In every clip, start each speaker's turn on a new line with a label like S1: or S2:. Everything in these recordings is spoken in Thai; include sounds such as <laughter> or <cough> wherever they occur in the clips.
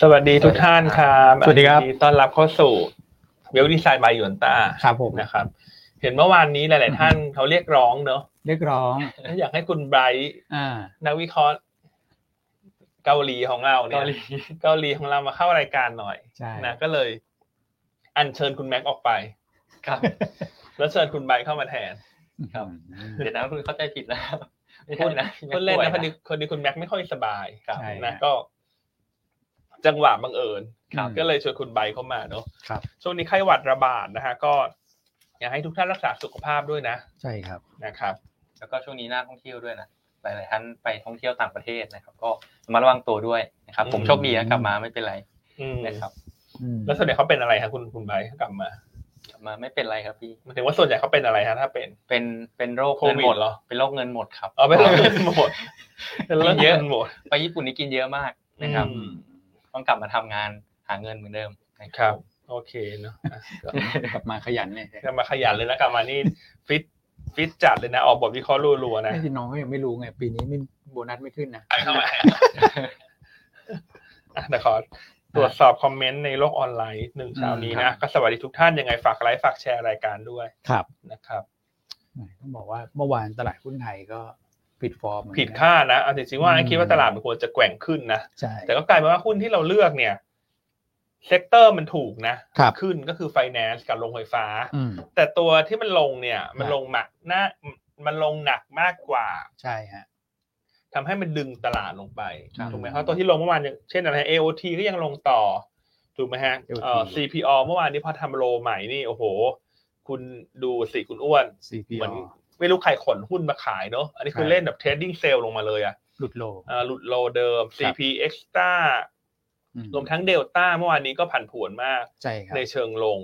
S1: สวัสดีทุกท่านครับ
S2: สวัสดีครับ
S1: ยินต้อนรับเข้าสู่เวลดีไซน์บายยนต้า
S2: ครับผม
S1: นะครับ เห็นเมื่อวานนี้หลาย ๆ ท่านเขาเรียกร้องเนอะ
S2: เรียกร้อง
S1: อยากให้คุณไบรท์
S2: อ่า
S1: นักวิเคราะห์เกาหลีของเราเนี่ยเกาหลีของเรามาเข้ารายการหน่อย
S2: ใช่
S1: นะก็เลย อัญเชิญคุณแม็กออกไป
S3: ครับ
S1: แล้วเชิญคุณไบรท์เข้ามาแทน
S2: ครับ
S3: เดี๋ยวนะคุณเข้าใจผิดแล้วไม่
S1: พูด
S3: ใช่นะ
S1: พูดเล่น
S3: ป่วย
S1: นะพอดีคนดีคุณแม็กไม่ค่อยสบาย
S3: ครับ
S2: ใช่
S1: นะก็ จังหวะบังเอิญ
S2: ครับ
S1: ก็เลยชวนคุณไบรท์เข้ามาเนอะ
S2: ครับ
S1: ช่วงนี้ไข้หวัดระบาดนะฮะก็ อยากให้ทุกท่านรักษาสุขภาพด้วยนะ
S2: ใช่ครับ
S1: นะครับ
S3: แล้วก็ช่วงนี้หน้าท่องเที่ยวด้วยนะหลายๆท่านไปท่องเที่ยวต่างประเทศนะครับ ก็ระมัดระวังตัวด้วยนะครับ ผม
S1: อืม
S3: โชคดีนะกลับมาไม่เป็นไร
S1: อืม
S3: นะครับ
S2: อืม
S1: แล้วส่วนใหญ่เขาเป็นอะไรฮะคุณคุณไบรท์กลับมาก
S3: ลับมาไม่เป็นไรครับพี่
S1: หมายถึงว่าส่วนใหญ่เขาเป็นอะไรฮะถ้าเป็น
S3: เป็นเป็นโรค
S1: โควิด
S3: เงินหมด
S1: เหรอ
S3: เป็นโรคเงินหมดครับ
S1: อ๋อเป็นเรื่องเงินหมดเป็นเรื่องเยอะหมด
S3: ไปญี่ปุ่นนี่กินเยอะมากนะครับ
S1: อืม
S3: ต้องกลับมาทำงานหาเงินเหมือนเดิมนะ
S1: ครับ โอเคเนาะอ่ะก็
S2: กลับมาขยันเนี่ย
S1: ก็มาขยันเลยนะกลับมานี่ฟิตฟิตจัดเลยนะออกบทวิเคราะห์รัวๆนะ
S2: ไอ้ที่น้องก็ยังไม่รู้ไง ปีนี้ไม่โบนัสไม่ขึ้นนะ
S1: เข้ามาแต่ขอตรวจสอบคอมเมนต์ในโลกออนไลน์หนึ่งเช้านี้
S3: ครั
S1: นะ
S3: บ
S1: ก็สวัสดีทุกท่านยังไงฝากไลค์ฝากแชร์รายการด้วย
S2: ครับ
S1: นะครับ
S2: ต้องบอกว่าเมื่อวานตลาดหุ้นไทยก็ผิดฟอร์มเหมือนกัน
S1: ผิดคาดนะเอาจริงๆว่า
S2: อืม
S1: คิดว่าตลาดมันควรจะแกว่งขึ้นนะ
S2: ใช่
S1: แต่ก็กลายเป็นว่าหุ้นที่เราเลือกเนี่ย เซกเตอร์มันถูกนะครับ ขึ้นก็คือไฟแนนซ์กับโรงไฟฟ้า
S2: อืม
S1: แต่ตัวที่มันลงเนี่ย มัน
S2: ครับ
S1: ลงหนักหน้ามันลงหนักมากกว่า
S2: ใช่ฮะ
S1: ทำให้มันดึงตลาดลงไป
S2: ครับ
S1: ถูกไหมเพราะตัวที่ลงเมื่อวานอย่างเช่นอะไร AOT ก็ยังลงต่อถูกไหมฮะเอ่อ
S2: AOT
S1: CPO เมื่อวานนี้พอทำโลใหม่นี่โอ้โห คุณดูสิคุณอ้วน
S2: CPO
S1: เหมือนไม่รู้ใครขนหุ้นมาขายเนอะอันนี้คือเล่นแบบเทรดดิ้งเซลลงมาเลยอะ
S2: หลุดโล
S1: อ่าหลุดโลเดิม
S2: ครับ
S1: CP Extra
S2: อื
S1: รวมทั้งเดลต้าเมื่อวานนี้ก็ผันผวนมาก
S2: ใช่ครับ
S1: ในเชิงลง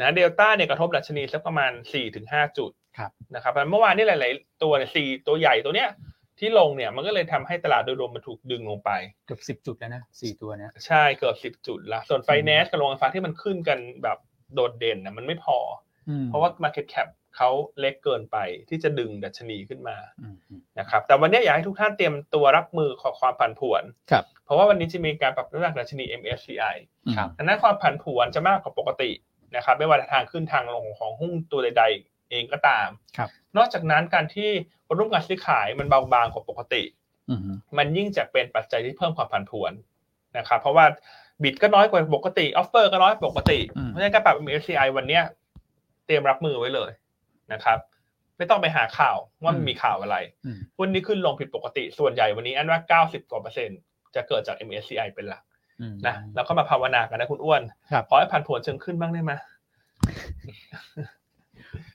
S1: นะเดลต้าเนี่ยกระทบดัชนีสักประมาณ 4-5 จุด
S2: ครับ
S1: นะครับแล้วเมื่อวานนี่หลาย ๆ ตัวเนี่ยสี่ตัวใหญ่ตัวเนี้ยที่ลงเนี่ยมันก็เลยทำให้ตลาดโดยรวมมันถูกดึงลงไป
S2: เกือบสิบจุดแล้วนะสี่ตัวเนี้ย
S1: ใช่เกือบ 10 จุดละส่วนไฟแนนซ์กับโรงไฟฟ้าที่มันขึ้นกันแบบโดดเด่นนะมันไม่พอ
S2: อืม
S1: เพราะว่า Market Cap เขาเล็กเกินไปที่จะดึงดัชนีขึ้นมา
S2: อืม
S1: นะครับแต่วันนี้อยากให้ทุกท่านเตรียมตัวรับมือของความผันผวน
S2: ครับ
S1: เพราะว่าวันนี้จะมีการปรับน้ำหนักดัชนี MSCI
S3: ครับ
S1: ดังนั้นความผันผวนจะมากกว่าปกตินะครับไม่ว่าจะทางขึ้นทางลงของหุ้นตัวใด ๆ เองก็ตาม
S2: ครับ
S1: นอกจากนั้นการที่รูปการซื้อขายมันเบาบางกว่าปกติ
S2: อืม
S1: มันยิ่งจะเป็นปัจจัยที่เพิ่มความผันผวนนะครับเพราะว่าบิดก็น้อยกว่าปกติออฟเฟอร์ก็น้อยกว่าปกติ เพราะฉะนั้นการปรับ MSCI วันเนี้ยเตรียมรับมือไว้เลยนะครับ ไม่ต้องไปหาข่าวว่ามันมีข่าวอะไร
S2: อืม
S1: หุ้นที่ขึ้นลงผิดปกติส่วนใหญ่วันนี้อันว่า 90 กว่าเปอร์เซ็นต์จะเกิดจาก MSCI เป็นหลัก
S2: อืม
S1: นะแล้วก็มาภาวนากันนะคุณอ้วน
S2: ครับ
S1: ขอให้ผันผวนเชิงขึ้นบ้างได้ไหม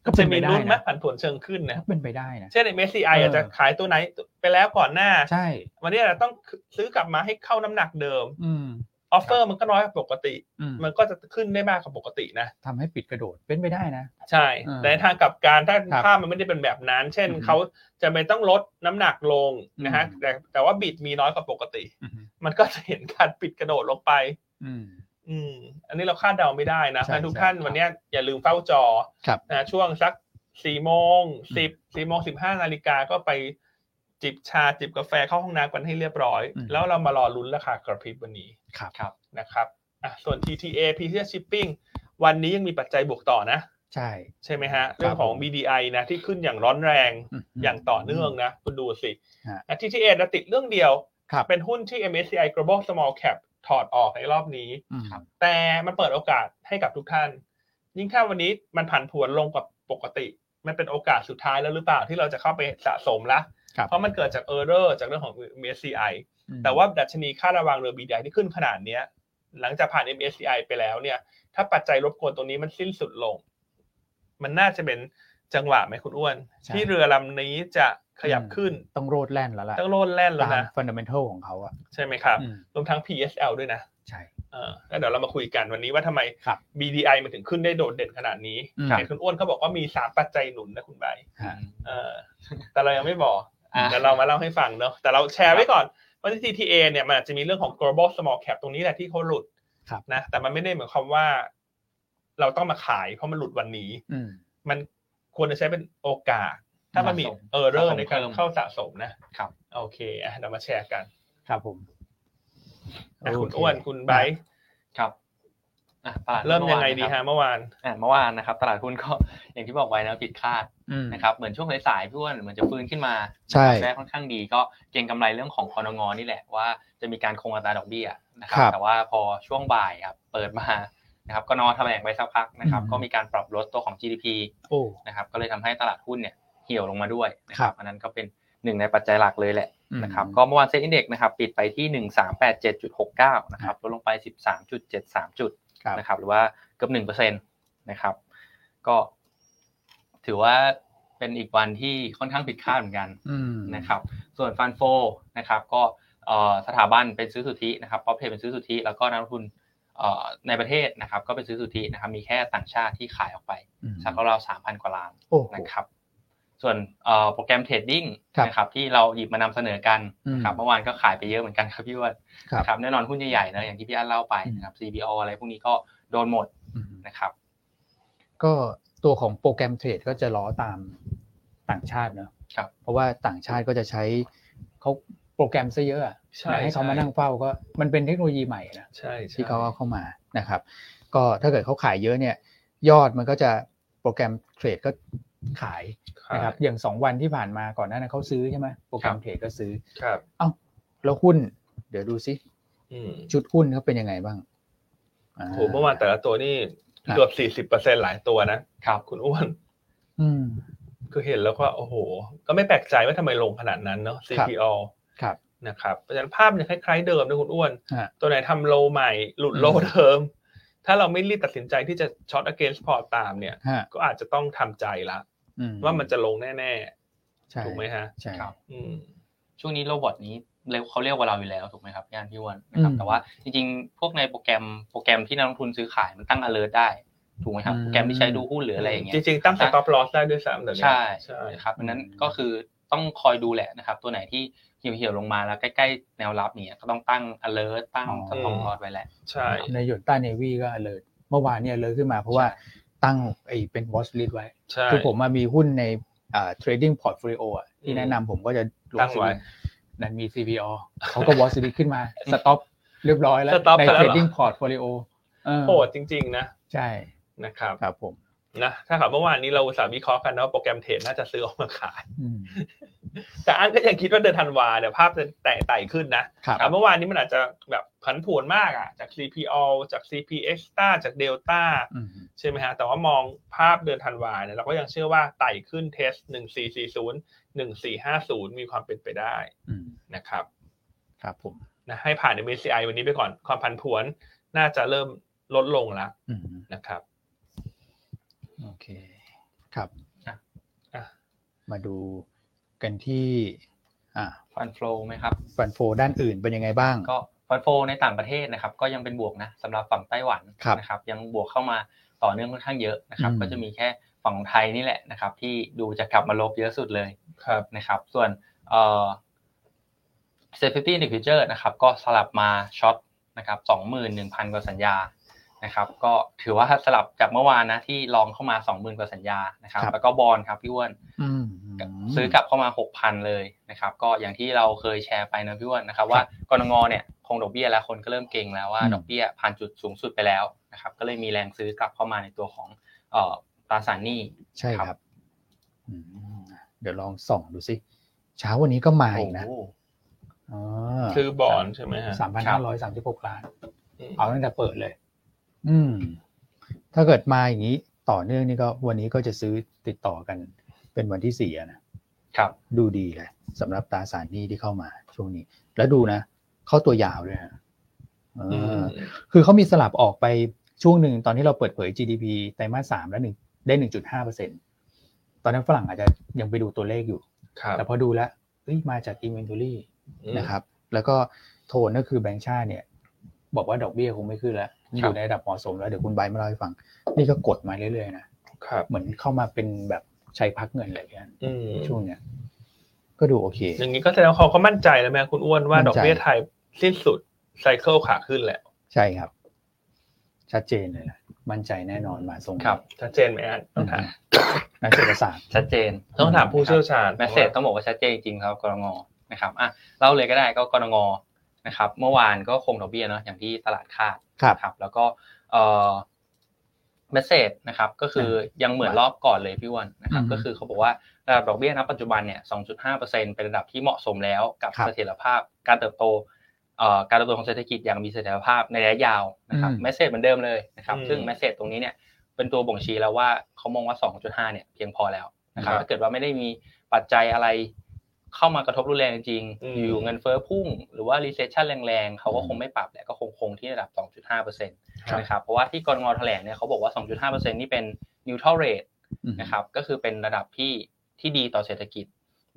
S2: ก็เป็
S1: จะ
S2: นไป
S1: มี
S2: ได้
S1: ลุ้นไหม
S2: นะ
S1: ผันผวนเชิงขึ้นนะ
S2: ก็เป็นไปได้นะ
S1: เช่น MSCI
S2: เอออ
S1: อาจจะขายตัวไหนไปแล้วก่อนหน้า
S2: ใช่
S1: วันนี้อาจจะต้องซื้อกลับมาให้เข้าน้ำหนักเดิม
S2: อืม
S1: ออฟเฟอร์มันก็น้อยกว่าปกติ
S2: อืม
S1: มันก็จะขึ้นได้มากกว่าปกตินะ
S2: ทำให้ปิดกระโดดเป็นไปได้นะ
S1: ใช่
S2: อ่า
S1: แต่ในทางกลับการถ้า
S2: ครับ
S1: ภาพมันไม่ได้เป็นแบบนั้น เช่น
S2: อือฮึ
S1: เขาจะไม่ต้องลดน้ำหนักลงนะฮะ
S2: อืม
S1: แต่แต่ว่าบิดมีน้อยกว่าปกติ มันก็จะเห็นการปิดกระโดดลงไป
S2: อืม
S1: อืม อันนี้เราคาดเดาไม่ได้นะ
S2: ใช่
S1: ท่านทุกท่าน
S2: ใช่
S1: วันเนี้ยอย่าลืมเฝ้าจอ
S2: ครับ
S1: นะช่วงสักสี่โมงสิบสี่โมงสิบห้านาฬิกาก็ไปจิบชาจิบกาแฟเข้าห้องน้ำกันให้เรียบร้อย
S2: อืม
S1: แล้วเรามารอลุ้นราคากระพริบวันนี้
S2: ครับ
S3: ครับ
S1: นะครับอ่ะส่วน TTA p t s Shipping วันนี้ยังมีปัจจัยบวกต่อนะ
S2: ใช่
S1: ใช่ไหมฮะ เรื่องของ
S2: ผม
S1: BDI นะที่ขึ้นอย่างร้อนแรง
S2: อืม
S1: อย่างต่อเนื่องนะคุณดูสิ
S2: ฮะ
S1: นะ TTA นะติดเรื่องเดียว
S2: ครับ
S1: เป็นหุ้นที่ MSCI Global Small Cap ถอดออกในรอบนี้
S2: อืม
S3: ครับ
S1: แต่มันเปิดโอกาสให้กับทุกท่าน ยิ่งถ้าวันนี้มันผันผวนลงกว่าปกติ มันเป็นโอกาสสุดท้ายแล้วหรือเปล่าที่เราจะเข้าไปสะสมละ
S2: ครับ
S1: เพราะมันเกิดจากเออร์เรอร์จากเรื่องของ MSCI แต่ว่าดัชนีค่าระวังเรือ BDI ที่ขึ้นขนาดเนี้ย หลังจากผ่าน MSCI ไปแล้วเนี่ย ถ้าปัจจัยรบกวนตรงนี้มันสิ้นสุดลง มันน่าจะเป็นจังหวะไหมคุณอ้วน
S2: ใช่
S1: ที่เรือลำนี้จะขยับขึ้น
S2: ต้องโรดแล่นแล้วล่ะ
S1: ต้องโลดแล่นแล้ว
S2: ตาม
S1: นะ
S2: ฟันดัมเบลของเขาอ่ะ
S1: ใช่ไหมครับ
S2: อืม
S1: รวมทั้ง PSL ด้วยนะ
S2: ใช่
S1: เออแล้วเดี๋ยวเรามาคุยกันวันนี้ว่าทำไม
S2: ครับ
S1: BDI มันถึงขึ้นได้โดดเด่นขนาดนี้
S2: อืม
S1: เห็นคุณอ้วนเขาบอกว่ามีสามปัจจัยหนุนนะคุณใบ
S2: ฮะ
S1: เออ แต่เรายังไม่บอก
S3: อ่ะ
S1: เดี๋ยวเรามาเล่าให้ฟังเนาะแต่เราแชร์ไว้ก่อนว่าที่ TTA เนี่ยมันอาจจะมีเรื่องของ global small cap ตรงนี้แหละที่เขาหลุด
S2: ครับ
S1: นะแต่มันไม่ได้หมายความว่า เราต้องมาขายเพราะมันหลุดวันนี้
S2: อืม
S1: มันควรจะใช้เป็นโอกาส ถ้ามันมี
S3: สะสม
S1: error
S3: สะสม
S1: ในการ
S3: เพิ่ม
S1: เข้าสะสมนะครับ โอเคอ่ะเรามาแชร์กัน
S2: ครับผม
S1: อ่ะคุณ
S2: โอเค
S1: อ้วนคุณไบรท์
S3: ครับอ่ะตลาด
S1: เริ่มยังไงดี
S3: ครั
S1: ฮะ
S3: บ
S1: เมื่อวาน
S3: อ่ะเมื่อวานนะครับ ตลาดหุ้นก็ อย่างที่บอกไว้นะผิดคาด
S2: อืม
S3: นะครับเหมือนช่วงสายๆพี่อ้วนเหมือนจะฟื้นขึ้นมา
S2: ใช่
S3: นะครับได้ค่อนข้างดีก็เก็งกำไรเรื่องของคอนงนี่แหละว่าจะมีการคงอัตราดอกเบี้ยนะครั
S2: ครับ บ
S3: แต่ว่าพอช่วงบ่ายครับเปิดมานะครับ ก็นอนทำแหลงไปสักพักนะครับ
S2: อืม
S3: ก็มีการปรับลดตัวของ GDP
S2: โอ้
S3: นะครับก็เลยทำให้ตลาดหุ้นเนี่ยเหี่ยวลงมาด้วยนะค
S2: ครั
S3: รับบ อันนั้นก็เป็นหนึ่งในปัจจัยหลักเลยแหละ
S2: อืม
S3: นะครับก็เมื่อวานเซ็นอินเด็กซ์นะครับปิดไปที่ 1387.69นะครับลดลงไป 13.73 จุด
S2: ครับ
S3: นะครับหรือว่าเกือบ1%นะครับก็ถือว่าเป็นอีกวันที่ค่อนข้างผิดคาดเหมือนกัน
S2: อืม
S3: นะครับส่วนฟันโฟนะครับก็เอ่อสถาบันเป็นซื้อสุทธินะครับป๊อปเพย์เป็นซื้อสุทธิแล้วก็นักลงทุนเอ่อในประเทศนะครับก็เป็นซื้อสุทธินะครับมีแค่ต่างชาติที่ขายออกไป
S2: อืม
S3: สักราวสามพันกว่าล้าน
S2: โอ้โห
S3: นะครับ ส่วนเอ่อโปรแกรมเทรดดิ้ง
S2: ครับ
S3: นะครับที่เราหยิบมานำเสนอกันนะครับ
S2: อืม
S3: เมื่อวานก็ขายไปเยอะเหมือนกันครับพี่อ้วน
S2: ครับ
S3: นะครับแน่นอนหุ้นใหญ่ๆนะอย่างที่พี่อั้นเล่าไปนะครับ CBO อะไรพวกนี้ก็โดนหมด
S2: อืม
S3: นะครับ
S2: ก็ตัวของโปรแกรมเทรดก็จะล้อตามต่างชาติเนอะ
S3: ครับ
S2: เพราะว่าต่างชาติก็จะใช้เขาโปรแกรมซะเยอะอะ
S1: ใช่
S2: ให้เขามานั่งเฝ้าก็มันเป็นเทคโนโลยีใหม่นะ
S1: ใช่ใช่
S2: ที่เขาเอาเข้ามานะครับ ก็ถ้าเกิดเขาขายเยอะเนี่ย ยอดมันก็จะโปรแกรมเทรดก็ขายนะครับ อย่างสองวันที่ผ่านมาก่อนหน้านั้นเขาซื้อใช่ไหมโปรแกรมเทรดก็ซื้อ
S1: ครับ
S2: เอ้าแล้วหุ้น เดี๋ยวดูซิ
S1: อืม
S2: ชุดหุ้นเขาเป็นยังไงบ้างา
S1: โหเมื่อวานแต่ละตัวนี่
S2: ครับ
S1: เกือบสี่สิบเปอร์เซ็นหลายตัวนะครับ คุณอ้วน
S2: อืม
S1: คือเห็นแล้วก็โอ้โห ก็ไม่แปลกใจว่าทำไมลงขนาดนั้นเนาะ CPO
S2: ครับ
S1: นะครับเพราะฉะนั้นภาพเนี่ยคล้ายๆเดิมนะคุณอ้วน
S2: ฮะ
S1: ตัวไหนทำโลใหม่หลุดโล
S2: อืม
S1: เดิม ถ้าเราไม่รีบตัดสินใจที่จะช็อต against port ตามเนี่ย
S2: ฮะ
S1: ก็อาจจะต้องทำใจละ
S2: อื
S1: ว่ามันจะลงแน่
S2: ใช่
S1: ๆ ถูกไหมฮะ
S2: ใช่
S3: ครับ
S1: อืม
S3: ช่วงนี้โรบอทนี้เรียกเขาเรียกว่าเราอยู่แล้วถูกไหมครับพี่อันพี่อ้วนนะครับแต่ว่าจริงๆ พวกในโปรแกรมโปรแกรมที่นักลงทุนซื้อขายมันตั้ง alert ได้ถูกไหมครับโปรแกรมที่ใช้ดูหุ้นหรืออะไรอย่างเงี้ย
S1: จริงๆ ตั้ง stop loss ได้ด้วยซ้ำเดี๋ยวนี้
S3: ใช่
S1: ใช่
S3: นะครับดังนั้นก็คือต้องคอยดูแหละนะครับ ตัวไหนที่เหี่ยวๆลงมาแล้วใกล้ๆแนวรับเนี่ยก็ต้องตั้ง alert ตั้งสต็อปลอสไว้แหละ
S1: ใช่
S2: ในหยวนต้าเนวีก็เลยเมื่อวานเนี่ยเลยขึ้นมาเพราะว่าตั้งไอ้เป็นวอชลิสไว้
S1: ใช่
S2: คือผมมามีหุ้นในเทรดดิ้งพอร์ตโฟลิโอะ
S1: อื
S2: ที่
S1: ม
S2: แนะนำผมก็จะล
S1: ตั้
S2: ง
S1: ง
S2: ทุ
S1: ไว้
S2: นนั้นมี CPO เขาก็วอลซิลิ
S1: <laughs>
S2: ขึ้นมาสต็อปเรียบร้อยแล้ว
S1: stop
S2: ใน
S1: ไปแล้ว
S2: เท
S1: เหรอ
S2: รดดิ้งพอร์ตโฟลิโอ
S1: โหดจริง ๆ นะ
S2: ใช่
S1: นะครับ
S2: ครับผม
S1: นะถ้าขับเมื่อวานนี้เราอุตสาห์วิเคราะห์กันนะว่าโปรแกรมเทรดน่าจะซื้อออกมาขาย
S2: อืม
S1: แต่อันก็ยังคิดว่าเดือนธันวาเนี่ยภาพจะแตกไต่ขึ้นนะ
S2: ครับ
S1: แต่เมื่อวานนี้มันอาจจะแบบผันผวนมากอ่ะจาก CPO จาก CP Extra จาก Delta
S2: อืม
S1: ใช่ไหมฮะ แต่ว่ามองภาพเดือนธันวาเนี่ยเราก็ยังเชื่อว่าไต่ขึ้นเทส 1440 1450 มีความเป็นไปได้
S2: อืม
S1: นะครับ
S2: ครับผม
S1: นะให้ผ่าน MSCI วันนี้ไปก่อนความผันผวนน่าจะเริ่มลดลงแล้ว
S2: อืม
S1: นะครับ
S2: โอเคครับ
S1: อ่ะ
S2: มาดูกันที่อ่า
S3: ฟัน l o w ไหมครับ
S2: ฟันโฟด้านอื่นเป็นยังไงบ้าง
S3: ก็ฟัน l o w ในต่างประเทศนะครับ ก็ยังเป็นบวกนะสำหรับฝั่งไต้หวัน
S2: ครับ
S3: นะครับ ยังบวกเข้ามาต่อเนื่องค่อนข้างเยอะนะครับ
S2: อืม
S3: ก็จะมีแค่ฝั่งไทยนี่แหละนะครับ ที่ดูจะกลับมาลบเยอะสุดเลย
S1: ครับ
S3: นะครับส่วนเอ่อ safety i n d i c a t o r นะครับก็สลับมาช็อตนะครับ21,000 กว่าสัญญานะครับก็ถือว่าสลับจากเมื่อวานนะที่ลองเข้ามา 20,000 กว่าสัญญานะครับ
S2: ครับ
S3: แล้วก็บอลครับพี่อ้วน
S2: อืม
S3: ซื้อกลับเข้ามา 6,000 เลยนะครับก็อย่างที่เราเคยแชร์ไปนะพี่อ้วนนะครับว่ากรงงเนี่ยคงดอกเบี้ยแล้วคนก็เริ่มเก่งแล้วว่า
S2: อืม
S3: ดอกเบี้ยผ่านจุดสูงสุดไปแล้วนะครับก็เลยมีแรงซื้อกลับเข้ามาในตัวของเอ่อตราสารหนี้
S2: ใช่
S3: ครับ
S2: ครับอืมเดี๋ยวลองส่องดูสิเช้าวันนี้ก็มาอีกนะ
S3: โอ้โห
S2: อ๋อ
S1: ซื้อบอลใช่ไหมฮะ
S2: สามพัน
S3: ครั
S2: ห้า
S3: บ
S2: ร้อยสามสิบหกล้าน
S1: อืม
S2: เอาตั้งแต่เปิดเลย อืม ถ้าเกิดมาอย่างนี้ต่อเนื่องนี่ก็วันนี้ก็จะซื้อติดต่อกันเป็นวันที่สี่อะนะครับ ดูดีเลยสำหรับตราสารหนี้ที่เข้ามาช่วงนี้ แล้วดูนะ เข้าตัวยาวด้วยนะเอออคือเขามีสลับออกไปช่วงหนึ่งตอนที่เราเปิดเผย GDP ไตรมาสสามแล้วหนึ่งได้หนึ่งจุดห้าเปอร์เซ็นตอนนั้นฝรั่งอาจจะยังไปดูตัวเลขอยู่
S1: ครับ
S2: แต่พอดูแล้วเฮ้ยมาจาก inventory
S1: อืม
S2: นะครับแล้วก็โทนก็คือแบงก์ชาติเนี่ย บอกว่าดอกเบี้ยคงไม่ขึ้นแล้ว
S1: ค
S2: อ
S1: รั
S2: ยู่
S1: บ
S2: ในระดับเหมาะสมแล้ว เดี๋ยวคุณใบมาเล่าให้ฟัง นี่ก็กดมาเรื่อยๆนะครับ เหมือนเข้ามาเป็นแบบใช้พักเงินอะไรอย่างเงี้ย
S1: อืม
S2: ช่วงเนี้ยก็ดูโอเค
S1: อย่างนี้ก็แสดงว่าเขาเขามั่นใจแล้วไหมคุณอ้วนว่า
S2: มั่นใจ
S1: ดอกเบี้ยไทยสิ้นสุดไซเคิลขาขึ้นแหละ
S2: ใช่ครับ ชัดเจนเลยนะมั่นใจแน่นอนมาทรง
S3: ครับ
S1: ชัดเจนไหมอ่ะต้องถาม
S2: <coughs> นักเศรษฐศาสตร์
S3: ชัดเจน
S1: ต้องถามผู้เชี่ยวชาญ
S3: แมสเซจต้องบอกว่าชัดเจนจริงครับกรงนะครับอ่ะเล่าเลยก็ได้ก็กรง นะครับ เมื่อวานก็คงดอกเบี้ยเนาะอย่างที่ตลาดคาด
S2: ครับ
S3: ครับ แล้วก็เออเมสเซจนะครับ ก็คือยังเหมือนรอบก่อนเลยพี่อ้วันนะครับ
S2: อืม
S3: ก็คือเขาบอกว่าระดับดอกเบี้ยณปัจจุบันเนี่ย 2.5%เป็นระดับที่เหมาะสมแล้วกับ
S2: ครับ
S3: เสถียรภาพ การเติบโตเอ่อการเติบโตของเศรษฐกิจอย่างมีเสถียรภาพในระยะยาวนะครับ
S2: อืม
S3: เมสเซจเหมือนเดิมเลยนะครับ
S1: อืม
S3: ซึ่งเมสเซจตรงนี้เนี่ย เป็นตัวบ่งชี้แล้วว่าเขามองว่า 2.5 เนี่ยเพียงพอแล้วนะครับ
S1: ครับ
S3: ถ้าเกิดว่าไม่ได้มีปัจจัยอะไรเข้ามากระทบรุนแรงจริงๆ
S1: อืม
S3: อยู่เงินเฟ้อพุ่ง หรือว่า recession แรงๆเขาก็คงไม่ปรับแหละก็คงคงที่ระดับ 2.5%นะครับเพราะว่าที่กรงอแถลงเนี่ยเขาบอกว่า 2.5%นี่เป็น neutral rate นะครับก็คือเป็นระดับที่ที่ดีต่อเศรษฐกิจ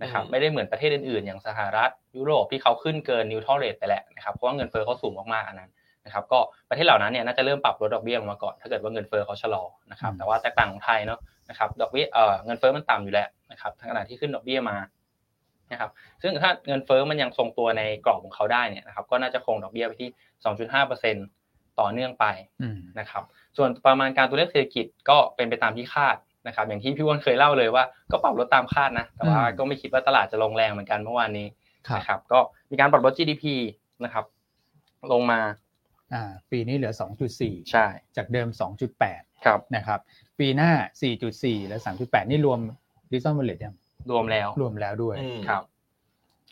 S3: นะครับ
S1: อืม
S3: ไม่ได้เหมือนประเทศอื่นๆ อย่างสหรัฐยุโรปที่เขาขึ้นเกิน neutral rate ไปแล้วนะครับเพราะว่าเงินเฟ้อเขาสูงมากๆอันนั้น นะครับก็ประเทศเหล่านั้นเนี่ยน่าจะเริ่มปรับลดดอกเบี้ยลงมาก่อนถ้าเกิดว่าเงินเฟ้อเขาชะลอนะครับ
S2: อืม
S3: แต่ว่าแตกต่างของไทยเนาะนะครับดอกเบี้ยเอ่อเงินเฟ้อมันต่ำอยู่แล้วนะครับขณะที่ขึ้นดอกเบี้ยมานะครับซึ่งถ้าเงินเฟ้อมันยังทรงตัวในกรอบของเขาได้เนี่ยนะครับก็น่าจะคงดอกเบี้ยไปที่ 2.5%ต่อเนื่องไป
S2: อืม
S3: นะครับส่วนประมาณการตัวเลขเศรษฐกิจก็เป็นไปตามที่คาดนะครับอย่างที่พี่อ้วนเคยเล่าเลยว่าก็ปรับลดตามคาดนะแต่ว่า
S2: อืม
S3: ก็ไม่คิดว่าตลาดจะลงแรงเหมือนกันเมื่อวานนี้
S2: ครับ
S3: นะครับก็มีการปรับลด GDP นะครับลงมา
S2: อ่าปีนี้เหลือ
S3: ใช่
S2: 2.4 จากเดิม 2.8
S3: ครับ
S2: นะครับ ปีหน้า 4.4 และ 3.8 นี่รวมดิจิตอลวอลเล็ตยัง
S3: รวมแล้ว
S2: รวมแล้วด้วย
S1: อืม
S3: ครับ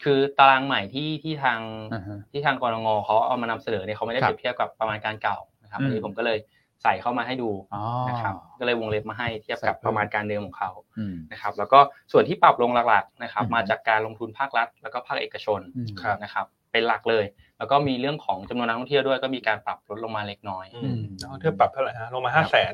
S3: คือตารางใหม่ที่ที่ทาง
S2: อ่าฮะ
S3: ที่ทางกรงงเขาเอามานำเสนอเนี่ยเขาไม่ได้
S2: ครั
S3: เป
S2: บ
S3: รียบเทียบกับประมาณการเก่านะครับ
S2: อืม
S3: อันนี้ผมก็เลยใส่เข้ามาให้ดู
S2: อ๋อ
S3: นะครับ ก็เลยวงเล็บมาให้เทียบกับ
S2: ใส่เพิ่ม
S3: ประมาณการเดิมของเขา
S2: อืม
S3: นะครับ แล้วก็ส่วนที่ปรับลงหลักๆนะครับ
S2: อืม
S3: มาจากการลงทุนภาครัฐ แล้วก็ภาคเอกชน
S2: อืม
S1: ครับ
S3: นะครับ เป็นหลักเลย แล้วก็มีเรื่องของจำนวนนักท่องเที่ยวด้วยก็มีการปรับลดลงมาเล็กน้อย
S1: อืมแล้วเธอปรับเท่าไหร่ฮะลงมาห้าแสน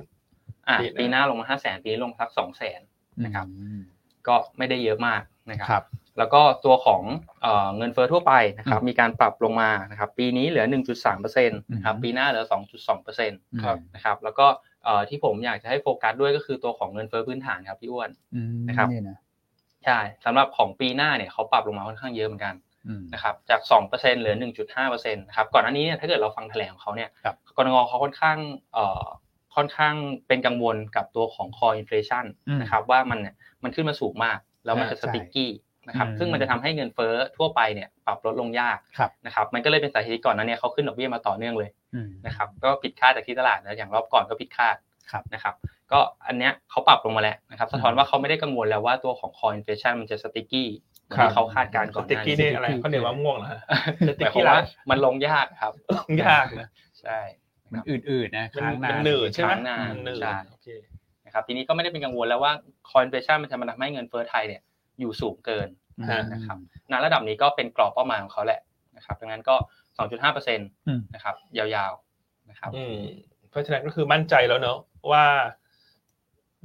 S3: อ่ะ
S1: ปีหน้า
S3: ปีหน้าลงมาห้าแสนปีนี้ลงสักสองแสน นะครับ
S2: อืม
S3: ก็ไม่ได้เยอะมากนะครับ
S2: ครับ
S3: แล้วก็ตัวของเอ่อเงินเฟ้อทั่วไปนะครับมีการปรับลงมานะครับปีนี้เหลือ 1.3%นะครับ
S2: อืม
S3: ปีหน้าเหลือ 2.2%น
S1: ครับ
S3: ะครับแล้วก็เอ่อที่ผมอยากจะให้โฟกัสด้วยก็คือตัวของเงินเฟ้อพื้นฐานครับพี่อ้วน
S2: อืม
S3: นะครับ
S2: นี่นะ
S3: ใช่สำหรับของปีหน้าเนี่ยเขาปรับลงมาค่อนข้างเยอะเหมือนกัน
S2: อืม
S3: นะครับจาก 2%เหลือ 1.5%นะครับก่อนหน้านี้เนี่ยถ้าเกิดเราฟังแถลงของเขาเนี่ย
S2: ครับ
S3: กรงเขาค่อนข้างเอ่อค่อนข้างเป็นกังวลกับตัวของคออินฟลชัน
S2: อืม
S3: นะครับว่ามันเนี่ยมันขึ้นมาสูงมาก แล้วมันจะ
S2: อ่า
S3: สติกกี้นะครับ
S2: อืม
S3: ซึ่งมันจะทำให้เงินเฟ้อทั่วไปเนี่ยปรับลดลงยาก
S2: ครับ
S3: นะครับมันก็เลยเป็นสาเหตุที่ก่อนหนั้นเนี่ยเขาขึ้นดอกเบี้ยมาต่อเนื่องเลย
S2: อืม
S3: นะครับก็ผิดคาดจากที่ตลาดนะอย่างรอบก่อนก็ผิดคาด
S2: ครับ
S3: นะครับก็อันเนี้ยเขาปรับลงมาแล้วนะครับสะท้อน
S2: อืม
S3: ว่าเขาไม่ได้กังวลแล้วว่าตัวของคออินเฟชันมันจะสติกกี้เหมือน
S1: ครับ
S3: ที่เขาคาดการณ์ก่อนห
S1: ติ๊ก
S3: น้า
S1: กี้
S3: นี้
S1: นี่อะไรเขาวเหนียวมะม่วงเหรอฮะ สติ๊
S3: หมาก ยค
S1: กี้
S3: วาม
S1: ร้า
S3: ว่าน มันลงยากครับ
S1: ยากนะ
S3: ใช่
S2: มันอืดๆนะ
S1: มัน
S2: ค้างา
S1: มันหนืดใช่ไหม
S3: ค้างนาน
S1: มัหนืด
S3: ใช่
S1: โอเค
S3: นะครับทีนี้ก็ไม่ได้เป็นกังวลแล้วว่าคออินเฟชันมันจะมาทำให้เงินเฟ้อไทยเนี่ยอยู่สูงเกิน
S2: อืม
S3: นะครับ ณระดับนี้ก็เป็นกรอบเป้าหมายของเขาแหละนะครับดังนั้นก็ 2.5%นะครับยาวๆนะครับ
S1: อืมเพราะฉะนั้นก็คือมั่นใจแล้วเนอะว่า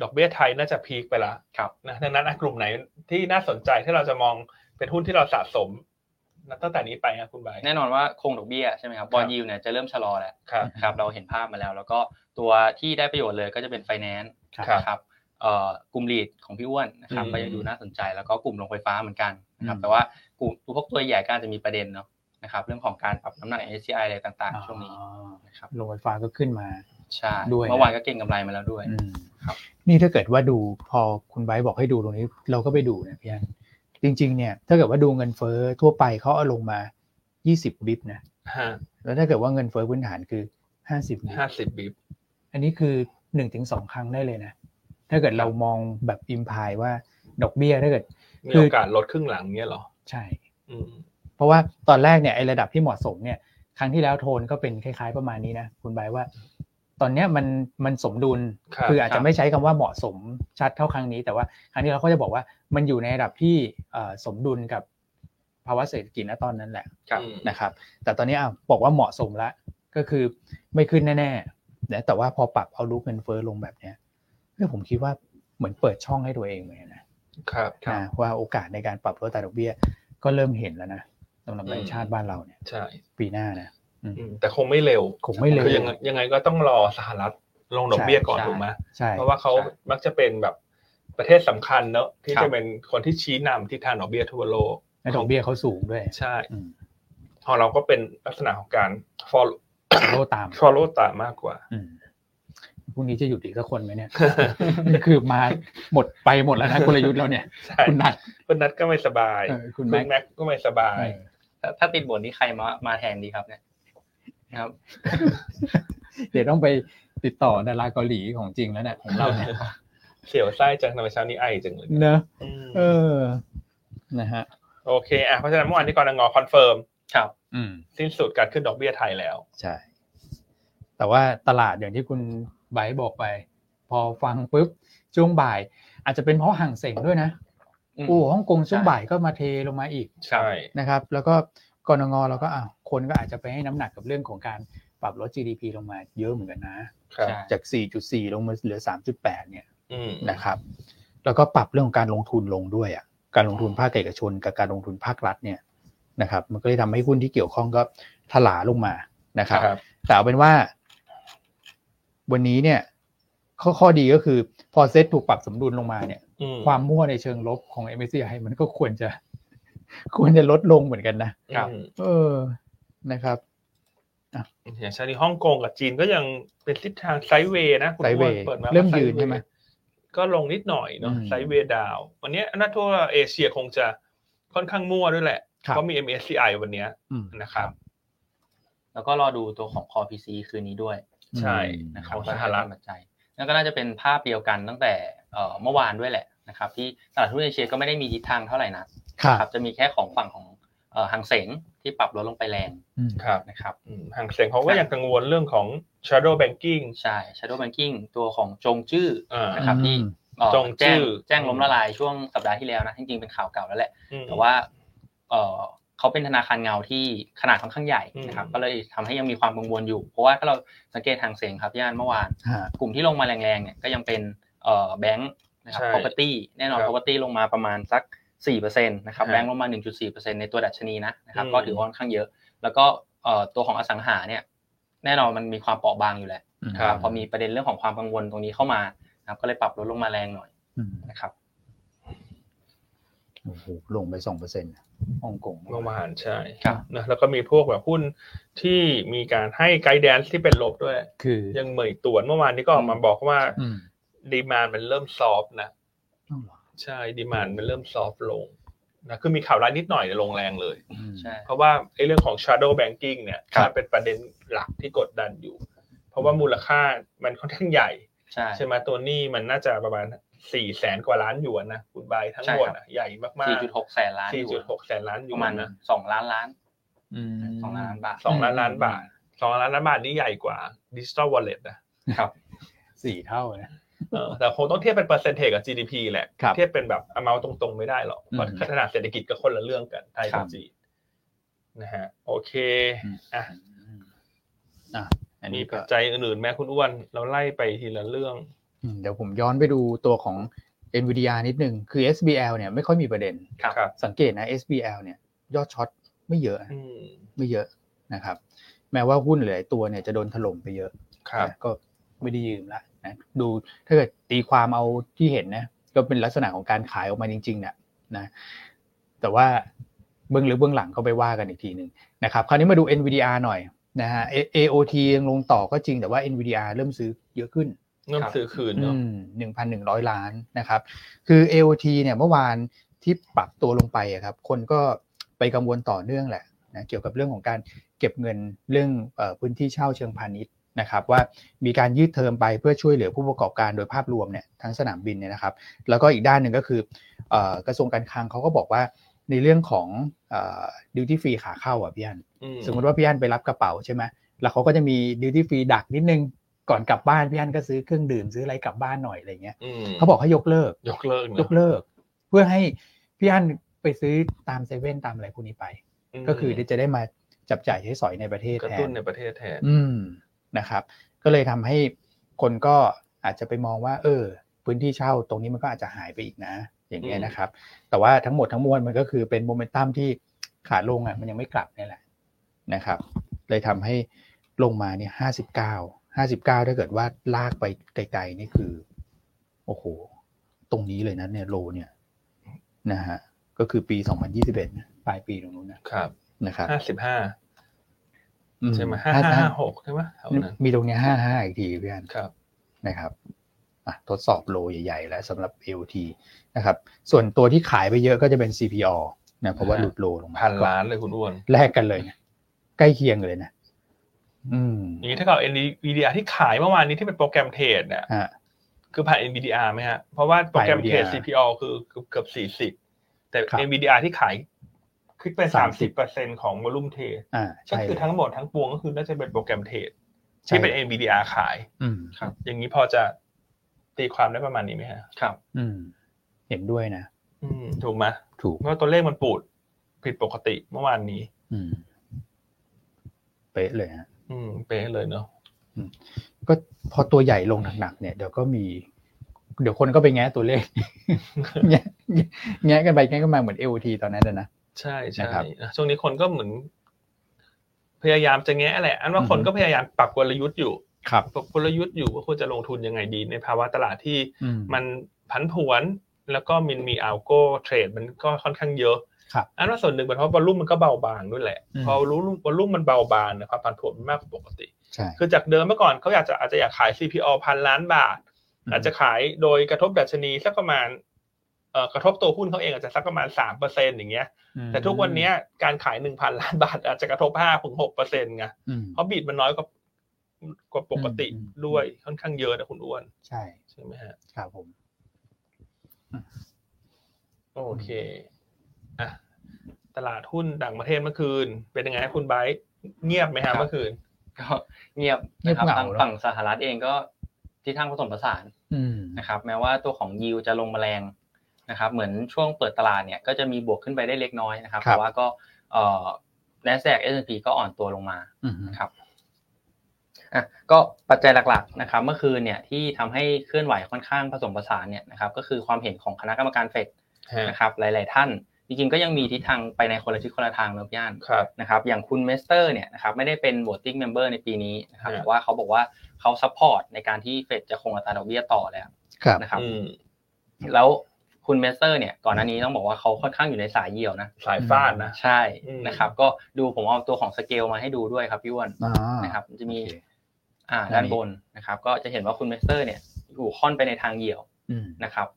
S1: ดอกเบี้ยไทยน่าจะพีคไปละ
S3: ครับ
S1: นะดังนั้นอ่ะกลุ่มไหนที่น่าสนใจที่เราจะมองเป็นหุ้นที่เราสะสมนะตั้งแต่นี้ไปครับคุณใบาย
S3: แน่นอนว่าคงดอกเบี้ยใช่ไหมครับบอล
S1: ครับ
S3: ยูเนี่ยจะเริ่มชะลอแล้ว
S1: ครับ
S3: นะครับเราเห็นภาพมาแล้ว แล้วก็ตัวที่ได้ประโยชน์เลยก็จะเป็นไฟแนนซ์
S2: ครับ
S3: นะครับเอ่อกลุ่มลีดของพี่อ้วนนะครับ
S1: อืม
S3: ก็ยังดูน่าสนใจแล้วก็กลุ่มโรงไฟฟ้าเหมือนกันนะครับ
S2: อืม
S3: แต่ว่ากลุ่มพวกตัวใหญ่ก็อาจจะมีประเด็นเนาะนะครับเรื่องของการปรับน้ำหนัก MSCI อะไรต่าง
S2: อ๋อ
S3: ๆ ช่วงนี้นะครับ
S2: โรงไฟฟ้าก็ขึ้นมา
S3: ใช่
S2: ด้วยนะ
S3: เมื่อวานก็เก่งกำไรมาแล้วด้วย
S2: อืม
S3: ครับ
S2: นี่ถ้าเกิดว่าดูพอคุณไบร์ทบอกให้ดูตรงนี้ เราก็ไปดูเนี่ยพี่อันจริง ๆ เนี่ย ถ้าเกิดว่าดูเงินเฟ้อทั่วไปเขาเอาลงมา 20 บิปนะ
S1: ฮะ
S2: แล้วถ้าเกิดว่าเงินเฟ้อพื้นฐานคือ 50บิป
S1: ห้าสิบบิบ
S2: อันนี้คือ 1-2 ครั้งได้เลยนะ ถ้าเกิดเรามองแบบอิมพายว่าดอกเบี้ยถ้าเกิด
S1: มี
S2: คือ
S1: โอกาสลดครึ่งหลังเนี้ยเหรอ
S2: ใช่
S1: อืม
S2: เพราะว่าตอนแรกเนี่ยไอระดับที่เหมาะสมเนี่ยครั้งที่แล้วโทนก็เป็นคล้าย ๆประมาณนี้นะคุณบายว่า ตอนเนี้ยมันมันสมดุล
S1: ครับ
S2: ออาจจะไม่ใช้คำว่าเหมาะสมชัดเท่าครั้งนี้ แต่ว่าครั้งนี้เราก็จะบอกว่ามันอยู่ในระดับที่เอ่อสมดุลกับภาวะเศรษฐกิจณตอนนั้นแหละ
S3: ครับ
S1: อืม
S2: นะครับ แต่ตอนนี้อ่ะบอกว่าเหมาะสมละก็คือไม่ขึ้นแน่ๆนะแต่ว่าพอปรับเอาลุกเงินเฟ้อลงแบบเนี้ยเฮ้ยผมคิดว่าเหมือนเปิดช่องให้ตัวเองเลยนะ
S1: ครับ
S2: นะว่าโอกาสในการปรับลดอัตราดอกเบี้ย ก็เริ่มเห็นแล้วนะสำหรับ
S1: อืม
S2: แบงก์ชาติบ้านเราเนี่ย
S1: ใช่
S2: ปีหน้านะอืม
S1: อืมแต่คงไม่เร็ว
S2: คงไม่เร็ว
S1: คือยังไงยังไงก็ต้องรอสหรัฐลงดอกเบี้ยก่อน
S3: ใช่
S1: ถูกไหม
S2: ใช่
S1: เพราะว่าเขา
S3: ใช่
S1: มักจะเป็นแบบประเทศสำคัญเนอะที่
S3: ครับ
S1: จะเป็นคนที่ชี้นำทิศทางดอกเบี้ยทั่วโลก
S2: และดอกเบี้ยเขาสูงด้วย
S1: ใช่
S2: อืม
S1: ของเราก็เป็นลักษณะของการ <coughs> follow
S2: โลตาม
S1: follow ตามมากกว่า
S2: อืมพรุ่งนี้จะหยุดอีกสักคนไหมเนี่ย <laughs> นี่คือมาหมดไปหมดแล้วนะกลยุทธ์เราเนี่ย
S1: ใช่
S2: คุณนัท
S1: คุณนัทก็ไม่สบาย
S2: เออคุณ
S1: คุณ
S2: แม็ก
S1: แม็กก็ไม่สบาย
S2: เออ
S1: แต่
S3: ถ้าถ้าติดบทนี้ใครมามาแทนดีครับเนี่ยนะครับ
S2: เดี๋ยวต้องไปติดต่อดาราเกาหลีของจริงแล้วเนี่ยของเราเนี่ย
S1: เสียวไส้จังทำไมเช้านี้ไอจังเลย
S2: เนอะ
S1: อืม
S2: เออนะฮะ
S1: โอเคอ่ะเพราะฉะนั้นเมื่อวานนี้กรงอคอนเฟิร์ม
S3: ครับ
S2: อืม
S1: สิ้นสุดการขึ้นดอกเบี้ยไทยแล้ว
S2: ใช่ แต่ว่าตลาดอย่างที่คุณไบร์ทบอกไป พอฟังปุ๊บช่วงบ่าย อาจจะเป็นเพราะห่างเสงด้วยนะ
S3: อืม
S2: อู้ฮ่องกงช่วง
S3: ใช่
S2: บ่ายก็มาเทลงมาอีก
S1: ใช่
S2: นะครับ แล้วก็กรงงเราก็อ่ะคนก็อาจจะไปให้น้ำหนักกับเรื่องของการปรับลด GDP ลงมาเยอะเหมือนกันนะ
S1: ครับ
S3: ใช่
S2: จาก 4.4 ลงมาเหลือ 3.8 เนี่ย
S1: อืม
S2: นะครับ แล้วก็ปรับเรื่องของการลงทุนลงด้วยอ่ะ การลงทุนภาคเอกชนกับการลงทุนภาครัฐเนี่ยนะครับ มันก็เลยทำให้หุ้นที่เกี่ยวข้องก็ถลาลงมานะครับ
S1: ครับ
S2: แต่เอาเป็นว่า วันนี้เนี่ย ข้อข้อดีก็คือ พอเซตถูกปรับสมดุลลงมาเนี่ย
S1: อืม
S2: ความมั่วในเชิงลบของ MSCI มันก็ควรจะ <laughs> ควรจะลดลงเหมือนกันนะครับ เออนะครับ
S1: อย่างเช่นนี้ฮ่องกงกับจีนก็ยังเป็นทิศทางไซด์เวย์นะคุณอ้วน
S2: Sideway
S1: เปิดมาก็
S2: เริ่มยืน
S1: Sideway
S2: ใช่ไหม
S1: ก็ลงนิดหน่อยเนาะ
S2: อืม
S1: ไซด์เวย์ดาววันเนี้ยน่าทั่วเอเชียคงจะค่อนข้างมั่วด้วยแหละ
S2: ครับ
S1: เพราะมี MSCI วันเนี้ย
S2: อืม
S1: นะครับ
S3: แล้วก็รอดูตัวของคอ PC คืนนี้ด้วย
S1: ใช่
S3: นะค
S1: ข
S3: รับ
S1: องสหรัฐ
S3: ว่าน่าจะเป็นปัจจัยนั่นก็น่าจะเป็นภาพเดียวกันตั้งแต่เอ่อเมื่อวานด้วยแหละนะครับที่ตลาดหุ้นเอเชียก็ไม่ได้มีทิศทางเท่าไหร่นัก
S2: ครับ
S3: ครับจะมีแค่ของฝั่งของเอ่อหังเสงที่ปรับลดลงไปแรง
S2: อืม
S1: ครับ
S3: นะครับ
S1: อืมห่างเสียงเขาก็ยังกังวลเรื่องของ shadow banking
S3: ใช่ shadow banking ตัวของจงจื้อ
S1: อ่า
S3: นะครับที่เอ่อ
S1: จงจื้
S3: แจ้
S1: อ
S3: งแจ้งล้มละลายช่วงสัปดาห์ที่แล้วนะจริงๆเป็นข่าวเก่าแล้วแหละ
S1: อืม
S3: แต่ว่าเอ่อเขาเป็นธนาคารเงาที่ขนาดค่อนข้างใหญ่นะครับ
S1: อืม
S3: ก็เลยทำให้ยังมีความกังวลอยู่ เพราะว่าถ้าเราสังเกตทางเสียงครับย่านเมื่อวาน
S2: ฮะ
S3: กลุ่มที่ลงมาแรงๆเนี่ยก็ยังเป็นเอ่อแบงค์นะครับ
S1: ใช่
S3: property แน่นอน
S1: ครับ
S3: property ลงมาประมาณสัก4%นะครับ
S1: ฮะ
S3: แบงค์ลงมา 1.4%ในตัวดัชนีนะนะครับ
S1: อืม
S3: ก็ถือว่าค่อนข้างเยอะ แล้วก็เอ่อตัวของอสังหาเนี่ยแน่นอนมันมีความเปราะบางอยู่แหละ
S1: ครับ
S3: พอมีประเด็นเรื่องของความกังวลตรงนี้เข้ามานะครับก็เลยปรับลดลงมาแรงหน่อย
S2: อืม
S3: นะครับ
S2: โอ้โหลงไปสองเปอร์เซ็นต์ฮ่องกง
S1: ลงมาหารใช่
S3: ครับ
S1: นะแล้วก็มีพวกแบบหุ้นที่มีการให้ไกด์แดนซ์ที่เป็นลบด้วย
S2: คือ
S1: ยังเหมยต่วนเมื่อวานนี้ก็ออกมาบอกว่า
S2: อืม
S1: ดีมานมันเริ่มซอฟต์นะ
S2: อ้าวเหรอ
S1: ใช่ดีมานมันเริ่มซอฟต์ลงนะคือมีข่าวร้ายนิดหน่อยเนี่ยลงแรงเลย
S2: อืม
S3: ใช่
S1: เพราะว่าไอ้เรื่องของ shadow banking เนี่ย
S2: ครับ
S1: มันเป็นประเด็นหลักที่กดดันอยู่ เพราะว่ามูลค่ามันค่อนข้างใหญ่
S3: ใช่
S1: ใช่ไหมตัวหนี้มันน่าจะประมาณ4ี่แสนกว่าล้านหยวนนะคุณใบายทั้งหมด
S3: ใช่ครับ
S1: อะใหญ่มากๆ
S3: 4.6 แสนล้าน
S1: สี่
S3: ยู่
S1: จุดหกแสนล้านหย
S3: ป
S1: ว
S3: ระมาน ณ
S1: นะ
S3: สองล้านล้าน
S2: อืม
S3: สองล้านบาท
S1: สองล้าน
S2: อืม
S1: ล้านบาทสองล้านล้านบาทนี่ใหญ่กว่าดิจิ t a ลวอลเล็ตนะครับ
S2: สี่เท่านะ
S1: เออแต่คงต้องเทียบเป็นเปอร์เซนเทจกับ GDP แหละ
S2: ครับ
S1: เทียบเป็นแบบ amount ตรงๆ ไม่ได้หรอก
S2: อืม
S1: เพราะขนาดเศรษฐกิจก็คนละเรื่องกันไทย
S3: ครั
S1: กับบ จีนนะฮะโอเค
S2: อืม
S1: อ่ะ
S2: อ่ะอัน
S1: มี
S2: นี้
S1: ปั
S2: ก็
S1: จจัยอื่นๆแม้คุณอ้วน เราไล่ไปทีละเรื่อง
S2: อืมเดี๋ยวผมย้อนไปดูตัวของ NVDR นิดนึง คือ SBL เนี่ยไม่ค่อยมีประเด็น
S3: ครับ
S1: ครับ
S2: สังเกตนะ SBL เนี่ยยอดช็อตไม่เยอะนะ
S1: อืม
S2: ไม่เยอะนะครับ แม้ว่าหุ้นหลายตัวเนี่ยจะโดนถล่มไปเยอะ
S1: ครับ
S2: ก็ไม่ได้ยืมละนะดูถ้าเกิดตีความเอาที่เห็นนะก็เป็นลักษณะของการขายออกมาจริงๆเนี่ยนะแต่ว่าเบื้องหรือเบื้องหลังก็ไปว่ากันอีกทีหนึ่งนะครับคราวนี้มาดู NVDR หน่อยนะฮะ A- AOT ยังลงต่อก็จริงแต่ว่า NVDR เริ่มซื้อเยอะขึ้น
S1: เริ่ม
S3: ครับ
S1: ซื้อคืนเนาะ
S2: หนึ่งพันหนึ่งร้อยล้านนะครับคือ AOT เนี่ยเมื่อวานที่ปรับตัวลงไปอะครับคนก็ไปกังวลต่อเนื่องแหละนะเกี่ยวกับเรื่องของการเก็บเงินเรื่องเออพื้นที่เช่าเชิงพาณิชย์นะครับว่า มีการยืดเทอมไปเพื่อช่วยเหลือผู้ประกอบการโดยภาพรวมเนี่ยทั้งสนามบินเนี่ยนะครับ แล้วก็อีกด้านหนึ่งก็คือเอ่อกระทรวงการคลังเขาก็บอกว่าในเรื่องของดิวตี้ฟรีขาเข้าอ่ะพี่อัน
S1: อืม
S2: สมมติว่าพี่อันไปรับกระเป๋าใช่ไหมแล้วเขาก็จะมีดิวตี้ฟรีดักนิดนึงก่อนกลับบ้านพี่อันก็ซื้อเครื่องดื่มซื้ออะไรกลับบ้านหน่อยอะไรเงี้ย
S1: อืม
S2: เขาบอกให้ยกเลิก
S1: ยกเลิก
S2: ย
S1: เนาะ
S2: กเลิก เพื่อให้พี่อันไปซื้อตามเซเว่นตามอะไรพวกนี้ไป
S1: ม
S2: ก็คือจะได้มาจับจ่ายใช้สอยในประเทศ
S1: กระ
S2: แท
S1: ตุ้น
S2: น
S1: ในประเทศแทน
S2: อืมนะครับ ก็เลยทำให้คนก็อาจจะไปมองว่า เออ พื้นที่เช่าตรงนี้มันก็อาจจะหายไปอีกนะ อย่างเงี้ย
S1: อืม
S2: นะครับ แต่ว่าทั้งหมดทั้งมวลมันก็คือเป็นโมเมนตัมที่ขาลงอ่ะมันยังไม่กลับเนี่ยแหละนะครับ เลยทำให้ลงมาเนี่ยห้าสิบเก้าห้าสิบเก้าถ้าเกิดว่าลากไปไกลๆนี่คือ โอ้โห ตรงนี้เลยนะเนี่ยโลเนี่ยนะฮะก็คือปีสองพันยี่สิบเอ็ดปลายปีตรงนู้นนะครับ นะครับ
S1: ห้าสิบห้า
S2: อื
S1: ใช่ไหมห้าห้าห้าหกใช่ไหมเท่านั้น
S2: มีตรงเนี้ยห้าห้าอีกทีพี่อัน
S1: ครับ
S2: นะครับอ่ะทดสอบโลใหญ่ ๆ แล้วสำหรับ AOT นะครับ ส่วนตัวที่ขายไปเยอะก็จะเป็น CPO นะเพราะว่าหลุดโลลงมา
S1: พันล้านเลยคุณอ้วน
S2: แลกกันเลยนะใกล้เคียงเลยนะอืม
S1: อย่างนี้ถ้าเกิด NVDR ที่ขายเมื่อวานนี้ที่เป็นโปรแกรมเทรดเนี่ย
S2: อ่ะ
S1: คือผ่าน NVDR ไหมฮะ เพราะว่าโปรแกรมเทรด
S2: NVDR
S1: CPO คือเกือบสี่สิบ40 แต่
S2: ครับ
S1: NVDR ที่ขายคิดเป็นสามสิบ
S2: 30
S1: เปอร์เซ็นของวอลุ่มเทรด
S2: อ่า
S1: ก็
S2: ใช่
S1: คือ
S2: เลย
S1: ทั้งหมดทั้งปวงก็คือน่าจะเป็นโปรแกรมเทรด
S2: ใช่
S1: ที่เป็น NVDR ขาย
S2: อืม
S1: อย่างนี้พอจะตีความได้ประมาณนี้ไหมฮะ
S3: ครับ
S2: อืม เห็นด้วยนะ
S1: อืม ถูกไหม
S2: ถูก
S1: เพราะตัวเลขมันปูดผิดปกติเมื่อวานนี้
S2: อืม เป๊ะเลยฮะ
S1: อืม เป๊ะเลยเนาะ
S2: ก็พอตัวใหญ่ลงหนักๆเนี่ยเดี๋ยวก็มี เดี๋ยวคนก็ไปแง้ตัวเลข <laughs> แง้แง้กันไปแง้กันมาเหมือน LT ตอนนั้นนะนะ
S1: ใช่ใช่
S2: นะครับ
S1: นะช่วงนี้คนก็เหมือน พยายามจะแงะแหละ อันว่าคน
S2: อือฮึ
S1: ก็พยายามปรับกลยุทธ์อยู่
S2: ครับ
S1: ปรับกลยุทธ์อยู่ว่าควรจะลงทุนยังไงดี ในภาวะตลาดที่
S2: อืม
S1: มันผันผวน แล้วก็มินมีอัลโกเทรดมันก็ค่อนข้างเยอะ
S2: ครับ
S1: อันว่าส่วนหนึ่งเป็นเพราะวอลลุ่มมันก็เบาบางด้วยแหละ
S2: อืม
S1: พอรู้วอลลุ่มมันเบาบางเนี่ยความผันผวนมันมากกว่าปกติ
S2: ใช่
S1: คือจากเดิมเมื่อก่อนเขาอยากจะอาจจะอยากขาย CPO พันล้านบาท อาจจะขายโดยกระทบดัชนีสักประมาณเอ่อกระทบตัวหุ้นเขาเองอาจจะสักประมาณสามเปอร์เซ็นอย่างเงี้ย
S2: อืม
S1: แต่ทุกวันเนี้ยการขายหนึ่งพันล้านบาท อาจจะกระทบห้าถึงหกเปอร์เซ็นต์ไง
S2: อืม
S1: เพราะบีดมันน้อยกว่ากว่าปกติ
S2: อืมอืม
S1: ด้วยค่อนข้างเยอะนะคุณอ้วน
S2: ใช่
S1: ใช่ไหมฮะ
S2: ครับผม
S1: โอเคอ่ะตลาดหุ้นต่างประเทศเมื่อคืน เป็นยังไงครับคุณไบร์ทเงียบไหมฮะเมื่อคืน
S3: ก็เงียบนะครับทางฝั่งสหรัฐเองก็ที่ทางผสมผสาน
S2: อืม
S3: นะครับแม้ว่าตัวของยิวจะลงมาแรงนะครับเหมือนช่วงเปิดตลาดเนี่ยก็จะมีบวกขึ้นไปได้เล็กน้อยนะครับ
S2: ครับ
S3: แต่ว่าก็เอ่อ NASDAQ S&P ก็อ่อนตัวลงมา
S2: อืม
S3: นะครับอ่ะก็ปัจจัยหลักๆนะครับเมื่อคืนเนี่ยที่ทำให้เคลื่อนไหวค่อนข้างผสมผสานเนี่ยนะครับก็คือความเห็นของคณะกรรมการเฟดนะครับหลาย ๆ ท่าน จริงๆ ก็ยังมีทิศทางไปในคนละทิศคนละทางนะพี่อัน
S1: ครับ
S3: นะครับอย่างคุณเมสเตอร์เนี่ยนะครับไม่ได้เป็น voting member ในปีนี้นะครับ
S1: ครับ
S3: แต่ว่าเขาบอกว่าเขาซัพพอร์ตในการที่เฟดจะคงอัตราดอกเบี้ยต่อแล้ว
S2: ครับ
S3: นะครับ
S1: อืม
S3: แล้วคุณเมสเตอร์เนี่ยก่อนหน้านี้ต้องบอกว่าเขาค่อนข้างอยู่ในสายเหี่ยวนะ
S1: สายฟาดนะ
S3: ใช่
S1: อืม
S3: นะครับก็ดูผมเอาตัวของสเกลมาให้ดูด้วยครับพี่อ้วน
S2: อ่า
S3: นะครับมันจะมี
S2: โอเค
S3: อ่า
S2: ด้า
S3: ด้าน น
S2: นี้
S3: บนนะครับก็จะเห็นว่าคุณเมสเตอร์เนี่ยอยู่ค่อนไปในทางเหี่ยว
S2: อืม
S3: นะครับ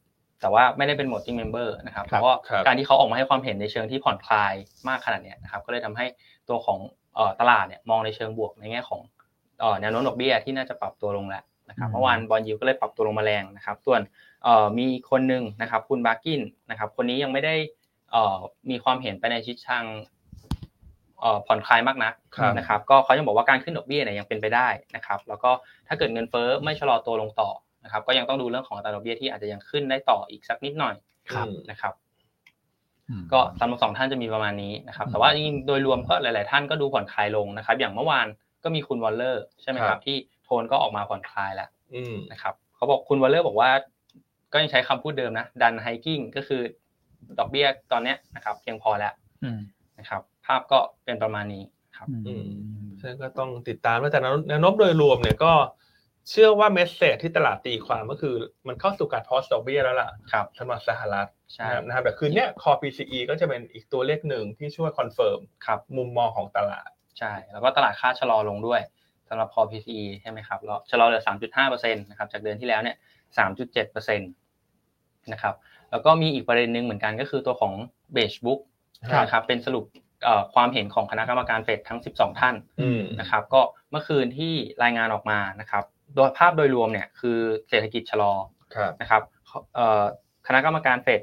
S3: แต่ว่าไม่ได้เป็น voting member นะครับ
S2: ครับ
S3: เพราะว่า
S1: ครับ
S3: การที่เขาออกมาให้ความเห็นในเชิงที่ผ่อนคลายมากขนาดเนี้ยนะครับก็เลยทำให้ตัวของเอ่อตลาดเนี่ยมองในเชิงบวกในแง่ของเอ่อแนวโน้มดอกเบี้ยที่น่าจะปรับตัวลงแล้วนะครับเมื่อวานบอลยูก็เลยปรับตัวลงมาแรงนะครับส่วนเอ่อมีคนหนึ่งนะครับคุณบาร์กินนะครับคนนี้ยังไม่ได้เอ่อมีความเห็นไปในทิศทางเอ่อผ่อนคลายมากนัก
S1: ครับ
S3: นะครับก็เขายังบอกว่าการขึ้นดอกเบี้ยเนี่ยยังเป็นไปได้นะครับแล้วก็ถ้าเกิดเงินเฟ้อไม่ชะลอตัวลงต่อนะครับก็ยังต้องดูเรื่องของอัตราดอกเบี้ยที่อาจจะยังขึ้นได้ต่ออีกสักนิดหน่อย
S1: ครับ
S3: นะครับ
S2: อืม
S3: ก็สำหรับสองท่านจะมีประมาณนี้นะครับ
S2: อืม
S3: แต่ว่าจริงๆโดยรวมก็หลาย ๆ ท่านก็ดูผ่อนคลายลงนะครับ อย่างเมื่อวานก็มีคุณวอลเลอร์ใช่ไหม
S1: ค
S3: ค
S1: รั
S3: รับ
S1: บ
S3: ที่โทนก็ออกมาผ่อนคลายแล้ว
S1: อืม
S3: นะครับเขาบอกคุณวอลเลอร์บอกว่า ก็ยังใช้คำพูดเดิมนะดันไฮกิ้งก็คือดอกเบี้ยตอนเนี้ยนะครับ เพียงพอแล้วนะครับ ภาพก็เป็นประมาณนี้ครับ
S2: อืม
S1: อืม ฉะนั้นก็ต้องติดตามแล้วแต่แนวโน้มโดยรวมเนี่ยก็ เชื่อว่าเมสเซจที่ตลาดตีความก็คือ มันเข้าสู่การพอสดอกเบี้ยแล้วล่ะ
S3: ครับ
S1: สำหรับสหรัฐ
S3: ใช่
S1: นะครับแต่คืนเนี้ยคอ PCE ก็จะเป็นอีกตัวเลขหนึ่งที่ช่วยคอนเฟิร์ม
S3: ครับ
S1: มุมมองของตลาด
S3: ใช่ แล้วก็ตลาดค่าชะลอลงด้วยสำหรับคอ PCE ใช่ไหมครับแล้วชะลอเหลือ 3.5%นะครับจากเดือนที่แล้วเนี่ย 3.7%นะครับแล้วก็มีอีกประเด็นหนึ่งเหมือนกันก็คือตัวของเบชบุ๊ก
S2: ครับ
S3: นะครับเป็นสรุปเอ่อความเห็นของคณะกรรมการเฟดทั้ง 12 ท่าน
S1: อืม
S3: นะครับก็เมื่อคืนที่รายงานออกมานะครับโดยภาพโดยรวมเนี่ยคือเศรษฐกิจชะลอ
S1: ครับ
S3: นะครับเอ่อคณะกรรมการเฟด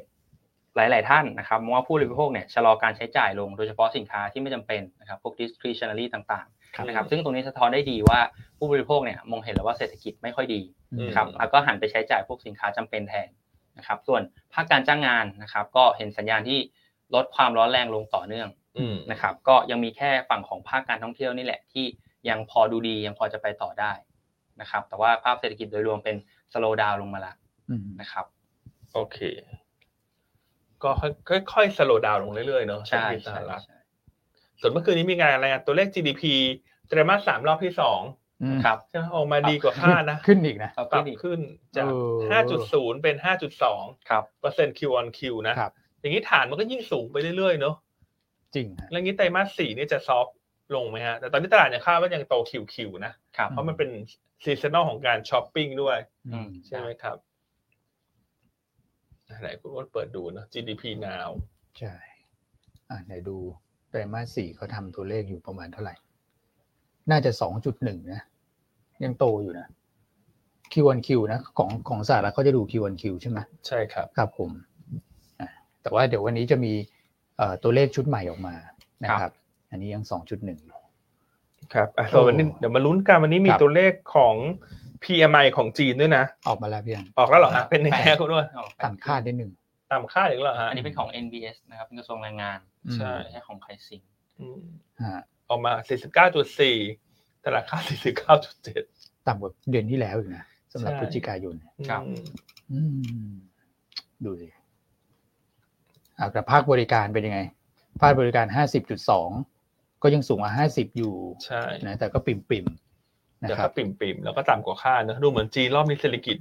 S3: หลาย ๆ ท่านนะครับมองว่าผู้บริโภคเนี่ยชะลอการใช้จ่ายลงโดยเฉพาะสินค้าที่ไม่จำเป็นนะครับพวก discretionary ต่าง
S1: ครับ
S3: ๆนะครับซึ่งตรงนี้สะท้อนได้ดีว่าผู้บริโภคเนี่ยมองเห็นแล้วว่าเศรษฐกิจไม่ค่อยดี
S1: อืม
S3: นะครับแล้วก็หันไปใช้จ่ายพวกสินค้าจำเป็นแทนนะครับ ส่วนภาคการจ้างงานนะครับ ก็เห็นสัญญาณที่ลดความร้อนแรงลงต่อเนื่อง
S1: อืม
S3: นะครับ ก็ยังมีแค่ฝั่งของภาคการท่องเที่ยวนี่แหละที่ยังพอดูดียังพอจะไปต่อได้นะครับ แต่ว่าภาพเศรษฐกิจโดยรวมเป็นสโลว์ดาวลงมาละ
S2: อืม
S3: นะครับ
S1: โอเค ก็ค่อยๆสโลว์ดาวน์ลงเรื่อยๆเนาะเศร
S3: ใช่
S1: ษฐกิจส
S3: ใช่
S1: หรัฐ
S3: ใช่
S1: ส่วนเมื่อคืนนี้มีงานอะไรายงานตัวเลข GDP ไตรมาสสามรอบที่สอง
S2: อืม
S3: ครับ
S1: ใช่ไหมออกมาดีกว่าคาดนะ
S2: ขึ้นอีกนะ
S3: เอา
S1: ป
S3: ขึ้
S1: รั
S3: น
S1: บ
S3: อีก
S1: ขึ้นจาก
S2: เออ
S1: 5.0 เป็น 5.2
S3: ครับ
S1: เปอร์เซ็นต์ Q on Q นะ
S2: ครับ
S1: อย่างนี้ฐานมันก็ยิ่งสูงไปเรื่อยๆเนาะ
S2: จริงฮะ
S1: แล้วงี้ไตรมาสสี่นี่จะซอฟต์ลงไหมฮะ แต่ตอนนี้ตลาดเนี่ยคาดว่ายังโตคิวคิวนะ
S3: ครับ
S1: เพราะมันเป็นซีซันอลของการช้อปปิ้งด้วย
S3: อืม
S1: ใช่ไหมครับไหนคุณอ้วนเปิดดูเนอะ GDP now
S2: ใช่ อ่ะไหนดูไตรมาสสี่เขาทำตัวเลขอยู่ประมาณเท่าไหร่ น่าจะสองจุดหนึ่งนะ ยังโตอยู่นะ Q1Q นะของของสหรัฐเขาจะดู Q1Q ใช่ไหม
S1: ใช่ครับ
S2: ครับผมอ่ะแต่ว่าเดี๋ยววันนี้จะมีเอ่อตัวเลขชุดใหม่ออกมานะครับ อันนี้ยัง 2.1อยู่
S1: ครับอ่ะส่วนวันนี้
S2: โอ้
S1: เดี๋ยวมาลุ้นกันวันนี้มี
S2: ครับ
S1: ตัวเลขของ PMI ของจีนด้วยนะ
S2: ออกมาแล้วพี่อัน
S1: ออกแล้วเหรอฮะเป็นยังไง
S3: แป
S1: ฮะ
S3: ด
S1: คุณด้วย
S3: เอไป
S2: ต่ำคาดนิดนึง
S1: ตามคาดอีกแล้วเหรอฮะ
S3: อันนี้เป็นของ NBS นะครับเป็นกระทรวงแรงงาน
S2: ใช่
S3: ไม่ใช่ของใครสิง
S1: อืม
S2: ฮะ
S1: ออกมา 49.4แต่ราคา 49.7
S2: ต่ำกว่าเดือนที่แล้วอีกนะสำหรับ
S1: ใช่
S2: พฤศจิกายนเนี่ย
S1: ครับ
S2: อืมดูสิอ่ะแต่ภาคบริการเป็นยังไง ภาคบริการ 50.2 ก็ยังสูงกว่า 50 อยู่
S1: ใช่
S2: นะแต่ก็ปิ่มๆนะ
S1: เดี๋ยว
S2: ครั
S1: ก็
S2: บ
S1: ปิ่มๆ แล้วก็ต่ำกว่าคาดนะ ดูเหมือนจีนรอบนี้เศรษฐกิจ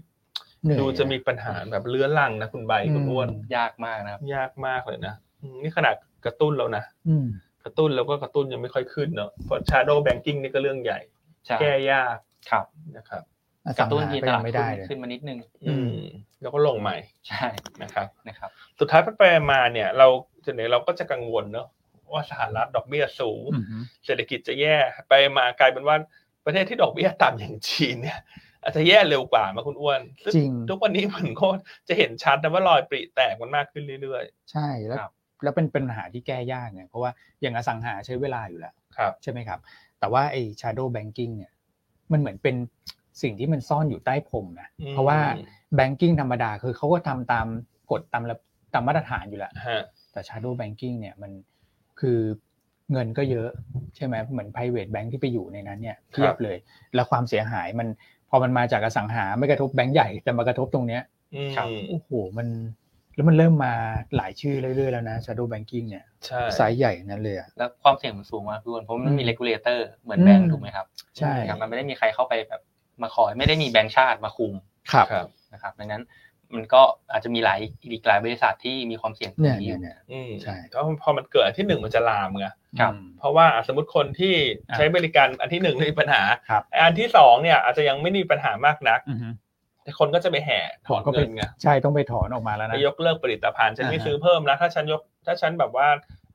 S2: เหนื่อย
S1: ดูจะมีปัญหาแบบเลื้อรังนะคุณใบคุณอ้วน
S3: ยากมากนะครับ
S1: ยากมากเลยนะอืมนี่ขนาดกระตุ้นแล้วนะ
S2: อืม
S1: กระตุ้นแล้วก็กระตุ้นยังไม่ค่อยขึ้นเนาะเพราะ shadow banking นี่ก็เรื่องใหญ่
S3: ใช่
S1: แก้ยาก
S3: ครับ
S1: นะครับ
S2: อสั
S3: ก
S2: ง
S3: ระตุ้น
S2: หา
S3: ที
S2: ก็
S3: ต
S2: ยั
S3: ลาด
S2: งไม่
S3: หุ้
S2: ได้
S3: น
S2: เลย
S3: ขึ้นมานิดนึง
S1: อืม แล้วก็ลงใหม่
S3: ใช่
S1: นะครับ
S3: นะครับ
S1: สุดท้ายไปๆมาเนี่ย เราส่วนใหญ่เราก็จะกังวลเนาะว่าสหรัฐดอกเบี้ยสูง
S2: อือฮึ
S1: เศรษฐกิจจะแย่ไปมากลายเป็นว่าประเทศที่ดอกเบี้ยต่ำอย่างจีนเนี่ยอาจจะแย่เร็วกว่ามาคุณอ้วนซึ่ง
S2: จริง
S1: ทุกวันนี้มันก็จะเห็นชัดนะว่ารอยปริแตกมันมากขึ้นเรื่อย
S2: ใช่แล้ว
S3: ครับ
S2: แล้วเป็นเป็นปัญหาที่แก้ยากไงเพราะว่าอย่างอสังหาใช้เวลาอยู่แล้ว
S1: ๆ ครับ
S2: ใช่ไหมครับ แต่ว่าไอ้ shadow banking เนี่ยมันเหมือนเป็นสิ่งที่มันซ่อนอยู่ใต้พรมนะ
S1: อืม
S2: เพราะว่า banking ธรรมดาคือเขาก็ทำตามกฎตามระตามมาตรฐานอยู่แล้ว
S1: ฮะ
S2: แต่ shadow banking เนี่ยมันคือเงินก็เยอะใช่ไหมเหมือน private bank ที่ไปอยู่ในนั้นเนี่ยเทียบเลย แล้วความเสียหายมันพอมันมาจากอสังหาไม่กระทบแบงก์ใหญ่แต่มากระทบตรงเนี้ย
S1: อืม
S2: ครับโอ้โหมันแล้วมันเริ่มมาหลายชื่อเรื่อยๆแล้วนะ Shadow Banking เนี่ย
S1: ใช่
S2: สายใหญ่ทั้งนั้นเลยอ่ะ
S3: แล้วความเสี่ยงมันสูงมากทุกคนเพราะมันมี
S2: อืม
S3: เลกูเลเตอร์เหมือนแบง
S2: อื
S3: ก์
S2: ม
S3: ถูกไหมครับ
S2: ใช่
S3: ครับมันไม่ได้มีใครเข้าไปแบบมาคอยไม่ได้มีแบงก์ชาติมาคุม
S2: ครับ
S1: ครับ
S3: นะครับดังนั้นมันก็อาจจะมีหลายอีกหลายบริษัทที่มีความเสี่ยงตรง
S2: เนี่ย
S3: นี้อยู่
S2: เนี่ย
S1: อืม
S2: ใช่
S1: ก็พอมันเกิดอันที่หนึ่งมันจะลามไง
S3: ครับ
S2: อืม
S1: เพราะว่าอ่ะสมมติคนที่
S2: อ่ะ
S1: ใช้บริการอันที่หนึ่งเนี่ยมีปัญหา
S2: ครับ
S1: อันที่สองเนี่ยอาจจะยังไม่มีปัญหามากนัก
S2: อือฮึ
S1: แต่คนก็จะไปแห่ถอน
S2: ผมก็ไป
S1: เงินไง
S2: ใช่ต้องไปถอนออกมาแล้วนะ
S1: ไปยกเลิกผลิตภัณฑ์ฉันไม่
S2: อ่าฮะ
S1: ซื้อเพิ่มนะถ้าฉันยกถ้าฉันแบบว่า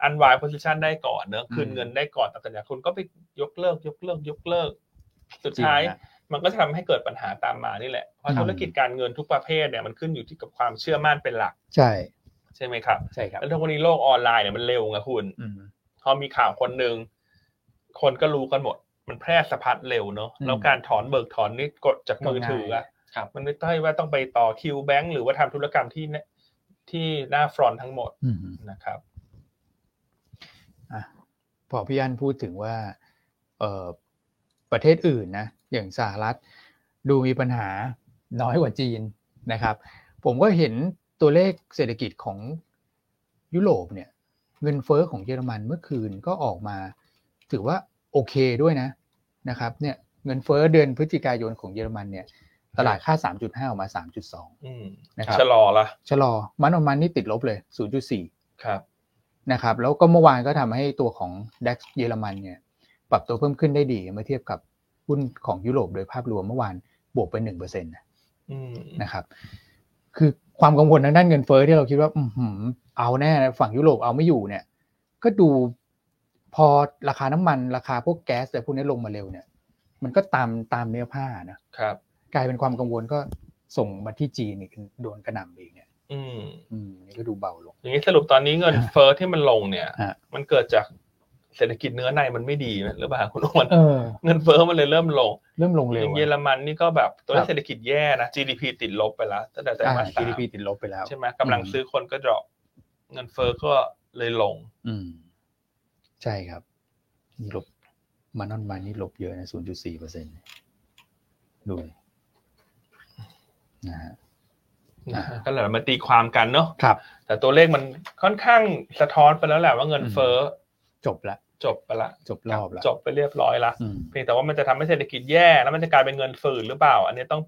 S1: อันวายโพซิชันได้ก่อนเนอะคืน
S2: อืม
S1: เงินได้ก่อนตามสัญญาคุณก็ไปยกเลิก ยกเลิก ยกเลิก สุดท้าย
S2: จริงนะ
S1: มันก็จะทำให้เกิดปัญหาตามมานี่แหละเพ
S2: อื
S1: ราะ
S2: ม
S1: ธุรกิจการเงินทุกประเภทเนี่ยมันขึ้นอยู่ที่กับความเชื่อมั่นเป็นหลัก
S2: ใช่
S1: ใช่ไหมครับ
S2: ใช่ครับ
S1: แล้วทุกวันนี้โลกออนไลน์เนี่ยมันเร็วไงคุณ
S2: อืม
S1: พอมีข่าวคนหนึ่งคนก็รู้กันหมด มันแพร่สะพัดเร็วเนอะ
S2: อืม
S1: แล้วการถอนเบิกถอนนี่กดจากมือถือ
S2: ก็ง่า
S1: อะ
S2: ย
S3: ครับ
S1: มันไม่ใช่ว่าต้องไปต่อคิวแบงก์หรือว่าทำธุรกรรมที่เนี่ยที่หน้าฟรอนทั้งหมด
S2: อืม
S1: นะครับ
S2: อ่ะพอพี่อันพูดถึงว่าเอ่อประเทศอื่นนะ อย่างสหรัฐดูมีปัญหาน้อยกว่าจีนนะครับ ผมก็เห็นตัวเลขเศรษฐกิจของยุโรปเนี่ย เงินเฟ้อของเยอรมันเมื่อคืนก็ออกมา ถือว่าโอเคด้วยนะนะครับเนี่ยเงินเฟ้อเดือนพฤศจิกายนของเยอรมันเนี่ย ตลาดค่า 3.5 ออกมา 3.2
S1: อืม
S2: นะครับ
S1: ชะลอละ
S2: ชะลอมันออกมานี่ติดลบเลย 0.4
S1: ครับ
S2: นะครับ แล้วก็เมื่อวานก็ทำให้ตัวของ DAX เยอรมันเนี่ย ปรับตัวเพิ่มขึ้นได้ดีเมื่อเทียบกับหุ้นของยุโรปโดยภาพรวมเมื่อวานบวกไป 1%นะ
S1: อืม
S2: นะครับ คือความกังวลทางด้านเงินเฟ้อที่เราคิดว่า อือหือเอาแน่นะฝั่งยุโรปเอาไม่อยู่เนี่ย ก็ดูพอราคาน้ำมันราคาพวกแก๊สแต่พวกนี้ลงมาเร็วเนี่ย มันก็ตามตามเนื้อผ้านะ
S1: ครับ
S2: กลายเป็นความกังวลก็ส่งมาที่จีนอีกโดนกระหน่ำอีกเนี่ย
S1: อืม
S2: อืมนี่ก็ดูเบาลง
S1: อย่างนี้สรุปตอนนี้
S2: <laughs>
S1: เงินเฟ้อที่มันลงเนี่ย
S2: ฮะ
S1: มันเกิดจากเศรษฐกิจเนื้อในมันไม่ดีไหมหรือเปล่าคุณอ้วน <laughs>
S2: เออ
S1: เงินเฟ้อมันเลยเริ่มลง
S2: เริ่มลง
S1: อ
S2: เร็ว
S1: ย่าง
S2: อะ
S1: เยอรมันนี่ก็แบบตัวเล
S2: ครั
S1: ข
S2: บ
S1: เศรษฐกิจแย่นะ GDP ติดลบไปแล้วตั้งแต่ไตร
S2: อ่า
S1: มาสสาม
S2: GDP ติดลบไปแล้ว
S1: ใช่ไหมกำลัง
S2: อืม
S1: ซื้อคนก็ดรอปเงินเฟ้อก็เลยลง
S2: อืม ใช่ครับนี่ลบมานอนมานี่ลบเยอะนะ 0.4%เปอร์เซ็นต์ดูดินะฮะ อ่า
S1: ก็เลยมาตีความกันเนาะ
S2: ครับ
S1: แต่ตัวเลขมันค่อนข้างสะท้อนไปแล้วแหละว่าเงินเฟ้อ
S2: จบละ
S1: จบไปละ
S2: จบรอบละ
S1: จบไปเรียบร้อยละ
S2: อืม
S1: เพียงแต่ว่ามันจะทำให้เศรษฐกิจแย่แล้วมันจะกลายเป็นเงินฝืดหรือเปล่า อันนี้ต้อง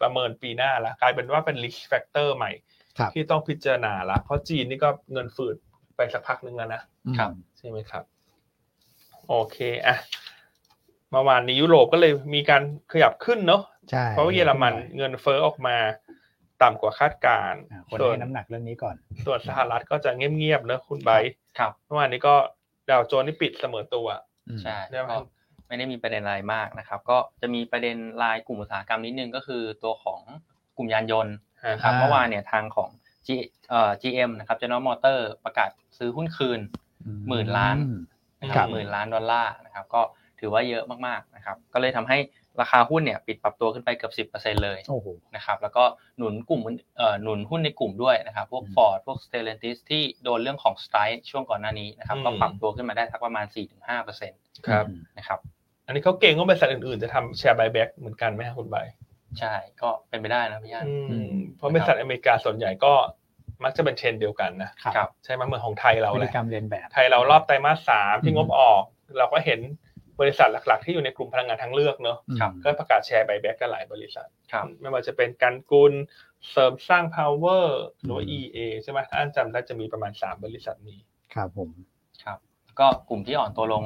S1: ประเมินปีหน้าละกลายเป็นว่าเป็น risk factor ใหม่
S2: ครับ
S1: ที่ต้องพิจารณาละเพราะจีนนี่ก็เงินฝืดไปสักพักหนึ่งแล้วนะ
S3: ครับ
S1: ใช่ไหมครับ โอเคอ่ะเมื่อวานนี้ยุโรปก็เลยมีการขยับขึ้นเนาะ
S2: ใช่
S1: เพราะว่าเยอรมันเงินเฟ้อออกมา ต่ำกว่าคาดการณ์
S2: อ่าคน
S1: ส่วน
S2: ให้น้ำหนักเรื่องนี้ก่อน
S1: ส่วนสหรัฐก็จะเงียบๆนะคุณไบร์ท
S3: ครับ
S1: เมื่อวานนี้ก็ดาวโจนส์นี่ปิดเสมอตัว
S3: ใช่
S1: ได้ไหมครั
S3: ก็
S1: บ
S3: ไม่ได้มีประเด็นอะไรมากนะครับ ก็จะมีประเด็นรายกลุ่มอุตสาหกรรมนิดนึงก็คือตัวของกลุ่มยานยนต์นะค
S1: ครั
S3: รั
S1: บบ
S2: อ่า
S3: เมื่อวานเนี่ยทางของ G เอ่อ GM นะครับ General Motor ประกาศซื้อหุ้นคืน
S2: อื
S3: หมื่นล้าน
S2: อืม
S3: นะค
S2: ครั
S3: รับบ หมื่นล้านดอลลาร์นะครับก็ถือว่าเยอะมากๆนะครับก็เลยทำให้ราคาหุ้นเนี่ยปิดปรับตัวขึ้นไปเกือบ 10%เลย
S2: โอ้โห
S3: นะครับแล้วก็หนุนกลุ่มเอ่อหนุนหุ้นในกลุ่มด้วยนะครับพวก
S2: อืม
S3: Ford พวก Stellantis ที่โดนเรื่องของ strike ช่วงก่อนหน้านี้นะครับก็
S1: อืม
S3: ปรับตัวขึ้นมาได้สักประมาณ 4-5%น
S1: ครับ
S2: อืม
S3: ะครับ
S1: อันนี้เขาเก่งว่าบริษัทอื่นๆจะทำแชร์ b u y แบ็กเหมือนกันไหมครับคุณไบร์ท
S3: ใช่ก็เป็นไปได้นะพี่ย่าน
S1: อืมเพราะบริษัทอเมริกาส่วนใหญ่ก็มักจะเป็นเทรนด์เดียวกันนะ
S2: ครับ
S1: ใช่ไหมเหมือนของไทยเรา
S2: พฤ
S1: แห
S2: ติ
S1: ละ
S2: กรรมเรียนแบบ
S1: ไทยเรารอบไตรมาสสามที่
S2: อืม
S1: งบออก เราก็เห็นบริษัทหลักๆ ที่อยู่ในกลุ่มพลังงานทางเลือกเนอะ
S3: ครับ
S1: ก็ประกาศแชร์ b u y แบ็กกันหลายบริษัท
S3: ครับ
S1: ไม่ว่าจะเป็นการกุลเสริมสร้าง power หรือว่า EA ใช่ไหมอันจำได้จะมีประมาณ 3 บริษัทนี้
S2: ครับผม
S3: ก็กลุ่มที่อ่อนตัวลง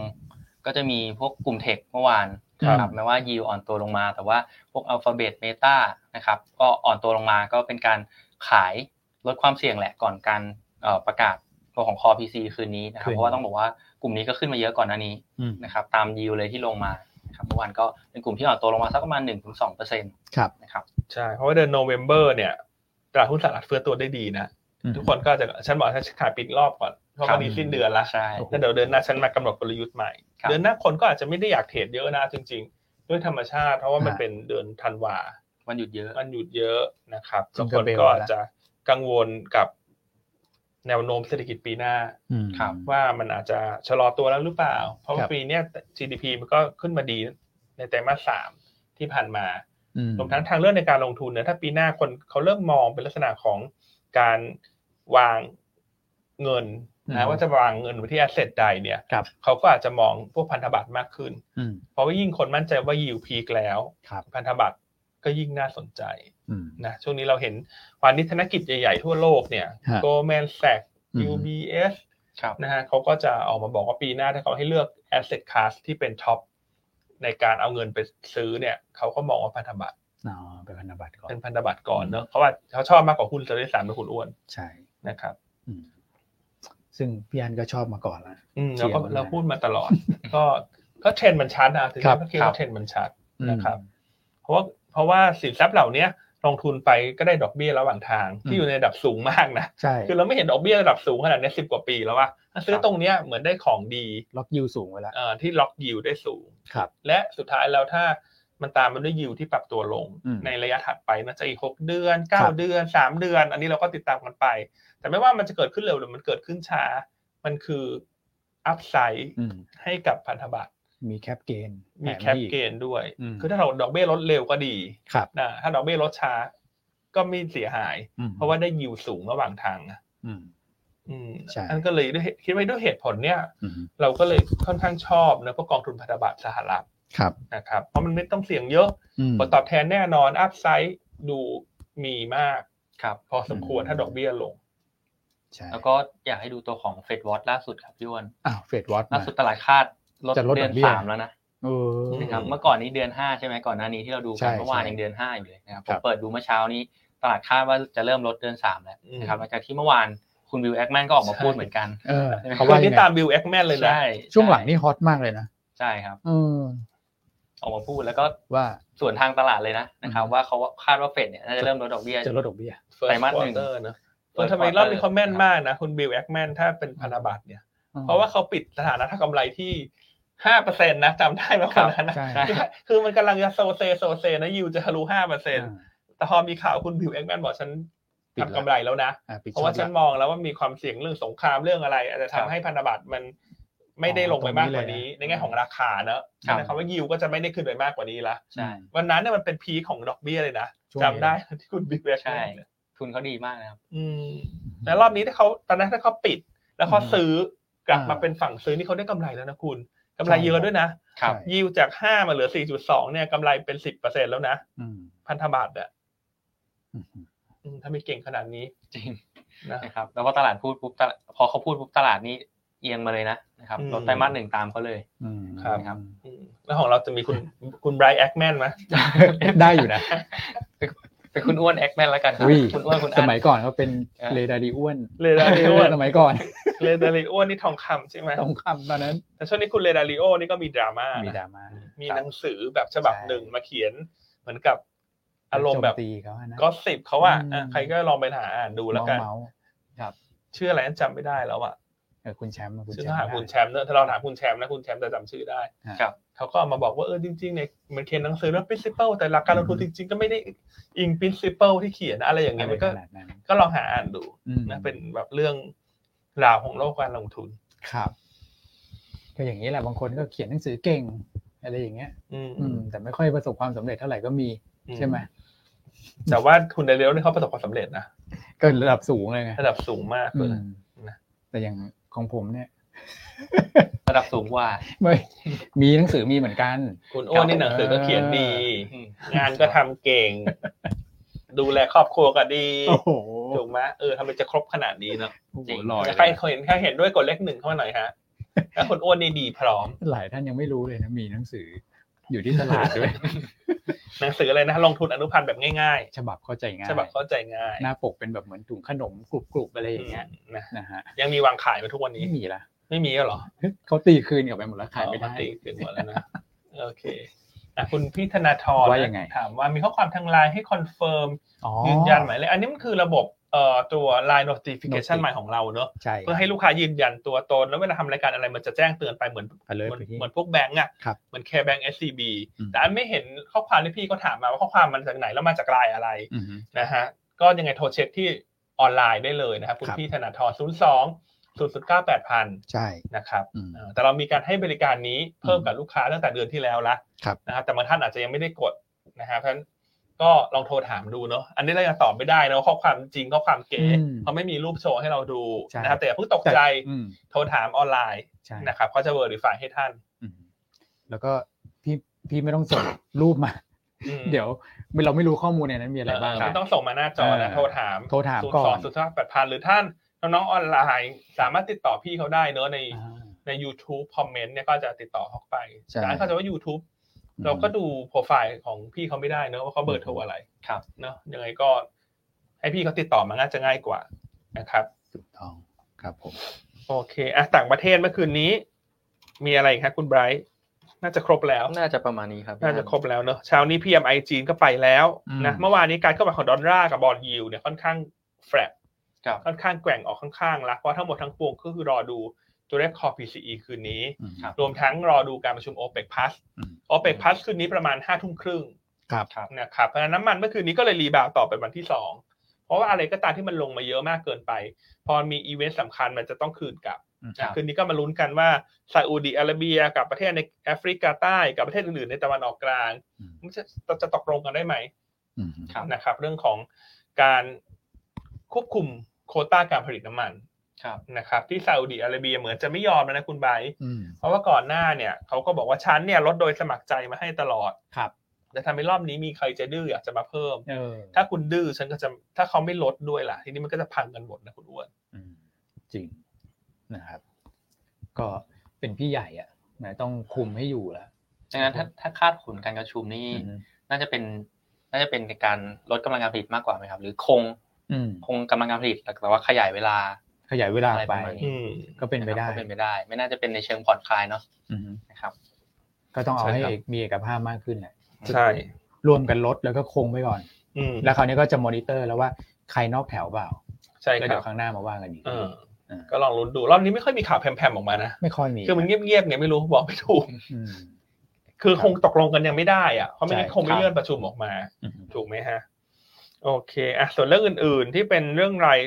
S3: ก็จะมีพวกกลุ่มเทคเมื่อวาน
S1: ครับ
S3: แม้ว่ายิวอ่อนตัวลงมา แต่ว่าพวกอัลฟาเบตเมตานะครับ ก็อ่อนตัวลงมาก็เป็นการขายลดความเสี่ยงแหละก่อนการเอ่อประกาศตัวของคอ PC คืนนี้นะครับ เพราะว่าต้องบอกว่ากลุ่มนี้ก็ขึ้นมาเยอะก่อนหน้านี้
S2: อืม
S3: นะครับ ตามยิวเลยที่ลงมานะครับเมื่อวานก็เป็นกลุ่มที่อ่อนตัวลงมาสักประมาณ1-2%น
S2: ครับ
S3: ะครับ
S1: ใช่ เพราะว่าเดือนโนเวม ber เนี่ยตลาดหุ้นสหรัฐเฟื้อตัวได้ดีนะ ทุกคนก็จะฉันบอกฉันขายปิดรอบก่อนเพราะ
S3: ครั
S1: วั
S3: บ
S1: นนี้สิ้นเดือนละ
S3: ใช่
S1: แล้วเดี๋ยวเดือนหน้าฉันมากำหนดกลยุทธ์ใหม่
S3: ครับ
S1: เดือนหน้าคนก็อาจจะไม่ได้อยากเทรดเยอะนะจริง ๆ ด้วยธรรมชาติเพราะว่ามันเป็นเดือนธันวา
S3: วันหยุดเยอะ
S1: มันหยุดเยอะนะครับ
S2: จิ
S1: แล้ว
S2: ง
S1: ค
S2: เกิล
S1: น
S2: เบล
S1: ก็อาจจะกังวลกับแนวโน้มเศรษฐกิจปีหน้า
S2: อืม
S3: ครับ
S1: ว่ามันอาจจะชะลอตัวแล้วหรือเปล่า เพราะว่า
S2: ครับ
S1: ปีเนี้ย GDP มันก็ขึ้นมาดีในไตรมาสสามที่ผ่านมา
S2: อืม
S1: รวมทั้งทางเลือกในการลงทุนเนี่ยถ้าปีหน้าคนเขาเริ่มมองเป็นลักษณะของการวางเงิน
S2: อื
S1: นะ
S2: ม
S1: ว่าจะวางเงินไว้ที่ asset ใดเนี่ย
S2: ครับ
S1: เขาก็อาจจะมองพวกพันธบัตรมากขึ้น
S2: อืม
S1: เพราะว่ายิ่งคนมั่นใจว่า yield peak แล้ว
S2: ครับ
S1: พันธบัตรก็ยิ่งน่าสนใจ
S2: อืม
S1: นะช่วงนี้เราเห็นวันนี้ธนกิจใหญ่ๆทั่วโลกเนี่ย
S2: ฮะ
S1: Goldman Sachs
S2: อืม
S1: UBS
S3: ครับ
S1: นะฮะเขาก็จะออกมาบอกว่าปีหน้าถ้าเขาให้เลือก asset class ที่เป็นท็อปในการเอาเงินไปซื้อเนี่ยเขาก็มองว่าพันธบัตร
S2: อ๋อเป็นพันธบัตรก่อน
S1: เป็นพันธบัตรก่อนเนอะเขาะว่าเขาชอบมากกว่าหุ้นซะด้วยซ้ำนะคุณอ้วน
S2: ใช่
S1: นะครับ
S2: อืมซึ่งพี่อันก็ชอบมาก่อนละ
S1: อืมเราก็
S2: เสียมัน
S1: เราพูดมาตลอด <laughs> ก็ก็เทรนด์มันชัดนะถึง
S2: ครั
S1: แม้
S2: บ
S1: ว่าเคิด
S3: ครั
S1: ว่า
S3: บ
S1: เทรนด์มันชัด
S2: อืม
S1: นะครับ เพราะว่าเพราะว่าสินทรัพย์เหล่านี้ลงทุนไปก็ได้ดอกเบี้ยระหว่างทาง
S2: อื
S1: ที่
S2: ม
S1: อยู่ในระดับสูงมากนะ
S2: ใช่
S1: คือเราไม่เห็นดอกเบี้ยระดับสูงขนาดนี้สิบกว่าปีแล้วว่าซื้อตรงเนี้ยเหมือนได้ของดี
S2: ล็อกยิวสูงไว้แล้ว
S1: เอ่อที่ล็อกยิวได้สูง
S2: ครับ
S1: และสุดท้ายแล้วถ้ามันตามมาด้วยยิวที่ปรับตัวลง
S2: อืม
S1: ในระยะถัดไปมันจะอีกหกเดือน
S2: ครั
S1: เก้า
S2: บ
S1: เดือนสามเดือน อันนี้เราก็ติดตามกันไป แต่ไม่ว่ามันจะเกิดขึ้นเร็วหรือมันเกิดขึ้นช้า มันคืออัพไซด์
S2: อืม
S1: ให้กับพันธบัตร
S2: มีแคปเกน
S1: มีแคปเกนด้วย คื
S2: คือ อ
S1: ถ้าเราดอกเบี้ยลดเร็วก็ดี
S2: ครับ
S1: นะถ้าดอกเบี้ยลดช้าก็ไม่เสียหาย
S2: อืม
S1: เพราะว่าได้ยิวสูงระหว่างทางนะ
S2: อืม
S1: อืม
S2: ใช่
S1: อันก็เลยด้วยคิดว่าด้วยเหตุผลเนี่ย
S2: อืม
S1: เราก็เลยค่อนข้างชอบนะพวกกองทุนพันธบัตรสหรัฐ
S2: ครับ
S1: นะครับเพราะมันไม่ต้องเสี่ยงเยอะ
S2: อืม
S1: ผลตอบแทนแน่นอนอัพไซด์ดูมีมาก
S3: ครับ
S1: พอสมควร
S2: อืม
S1: ถ้าดอกเบี้ยลง
S2: ใช่
S3: แล้วก็อยากให้ดูตัวของ Fed Watch ล่าสุดครับพี่อ้วน
S2: อ้าวเฟดวอต
S3: ล่า
S2: มา
S3: สุดตลาดคาดลด
S2: จะลด
S3: เดื
S2: ดอ
S3: อ
S2: น กเบี้ย
S3: สามแล้วนะ
S2: เออ
S3: นะครับเมื่อก่อนนี้เดือนห้าใช่ไหมก่อนหน้านี้ที่เราดู
S2: ใช่
S3: กันเมื่อวาน
S2: ใช่
S3: ยังเดือนห้าอยู่เลยนะครับผ
S2: ครั
S3: ม
S2: บ
S3: เปิดดูเมื่อเช้านี้ ตลาดคาดว่าจะเริ่มลดเดือนสามแล้วนะครับ
S1: อืม
S3: หลังจากที่เมื่อวานคุณวิวแอคแมนก็ออกมาพูดเหมือนกัน
S2: เออ
S3: ใช่ไหม
S2: เขา
S1: ค
S2: ว่าน ยั
S1: ที่
S2: ง
S1: ตา
S2: ไง
S1: มบิลแอคแมนเลยนะ
S3: ใช่
S2: ช่วงหลังนี่ฮอตมากเลยนะ
S3: ใช่ครับ
S2: เออ
S3: ออกมาพูดแล้วก็
S2: ว่า
S3: ส่วนทางตลาดเลยนะนะครับ
S2: อืม
S3: ว่าเขาคาดว่าเฟดเนี่ยน่าจะเริ่มลดดอกเบี้ย
S2: จะลดดอกเบี้ย
S3: ไตรมาสหนึ่ง
S1: เตอร์นะเออทำไมรอบนี้เขาแม่นมากนะ คุณบิลแอคแมนถ้าเป็นพันธบัตรเนี่ย เพราะว่าเขาปิดสถานะทางกำไรที่ห้าเปอร์เซ็นต์นะจำได้ไหมคนนั้นนะ
S2: ใช่
S1: คือคือมันกำลังจะโซเซโซเซนะยูจะทะลุห้าเปอร์เซ็นต์
S2: อ่า
S1: แต่พอมีข่าวคุณบิลแอคแมนบอกฉัน
S2: ปิดละ
S1: ทำกำไรแล้วนะ
S2: อ่ปิด
S1: เพราะว่า
S2: ช็อต
S1: ฉัน
S2: ละ
S1: มองแล้วว่ามีความเสี่ยงเรื่องสงครามเรื่องอะไร อาจจะทำให้พันธบัตรมันไม่ได้ลงไปมากกว่านี้ ในแง่ของราคาเนอะ
S3: ครับ
S1: นะคำว่ายิวก็จะไม่ได้ขึ้นไปมากกว่านี้ละ
S3: ใช่
S1: วันนั้นเนี่ยมันเป็นพีคของดอกเบี้ยเลยนะ
S2: ช่วงนี้
S1: จำได้ที่คุณบิ๊กแบงค์
S3: ใช่ทุนเขาดีมากนะครับ
S1: อืมแต่รอบนี้ถ้าเขาตอนนั้นถ้าเขาปิด แล้วเขาซื้อกลับมา
S2: อ่า
S1: เป็นฝั่งซื้อนี่เขาได้กำไรแล้วนะคุณกำไร
S2: ใช่
S1: เยอะด้วยนะครับ
S2: ใช่
S1: ยิวจากห้ามาเหลือสี่จุดสองเนี่ยกำไรเป็นสิบเปอร์เซ็นแล้วนะ
S2: อืม
S1: พันธบัตรอ่ะ
S2: อืม
S1: อืมถ้าไม่เก่งขนาดนี้
S3: จริง
S1: นะ
S3: นะครับแล้วพอตลาดพูดปุ๊บตลาดพอเขาพูดปุ๊บตลาดนี่เอียงมาเลยนะนะครับ
S1: อืม
S3: ลดไตรมาสหนึ่งตามเขาเลย
S2: อืม
S1: ครับ
S2: ครับ
S1: อืมแล้วของเราจะมีคุณคุณไบรท์แอคแมนไหม
S2: ได้อยู่นะ
S3: เป็น คุณอ้วนแอคแมนแล้วกันครับ
S2: อุ้ย
S3: คุณอ้วนคุณ
S2: ส
S3: อัน
S2: มัยก่อนเขาเป็น
S3: เออ
S2: เลดารีอ้วน
S1: เรดาริโอ
S2: สมัยก่อน
S1: เรดาริโอนี่ทองคำใช่ไหม
S2: สงคำตอนนั้น
S1: แต่ช่วงนี้คุณเรดาริโอนี่ก็มีดราม่า
S2: มีด
S1: นะ
S2: ราม่า
S1: มีหนังสือแบบฉบับหนึ่งมาเขียน เหมือนกับอารมณ์แบบ
S2: โจมตีเขาอะนะ
S1: ก็สิบเขาอะ
S2: อืม
S1: อ่ะใครก็ลองไปหาอ่านดูแล้วกัน
S2: เมาส์เมาส์
S1: ชื่ออะไรนั้นจำไม่ได้แล้วอ่ะ
S2: เออคุณแชมป์อะคุณ
S1: ชื่อ
S2: แช
S1: ถ้าม หา
S2: ป์
S1: คุณแชมป์เนอะถ้าเราถามคุณแชมป์นะคุณแชมป์จะจำชื่อได้
S3: ครับ
S1: เขาก็เอามาบอกว่าเออจริงๆเนี่ยมันเขียนหนังสือเรื่อง principle แต่หลักการลงทุนจริงๆ ก็ไม่ได้อิง principle ที่เขียนนะอะไรอย่างเงี้ย
S2: อะไร
S1: มัน
S2: ข
S1: ก็
S2: นาดนั้น
S1: ก็ลองหาอ่านดู
S2: อืม
S1: นะเป็นแบบเรื่องราวของโลกการลงทุน
S2: ครับก็อย่างนี้แหละบางคนก็เขียนหนังสือเก่ง อะไรอย่างเงี้ย
S1: อืม
S2: อืม แต่ไม่ค่อยประสบความสำเร็จเท่าไหร่ก็มีใช่ไหม
S1: แต่ว่าคุณเดลิโอเนี่ยเขาประสบความสำเร็จนะ
S2: ก็ระดับสูงเลยไง
S1: ระดับสูงมาก
S2: อื
S1: เลย
S2: ม
S1: นะ
S2: แต่อย่างของผมเนี่ย
S3: ระดับสูงกว่า
S2: ไม่ <laughs> มีหนังสือมีเหมือนกัน
S1: คุณโอ้วนนี่หนังสือก็เขียนดี
S3: อืม
S1: งานก็ทำเก่ง ดูแลครอบครัวก็ดี
S2: โอ้โห
S1: ถูกไหมเออทำไมจะครบขนาดนี้เนาะ
S2: โอ้โห
S3: จริง
S2: ลอย
S1: ใครเห็นใครเห็นด้วยกดเลขหนึ่งเข้ามาหน่อยฮะแล้วคุณโอ้วนนี่ดีพร้อม
S2: หลายท่านยังไม่รู้เลยนะ มีหนังสือ อยู่ที่ตลาด
S1: <laughs>
S2: ด้วย
S1: หนังสืออะไรนะลงทุนอนุพันธ์แบบง่าย
S2: ฉบับเข้าใจง่าย
S1: ๆฉบับเข้าใจง่าย
S2: หน้าปกเป็นแบบเหมือนถุงขนมกรุบๆอะไรอย่างเงี้ย
S1: นะ
S2: นะฮะ
S1: ยังมีวางขายมาทุกวันนี้
S2: ไม่มีละ
S1: ไม่มีแล้วเหรอ
S2: เขาตีคืนกลับไปหมดแล้วขายไม่
S1: ปก
S2: ได้
S1: ติขึ้นหมดแล้วนะโอเคอ่ะคุณพี่ธนาธร
S2: ว่ายังไง
S1: ถามว่ามีข้อความทางไลน์ให้คอนเฟิร์ม
S2: อ๋อ
S1: ยืนยันหมายเลขอันนี้มันคือระบบเอ่อตัว Line Notification
S2: Notif
S1: ใหม่ของเราเนอะ
S2: ใช่
S1: เพื่อให้ลูกค้ายืนยันตัวตน แล้วเวลาทำรายการอะไรมันจะแจ้งเตือนไปเหมือน
S2: อเลิ
S1: เห
S2: ร์
S1: มือน
S2: ไปที่
S1: เหมือนพวกแบงก์อะ
S2: ครับ
S1: เหมือนแคร์แบงก์เอชซีบี
S2: อืม
S1: แต่อันไม่เห็นข้อความที่พี่เขาถามมาว่าข้อความมันจากไหนแล้วมาจากไลน์อะไร
S2: อือฮึ
S1: นะฮะก็ยังไงโทรเช็คที่ออนไลน์ได้เลยนะครับ คุณ
S2: ครับ
S1: พี่ธนาธร0 2 0 0 9 8 0 0
S2: ใช่
S1: 0นะครับ
S2: อืม
S1: เอ่อแต่เรามีการให้บริการนี้เพิ่มกับลูกค้าตั้งแต่เดือนที่แล้วละ
S2: ครับ
S1: นะครับแต่บางท่านอาจจะยังไม่ได้กดนะฮะเพราะฉะนั้นก็ลองโทรถามดูเนาะอันนี้เรายังตอบไม่ได้นะว่าข้อความจริงข้อความเก๋
S2: อืม
S1: เขาะไม่มีรูปโชว์ให้เราดู
S2: ใช่
S1: นะครับแต่อย่าเพิ่งตกใจ
S2: อืม
S1: โทรถามออนไลน์
S2: ใช่
S1: นะครับเขาจะเวอร์ดิฟายให้ท่าน
S2: อืมแล้วก็พี่พี่ไม่ต้องส่งรูปมา
S1: อืม
S2: เดี๋ยวเราไม่รู้ข้อมูลในนั้นมีอะไรบ้าง
S1: เออไม่ต้องส่งมาหน้าจอนะ
S2: เออ
S1: โทรถาม
S2: โทรถาม
S1: ศูน
S2: ก่
S1: ย์ส
S2: อ
S1: อง
S2: น
S1: ศูนย์สามแปดพันหรือท่านน้องๆออนไลน์สามารถติดต่อพี่เขาได้เนอะใน
S2: อ่า
S1: ใน YouTube คอมเมนต์เนี่ยก็จะติดต่อเขาไป
S2: ใช่
S1: แต่อันเขาจะว่า YouTube เราก็ดูโปรไฟล์ของพี่เขาไม่ได้เนอะว่าเขาเบอร์โทรอะไร
S3: ครับ
S1: เนอะยังไงก็ ให้พี่เขาติดต่อมาน่าจะง่ายกว่านะครับ
S2: ถูกต้องครับผม
S1: โอเคอ่ะต่างประเทศเมื่อคืนนี้ มีอะไรอีกครับคุณไบรท์น่าจะครบแล้ว
S3: น่าจะประมาณนี้ครับ
S1: น่าจะครบแล้วเนอะเช้านี้ PMI จีนก็ไปแล้วนะ
S2: อืม
S1: เมื่อวานนี้การเข้ามาของดอลลาร์กับบอลยูเนี่ยค่อนข้างแฟลต
S3: ครับ
S1: ค่อนข้างแกว่งออกข้างๆละเพราะทั้งหมดทั้งปวงก็คือรอดูตัวเลขคอ PCE คืนนี้
S2: อืม
S1: รวมทั้งรอดูการประชุม OPEC Plus
S2: อืม
S1: OPEC Plus คืนนี้ประมาณ5้าทุ่มครึ่ง
S2: ครับ
S3: ครับ
S1: นะครับเพราะฉะนั้นน้ำมันเมื่อคืนนี้ก็เลยรีบาวต่อเป็นวันที่ 2 เพราะว่าอะไรก็ตามที่มันลงมาเยอะมากเกินไป พอมีอีเวนต์สำคัญมันจะต้องคืนกลับ
S3: ครั
S1: นะ
S3: บ
S1: คืนนี้ก็มาลุ้นกันว่าซาอุดีอาระเบียกับประเทศในแอฟริกาใต้กับประเทศอื่นๆในตะวันออกกลาง
S2: อืม
S1: มันจะจะตกลงกันได้ไหม
S2: อืม
S3: ครับ
S1: นะครับเรื่องของการควบคุมโควต้าการผลิตน้ำมัน
S3: ครับ
S1: นะครับที่ซาอุดิอาระเบียเหมือนจะไม่ยอมแล้วนะคุณไบร์ท
S2: อืม
S1: เพราะว่าก่อนหน้าเนี่ยเขาก็บอกว่าฉันเนี่ยลดโดยสมัครใจมาให้ตลอด
S2: ครับ
S1: แต่ทำให้รอบนี้มีใครจะดื้ออยากจะมาเพิ่ม
S2: เออ
S1: ถ้าคุณดื้อฉันก็จะถ้าเขาไม่ลดด้วยล่ะ ทีนี้มันก็จะพังกันหมดนะคุณอ้วน
S2: อืมจริงนะครับ ก็เป็นพี่ใหญ่อ่ะนะต้องคุมให้อยู่ละ
S3: ดังนั้นถ้าถ้าคาดผลการประชุมนี่
S2: อืม
S3: น่าจะเป็น น่าจะเป็นการลดกำลังการผลิตมากกว่าไหมครับ หรือคง
S2: อืม
S3: คงกำลังการผลิตแต่ว่าขยายเวลา
S2: ขยายเวลา
S3: อะไรป
S2: ไประ
S3: มาณนี้
S1: อืม
S2: ก็เป็นไปได้
S3: ะครับก็เป็นไปได้ ไม่น่าจะเป็นในเชิงผ่อนคลายเนาะ
S2: อืม
S3: นะครับ
S2: ก็ต้องเอา
S1: ใช่
S2: ให้
S1: ครับ
S2: มีเอกภาพมากขึ้นแหละ
S1: ใช่
S2: รวมกันลดแล้วก็คงไว้ก่อน
S1: อืม
S2: แล้วคราวนี้ก็จะมอนิเตอร์แล้วว่าใครนอกแถวเปล่า
S1: ใช่ค
S2: แล้ว
S1: รั
S2: เดี๋ย
S1: บ
S2: วครั้งหน้ามาว่ากันอีก
S1: เออ
S2: อ่า
S1: ก็ลองลุ้นดูรอบนี้ไม่ค่อยมีข่าวแพรมๆออกมานะ
S2: ไม่ค่อยมี
S1: คือมันเงียบๆไงไม่รู้บอกไม่ถูก
S2: อืม
S1: คือคงตกลงกันยังไม่ได้อะเพราะไม่งั้น
S2: ใช่
S1: คงไม่
S2: ครับ
S1: เลื่อนประชุมออกมา
S2: อืม
S1: ถูกไหมฮะ โอเคอ่ะส่วนเรื่องอื่นๆ ที่เป็นเรื่องราย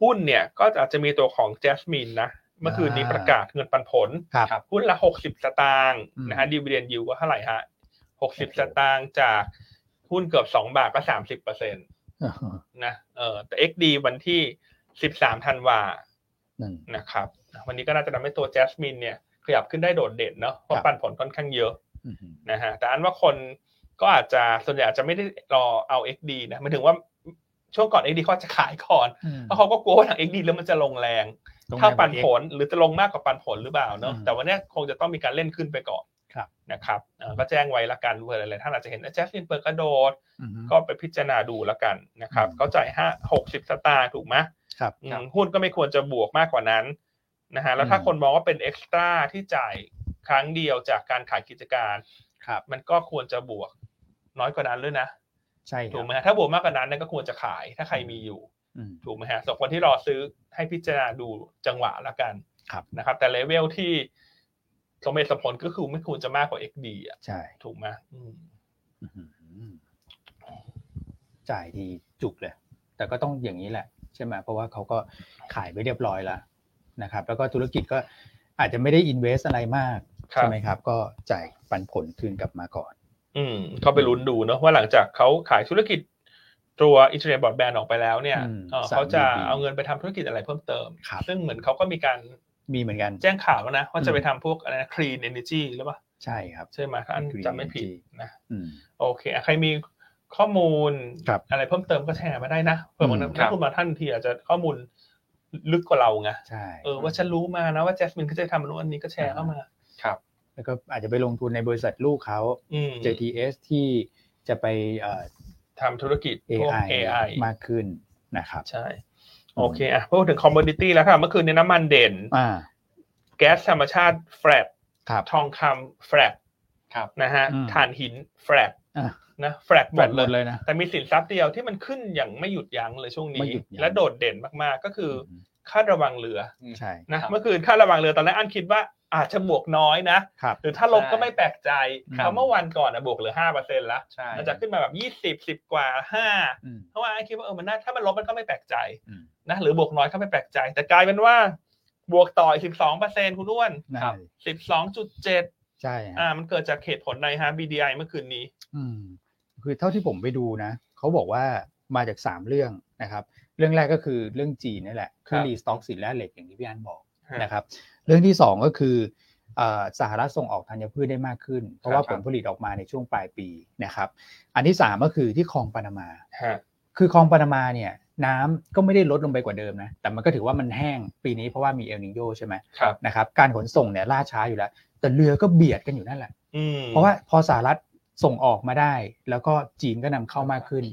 S1: หุ้นเนี่ย ก็อาจจะมีตัวของ Jasmine นะ เมื่อคืนนี้ประกาศเงินปันผล
S2: ครับ
S3: ครับ
S1: หุ้นละหกสิบสตางค์
S2: อืม
S1: นะฮะดีเวเดนยิวก็เท่าไหร่ฮะหกสิบสตางค์จากหุ้นเกือบสองบาทก็สามสิบเปอร์เซ็นตนะเออแต่ XD วันที่สิบสามธันวา
S2: อืม
S1: นะครับ วันนี้ก็น่าจะทำให้ตัว Jasmine เนี่ย ขยับขึ้นได้โดดเด่นเนาะเพราะ
S2: ครับ
S1: ปันผลค่อนข้างเยอะ
S2: อืม
S1: นะฮะแต่อันว่าคนก็อาจจะส่วนใหญ่อาจจะไม่ได้รอเอา XD นะหมายถึงว่าช่วงก่อน XD เขาอาจจะขายก่อน เพราะเขาก็กลัวว่าทาง XD แล้วมันจะลงแรง
S2: ตรงไห
S1: ถ้าปัน
S2: เอก
S1: ผลหรือจะลงมากกว่าปันผลหรือเปล่าเนาะ
S2: อืม
S1: แต่วันเนี้ยคงจะต้องมีการเล่นขึ้นไปก่อน
S2: ครับ
S1: นะครับเอ่อก็แจ้งไว้ละกันเผื่อหลายๆท่านอาจจะเห็นแจ็คลินเปิดกระโดด
S2: อืม
S1: ก็ไปพิจารณาดูละกันนะครับ
S2: อืม
S1: ก็จ่ายห้าหกสิบสตางค์ถูกไหม
S2: ครับ
S1: อืมหุ้นก็ไม่ควรจะบวกมากกว่านั้นนะฮะแล้วถ้า
S2: อืม
S1: คนมองว่าเป็นเอ็กซ์ตร้าที่จ่ายครั้งเดียวจากการขายกิจการ
S2: ครับ
S1: มันก็ควรจะบวกน้อยกว่านั้นด้วยนะ
S2: ใช่ครับ
S1: ถูกไหมฮะถ้าบวกมากกว่านั้นเนี่ยก็ควรจะขายถ้าใครมีอยู่
S2: อืม
S1: ถูกไหมฮะส่วนคนที่รอซื้อให้พิจารณาดูจังหวะละกัน
S2: ครับ
S1: นะครับ แต่เลเวลที่สมเหตุสมผลก็คือไม่ควรจะมากกว่า XD อ่ะ
S2: ใช่
S1: ถูกไหมอืม
S2: อื้อหือจ่ายดีจุกเลย แต่ก็ต้องอย่างนี้แหละ ใช่ไหมเพราะว่าเขาก็ขายไปเรียบร้อยแล้วนะครับ แล้วก็ธุรกิจก็อาจจะไม่ได้อินเวสอะไรมาก
S1: ครั
S2: ใช่
S1: บ
S2: ไหมครับ ก็จ่ายปันผลคืนกลับมาก่อน
S1: อืมเขาไปลุ้นดูเนอะว่าหลังจากเขาขายธุรกิจตัวอินเทอร์เน็ตบอร์ดแบนออกไปแล้วเนี่ย
S2: อืม
S1: เอ่อ
S2: สาม
S1: เขาจะ
S2: ปี
S1: เอาเงินไปทำธุรกิจอะไรเพิ่มเติม
S2: ครับ
S1: ซึ่งเหมือนเขาก็มีการ
S2: มีเหมือนกัน
S1: แจ้งข่าวแล้วนะ ว่า
S2: อื
S1: จะ
S2: ม
S1: ไปทำพวกอะไรนะคลีนเอเนจีหรือเปล่า
S2: ใช่ครับ
S1: ใช่ไหมถ้าอัน
S2: Clean
S1: จำไม่ผิด
S2: Energy
S1: นะ
S2: อืม
S1: โอเคอ่ะใครมีข้อมูล
S2: ครับ
S1: อะไรเพิ่มเติมก็แชร์มาได้นะเผื่อบาง
S2: อื
S1: นั
S2: ม
S1: กลงทุนบางท่านทีอาจจะข้อมูลลึกกว่าเราไง
S2: ใช่
S1: เออว่าฉันรู้มานะว่าแจสมินก็จะทำโน่นอันนี้ก็แชร์เข้ามา
S3: ครับ
S2: แล้วก็อาจจะไปลงทุนในบริษัทลูกเขา
S1: อืม
S2: JTS ที่จะไปเอ่อ
S1: ทำธุรกิจพวก
S2: AI,
S1: AI
S2: มากขึ้นนะครับ
S1: ใช่ โอเคอ่ะพูดถึงคอมม o ดิตี้แล้วค่ะเมื่อคืนในยน้ำมันเด่น
S2: อ่า
S1: แก๊สธรรมชาติแฟลต
S2: ครับ
S1: ทองคำแฟลต
S3: ครับ
S1: นะฮะ
S2: อืม
S1: ถ่านหินแฟลต
S2: อ่ะ
S1: นะแฟลตห
S2: แบ
S1: ม
S2: ต
S1: ด
S2: หมด
S1: เล
S2: เลย ยนะ
S1: แต่มีสินทรัพย์เดียวที่มันขึ้นอย่างไม่หยุดยั้งเลยช่วง
S2: ไม่
S1: นี้
S2: หยุดยั้ง
S1: และโดดเด่นมากๆก็คืออค่าระวังเรือ
S2: ใช่
S1: นะครับ เมื่อคืนค่าระวังเรือตอนแรกอันคิดว่าอาจจะบวกน้อยนะ
S2: ครับ
S1: หรือถ้าลบก็
S3: ใช่
S1: ไม่แปลกใจ
S2: ครั
S1: เพ
S2: บ
S1: ราะเมื่อวันก่อนนะบวกเหลือห้าเปอร์เซ็นต์ละ
S3: ใช่
S1: มันจะขึ้นมาแบบยี่สิบสิบกว่าห้า
S2: อืม
S1: เพราะว่าอันคิดว่าเออมันน่าถ้ามันลบมันก็ไม่แปลกใจ
S2: อืม
S1: นะหรือบวกน้อยก็ไม่แปลกใจ แต่กลายเป็นว่า บวกต่อสิบสองเปอร์เซ็นต์คุณอ้วน
S2: นั่น
S3: ครับ
S2: เลย
S1: สิบสองจุดเจ็ด
S2: ใช่ฮะ
S1: อ่ามันเกิดจากเหตุผลในฮะ BDI เมื่อคืนนี้
S2: อืมคือเท่าที่ผมไปดูนะ เขาบอกว่ามาจากสามเรื่องนะครับ เรื่องแรกก็คือเรื่องจีนนี่แหละคือ
S1: ครับ
S2: รีสต็อกสินแร่เหล็กอย่างที่พี่อันบอกนะครับ เรื่องที่สองก็คือเอ่อสหรัฐส่งออกธัญพืชได้มากขึ้น เพราะว่า
S1: ค
S2: ผ
S1: รับ
S2: ลผลิตออกมาในช่วงปลายปีนะครับ อันที่สามก็คือที่คลองปานามา
S1: ฮะ
S2: คือคลองปานามาเนี่ยน้ำก็ไม่ได้ลดลงไปกว่าเดิมนะ แต่มันก็ถือว่ามันแห้งปีนี้เพราะว่ามีเอลนิโยใช่ไหม
S1: ครับ
S2: นะครับ การขนส่งเนี่ยล่าช้าอยู่แล้ว แต่เรือก็เบียดกันอยู่นั่นแหละ
S1: อืม
S2: เพราะว่าพอสหรัฐส่งออกมาได้ แล้วก็จีนก็นำเข้ามากขึ้น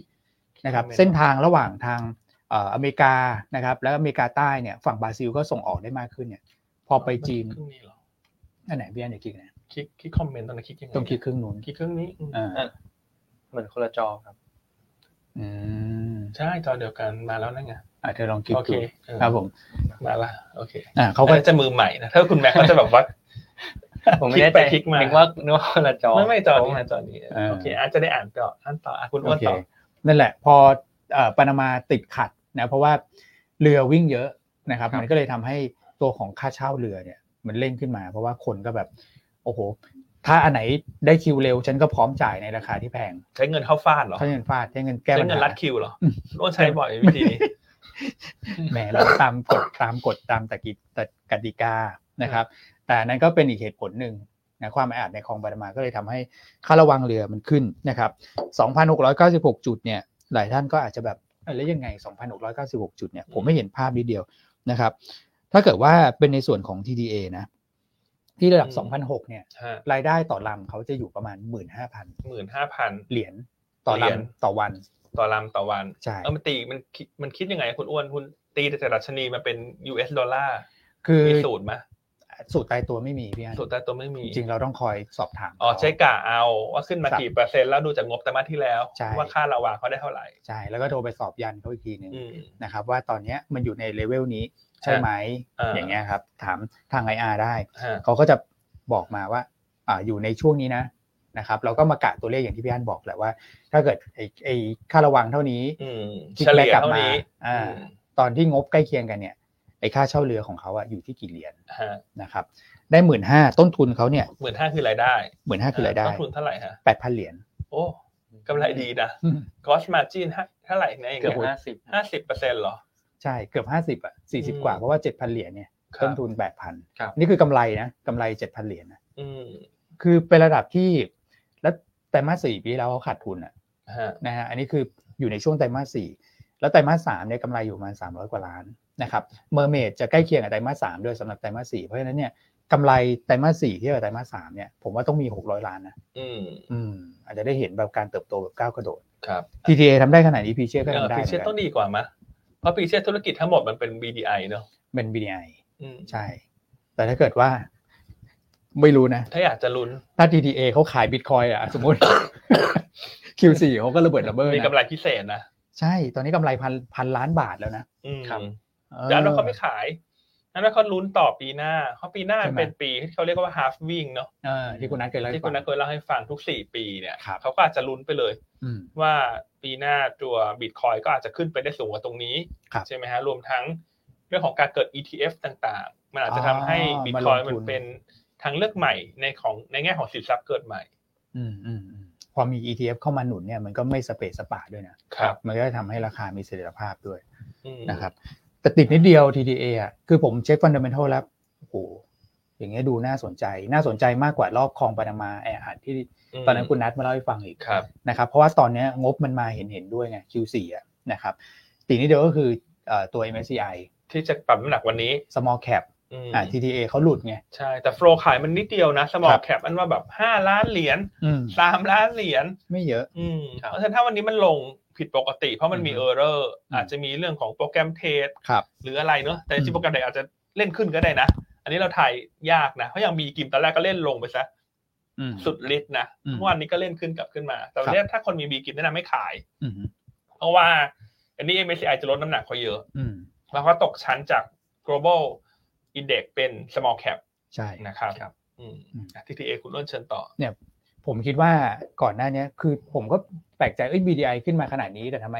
S2: นะครับ
S1: ครับ
S2: เส้นทางระหว่างทางเอ่ออเมริกานะครับ แล้วอเมริกาใต้เนี่ยฝั่งบราซิลก็ส่งออกได้มากขึ้นเนี่ย พอไปจีน
S1: ครึ่งนี้เหรอ
S2: อันไหนพี่อันจะคลิกนะ
S1: คลิกคลิกคอมเมนต์ตอนนั้นคลิกยังไง
S2: ต้องคลิกครึ่งนู้น
S1: คลิกครึ่งนี้อืม
S2: อ่า
S3: เหมือนคนละจอครับ
S2: อืม
S1: ใช่จอเดียวกันมาแล้วนั่นไง
S2: อ่ะเธอลองคลิก
S1: โอเค
S2: ดู
S1: เออ
S2: ครับผม
S1: มาละโอเค
S2: อ่าเขา
S1: เขา
S2: ก็
S1: ก็จะมือใหม่นะถ้าคุณแม็กเขาจะ
S2: <laughs>
S1: แบบว่า
S3: ผมไม่แน่ใจ
S1: คลิกไปคลิกมา
S3: นึกว่านึกว่าคนละจอ
S1: ไม่ไม่จอ
S3: ผ
S1: นี้
S3: ว่า
S1: นะจอนี้
S2: เออ
S1: โอเคอาจจะได้อ่านต่ออ่านต่ออ่ะคุณอ้วนต่อ
S2: โเคนั่นแหละพอเอ่อปานามาติดขัดนะเพราะว่าเรือวิ่งเยอะนะครับ มันก็เลยทำให้ตัวของค่าเช่าเรือเนี่ยมันเร่งขึ้นมา เพราะว่าคนก็แบบโอ้โห ถ้าอันไหนได้คิวเร็ว ฉันก็พร้อมจ่ายในราคาที่แพง
S1: ใช้เงินเข้าฟาดเหรอ
S2: เขาเงินฟาดใช้เงินแก้
S1: ใช้
S2: ปัญ
S1: เงิน
S2: หา
S1: รัดคิวเหรอ
S2: อืม
S1: คุณอ้วนใช้บ่อยวิธีนี้
S2: แหมเราตามกฎตามกฎตามตะกิตกติกานะครับ แต่อันนั้นก็เป็นอีกเหตุผลหนึ่งนะความแออัดในคลองปานามาก็เลยทำให้ค่าระวังเรือมันขึ้นนะครับ2,696 จุดเนี่ยหลายท่านก็อาจจะแบบเอ้ยแล้วยังไง 2,696 จุดเนี่ยผมไม่เห็นภาพนิดเดียวนะครับ ถ้าเกิดว่าเป็นในส่วนของ TDA นะ ที่ระดับ
S1: อืม
S2: 2,006เนี่ยรายได้ต่อลำเขาจะอยู่ประมาณ 15,000
S1: หมื่นห้าพัน
S2: เหรียญต่อ
S1: เหรียญ
S2: ลำต่อวัน
S1: ต่อลำต่อวัน
S2: ใช่
S1: เออมันตีมันคิดมันคิดยังไงคุณอ้วนคุณตีแต่ดัชนีมาเป็น US ดอลลาร์
S2: คือ
S1: มีสูตรไหม
S2: สูตรตายตัวไม่มีพี่อัน
S1: สูตรแต่ตัวไม่มี
S2: จริงๆเราต้องคอยสอบถาม
S1: อ๋อ
S2: เขา
S1: ใช้กะเอาว่าขึ้นมา
S2: ครับ
S1: กี่เปอร์เซ็นต์แล้วดูจากงบไตรมาสที่แล้ว
S2: ใช่
S1: ว่าค่าระหว่างเขาได้เท่าไหร่
S2: ใช่แล้วก็โทรไปสอบยันเขาอีกทีหนึ่ง
S1: อืม
S2: นะครับ ว่าตอนเนี้ยมันอยู่ในเลเวลนี้ใช่ไหม
S1: อ่า
S2: อย่างเงี้ยครับ ถามทาง IR ได้
S1: ฮะ
S2: เขาก็จะบอกมาว่าอ่าอยู่ในช่วงนี้นะนะครับ เราก็มากะตัวเลขอย่างที่พี่อันบอกแหละว่า ถ้าเกิดไอ้ไอ้ค่าระวังเท่านี้
S1: อืม
S2: คิด
S1: เฉลี่ย
S2: แล้วกลับ
S1: เท่านี้
S2: มาอ่า
S1: ม
S2: ตอนที่งบใกล้เคียงกันเนี่ยไอ้ค่าเช่าเรือของเขาอะอยู่ที่กี่เหรียญ
S1: ฮะ
S2: นะครับ ได้หมื่นห้าต้นทุนเขาเนี่ย
S1: หมื่นห้าคือรายได้
S2: หมื่นห้าคือรายได้
S1: ต้นทุนเท่าไหร่ฮะ
S2: แปดพันเหรียญ
S1: โอ้กำไรดีนะ
S2: อืม
S1: gross margin ฮะเท่าไหร่นะอย่าง
S3: เกือบ
S1: เงี้ย
S3: ห้าสิบ
S1: ห้าสิบเปอร์เซ็นต์เหรอ
S2: ใช่เกือบห้าสิบอะสี่สิบ
S1: อืม
S2: กว่าเพราะว่าเจ็ดพันเหรียญเนี่ย
S1: ครั
S2: ต้น
S1: บ
S2: ทุนแปดพัน
S3: ครับ
S2: นี่คือกำไรนะกำไรเจ็ดพันเหรียญนะ
S1: อืม
S2: คือเป็นระดับที่แล้วไตรมาสสี่ปีแล้วเขาขาดทุนอะ
S1: ฮะ
S2: นะฮะอันนี้คืออยู่ในช่วงไตรมาสสี่แล้วไตรมาสสามเนี่ยกำไรอยู่ประมาณสามร้อยกว่าล้านนะครับเมอร์เมดจะใกล้เคียงกับไตรมาสสามด้วยสำหรับไตรมาสสี่เพราะฉะนั้นเนี่ย กำไรไตรมาสสี่เทียบกับไตรมาสสามเนี่ยผมว่าต้องมีหกร้อยล้านนะ
S1: อืม
S2: อืมอาจจะได้เห็นแบบการเติบโตแบบก้าวกระโดด
S1: ครับ
S2: TTA ทำได้ขนาดนี้พีเช่ก็
S1: เออ
S2: ทำได้
S1: พี
S2: เหมือน
S1: เชีย
S2: กัน
S1: ต้องดีกว่ามะเพราะพีเชียธุรกิจทั้งหมดมันเป็น BDI เนอะ
S2: เป็น BDI
S1: อืม
S2: ใช่ แต่ถ้าเกิดว่า ไม่รู้นะ
S1: ถ้าอยากจะลุ้น
S2: ถ้า TTA เขาขายบิตคอยน์อะ <coughs> สมมติ Q4 เขาก็ระเบิดระเบ้อ
S1: มีกำ
S2: นะ
S1: ไรพิเศษนะ
S2: ใช่ ตอนนี้กำไรพันพันล้านบาทแล้วนะ
S1: อืม
S3: ครับ
S1: แต่อันนั้น
S2: ออ
S1: เขาไม่ขายอันนั้นเขาลุ้นต่อปีหน้าเพราะปีหน้า
S2: ใช่ไหม
S1: เป็นปีที่เขาเรียกว่า halving เนาะ
S2: เออที่คุณนัทเคยเล่าให้
S1: ที่
S2: ฟั
S1: คุ
S2: ง
S1: ณนักเคยเล่าให้ฟังทุกสี่ปีเนี่ย
S2: ครับ
S1: เขาก็อาจจะลุ้นไปเลย
S2: อืม
S1: ว่าปีหน้าตัวบิตคอยก็อาจจะขึ้นไปได้สูงกว่าตรงนี้
S2: ครับ
S1: ใช่ไหมฮะรวมทั้งเรื่องของการเกิด ETF ต่างๆ มันอาจจะทำให้
S2: อ๋อ
S1: บิต
S2: มา
S1: ค
S2: ล
S1: อง ย
S2: ทุน
S1: มันเป็นทางเลือกใหม่ในของในแง่ของสินทรัพย์เกิดใหม่
S2: อืมอืมอืมพอมี ETF เข้ามาหนุนเนี่ยมันก็ไม่สเปซสปะด้วยนะ
S1: ครับ
S2: มันก็จะทำให้ราคามีเสถียรภาพด้วย
S1: อืม
S2: นะครับ แต่ติดนิดเดียว TDA อ่ะคือผมเช็คฟันเด m เ n นทัลแล้ว โอ้โห อย่างเงี้ยดูน่าสนใจ น่าสนใจมากกว่ารอบคลองปานามาแออัดที่
S1: ม
S2: ตอนนั้นคุณนัทมาเล่าให้ฟังอีก
S1: ครับ
S2: นะครับเพราะว่าตอนเนี้ยงบมันมาเห็นเห็นๆด้วยไง Q4 อะนะครับตีนี้เดียวก็คือเอ่อตัว MSCI
S1: ที่จะปรับน้ำหนักวันนี้
S2: small cap
S1: อืม
S2: อ่า TTA เขาหลุดไง
S1: ใช่แต่โฟลขายมันนิดเดียวนะสมอ
S2: ครั
S1: ล
S2: บ
S1: แคปอันว่าแบบห้าล้านเหรียญ
S2: อืม
S1: สามล้านเหรียญ
S2: ไม่เยอะ
S1: อืม
S3: ครับ
S1: เพราะฉะนั้นถ้าวันนี้มันลงผิดปกติ เพราะมันมี
S2: อือฮึ
S1: เออร์เรอร์
S2: อืม
S1: อาจจะมีเรื่องของโปรแกรมเทรด
S2: ครับ
S1: หรืออะไรเนอะแต่จ
S2: อื
S1: ริ
S2: ม
S1: งๆโปรแกรมเทรดอาจจะเล่นขึ้นก็ได้นะ อันนี้เราถ่ายยากนะเพราะอย่างมีกิมตอนแรกก็เล่นลงไปซะ
S2: อืม
S1: สุดฤทธิ์นะ
S2: อืม
S1: เมื่อวานนี้ก็เล่นขึ้นกลับขึ้นมา แต่วันนี้ถ้าคนมีบีกิมแนะนำไม่ขาย
S2: อืม
S1: เพราะว่า อันนี้ MSCI จะลดน้ำหนักเขาเยอะ
S2: อืม
S1: แล้วเขาตกชั้นจาก global index เป็น small cap
S2: ใช่
S1: นะครับ
S3: ครับ
S1: อืม
S2: อืม
S1: อ่ะ TTA คุณอ้วนเชิญต่อ
S2: ผมคิดว่าก่อนหน้าเนี้ยคือผมก็แปลกใจเอ้ย BDI ขึ้นมาขนาดนี้ แต่ทำไม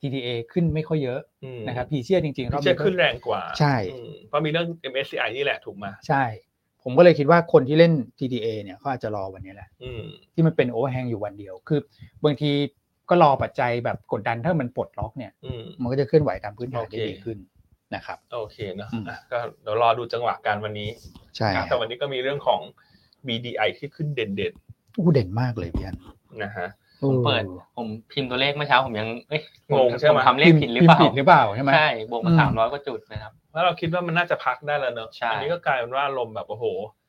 S2: TTA ขึ้นไม่ค่อยเยอะ
S1: อืม
S2: นะครับพีเชียจริงๆรอบ
S1: จะ
S2: นี้ก็
S1: ขึ้นแรงกว่า
S2: ใช่
S1: อืมเพราะมีเรื่อง MSCI นี่แหละถูกไหมย
S2: ใช่ ผมก็เลยคิดว่าคนที่เล่น TTA เนี่ยเขาอาจจะรอวันนี้แหละ
S1: อืม
S2: ที่มันเป็นโอเวอร์แฮงอยู่วันเดียว คือบางทีก็รอปัจจัยแบบกดดันถ้ามันปลดล็อกเนี่ย
S1: อืม
S2: มันก็จะเคลื่อนไหวตามพื้นฐาน
S1: โอเค
S2: ได้ดีขึ้นนะครับ
S1: โอเคเนอะ
S2: อืม
S1: อ่ะก็เดี๋ยวรอดูจังหวะการวันนี้
S2: ใช่
S1: แต่วันนี้ก็มีเรื่องของ BDI ที่ขึ้นเด่น
S2: อู้เด่นมากเลยพี่อัน
S1: ๆนะฮะ
S3: ผมเปิด ผมพิมพ์ตัวเลขเมื่อเช้าผมยังเอ้ยผ
S1: งงใช่ไหม
S3: ผทำเลขผิดหรือเปล่า
S2: พิมพ์ผิดหรือเปล่าใช่ไหม
S3: ใช่บวกมา
S2: อืม
S3: สามร้อยกว่าจุดนะครับ
S1: แล้วเราคิดว่ามันน่าจะพักได้แล้วเนอะ
S3: ใช่
S1: อันี้ก็กลายเป็นว่าลมณ์แบบโอ้โห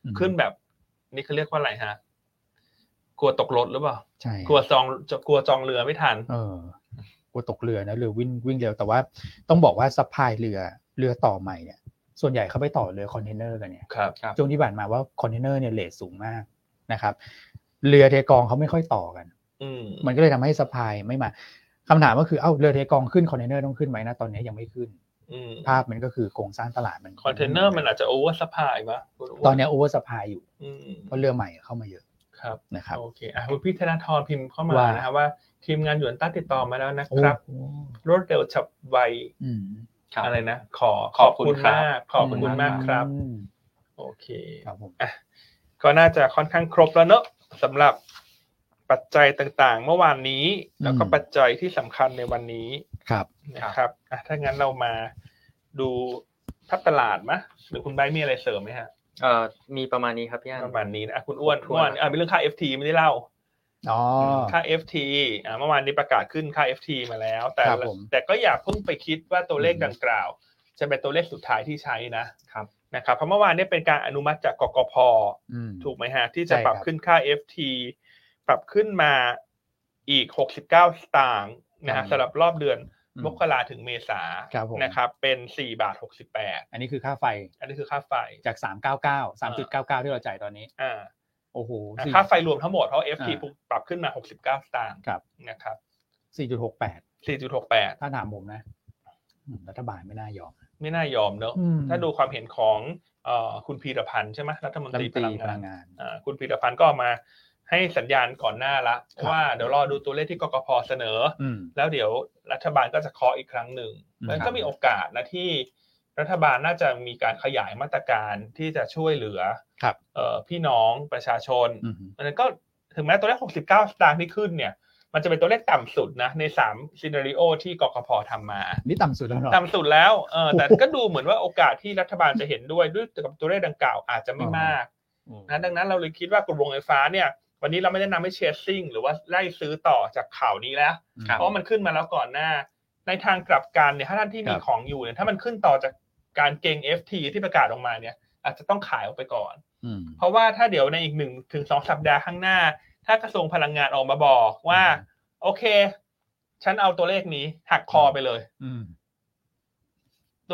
S2: อืม
S1: ขึ้นแบบ นี่เขาเรียกว่าอะไรฮะ กลัวตกรถหรือเปล่า
S2: ใช่
S1: กลัวจองจะกลัวจองเรือไม่ทัน
S2: เออกลัวตกเรือนะเรือวิ่งวิ่งเร็วแต่ว่าต้องบอกว่าซัพพลายเรือเรือต่อใหม่เนี่ย ส่วนใหญ่เขาไปต่อเรือคอนเทนเนอร์กันเนี่ย
S1: ครับ
S3: ครับ
S2: ช่วงที่ผ่านมาว่าคอนเทนเนอร์เนี่ยเลทสูงมากนะครับเรือเทกองเขาไม่ค่อยต่อกัน
S1: อืม
S2: มันก็เลยทำให้สะพายไม่มาคำถามก็คือเอ้าเรือเทกองขึ้นคอนเทนเนอร์ต้องขึ้นไหมนะตอนนี้ยังไม่ขึ้น
S1: อืม
S2: ภาพมันก็คือโครงสร้างตลาดมัน
S1: คอนเทนเนอร์มันอาจจะโอเวอร์สปายมั้ยคุณว
S2: ตอนนี้โอเวอร์สปายอยู่
S1: อืม
S2: เพราะเรือใหม่เข้ามาเยอะ
S1: ครับ
S2: นะครับ
S1: โอเคอ่ะคุณพี่ธนาธรพิมพ์เข้ามา
S2: ว่า
S1: นะครับว่าทีมงานหยวนต้าติดต่อมาแล้วนะครับ
S2: โอ้โห
S1: รวดเร็วฉับไว
S2: อืม
S3: ครับ
S1: อะไรนะ ขอ
S3: ขอบคุณครับ
S1: มากขอบคุณมากครับ
S2: อืม
S1: โอเค
S2: ครับผม
S1: ก็น่าจะค่อนข้างครบแล้วเนอะสำหรับปัจจัยต่างๆ เมื่อวานนี้ แล้วก็ปัจจัยที่สำคัญในวันนี้
S2: ครับ
S1: นะครับอ่ะถ้างั้นเรามาดูทับตลาดมะหรือคุณไบร์ทมีอะไรเสริมไหมฮะ
S3: เอ่อมีประมาณนี้ครับพี่อัน
S1: ประมาณนี้นะอ่ะคุณอ้วน
S3: ขอบคุณ
S1: เมื่อวานอ่ะมีเรื่องค่า FT ไม่ได้เล่า
S2: อ๋อ
S1: ค่า FT อ่ะเมื่อวานนี้ประกาศขึ้นค่า FT มาแล้ว แต่
S2: ครับผม
S1: แต่ก็อย่าเพิ่งไปคิดว่าตัวเลขดังกล่าว จะเป็นตัวเลขสุดท้ายที่ใช้นะครับ นะครับเพราะเมื่อวานนี้เป็นการอนุมัติจากกกพ
S2: อืม
S1: ถูกไหมฮะ ที่จะ
S2: ใช่
S1: ปรับ
S2: ครับ
S1: ขึ้นค่า FT ปรับขึ้นมาอีก 69 สตางค์นะ
S2: ครั
S1: ฮะ
S2: บ
S1: สำหรับรอบเดือน
S2: อืม
S1: มกราถึงเมษา
S2: ครับผม
S1: นะครับ เป็น 4 บาท 68
S2: อันนี้คือค่าไฟ
S1: อันนี้คือค่าไฟ
S2: จาก 399 3.99 ที่เราจ่ายตอนนี้
S1: อ่า
S2: โอ้โห
S1: อ่ะ
S2: สี่
S1: ค่าไฟรวมทั้งหมดเพราะ FT
S2: อ่า
S1: ปุ๊บปรับขึ้นมา 69 สตางค์
S2: ครับ
S1: นะครับ
S2: 4.68
S1: 4.68
S2: ถ้าถามผมนะอืมรัฐบาลไม่น่ายอม
S1: ไม่น่ายอมเนอะ
S2: อืม
S1: ถ้าดูความเห็นของเอ่อคุณพีรพันธ์ใช่ไหมรัฐมน
S2: รัฐ
S1: ต
S2: ม
S1: รี
S2: น
S1: พ
S2: ตรี
S1: ลัง
S2: พ
S1: งา
S2: ลั
S1: น
S2: งงาน
S1: อ่าคุณพีรพันธ์ก็ออกมาให้สัญญาณก่อนหน้าละ
S2: ครับ
S1: ว่าเดี๋ยวรอดูตัวเลขที่กกพเสนอ
S2: อืม
S1: แล้วเดี๋ยวรัฐบาลก็จะเคาะอีกครั้งหนึ่ง
S2: อืม
S1: มันก็มีโอกาสนะที่รัฐบาลน่าจะมีการขยายมาตรการที่จะช่วยเหลือ
S2: ครับ
S1: เอ่อพี่น้องประชาชน
S2: อืม
S1: มันก็ถึงแม้ตัวเลข 69 สตางค์ที่ขึ้นเนี่ย มันจะเป็นตัวเลขต่ำสุดนะใน3ซีนารีโอที่กกพทำมา
S2: นี่ต่ำสุดแล้วเหรอ
S1: ต่ำสุดแล้วเออแต่ก็ดูเหมือนว่าโอกาสที่รัฐบาลจะเห็นด้วยด้วยกับตัวเลขดังกล่าวอาจจะไม่มาก
S2: อืม
S1: นะดังนั้นเราเลยคิดว่ากลุ่มโรงไฟฟ้าเนี่ย วันนี้เราไม่ได้นำให้เชสซิ่งหรือว่าไล่ซื้อต่อจากข่าวนี้แล้ว
S3: ครับ
S1: เพราะว่ามันขึ้นมาแล้วก่อนหน้า ในทางกลับกันเนี่ยถ้าท่านที่มี
S2: ครับ
S1: ของอยู่เนี่ยถ้ามันขึ้นต่อจากการเก็ง FT ที่ประกาศออกมาเนี่ย อาจจะต้องขายออกไปก่อน
S2: อืม
S1: เพราะว่าถ้าเดี๋ยวในอีกหนึ่งถึงสองสัปดาห์ข้างหน้า ถ้ากระทรวงพลังงานออกมาบอกว่า
S2: อืม
S1: โอเค ฉันเอาตัวเลขนี้หักคอไปเลย
S2: อืม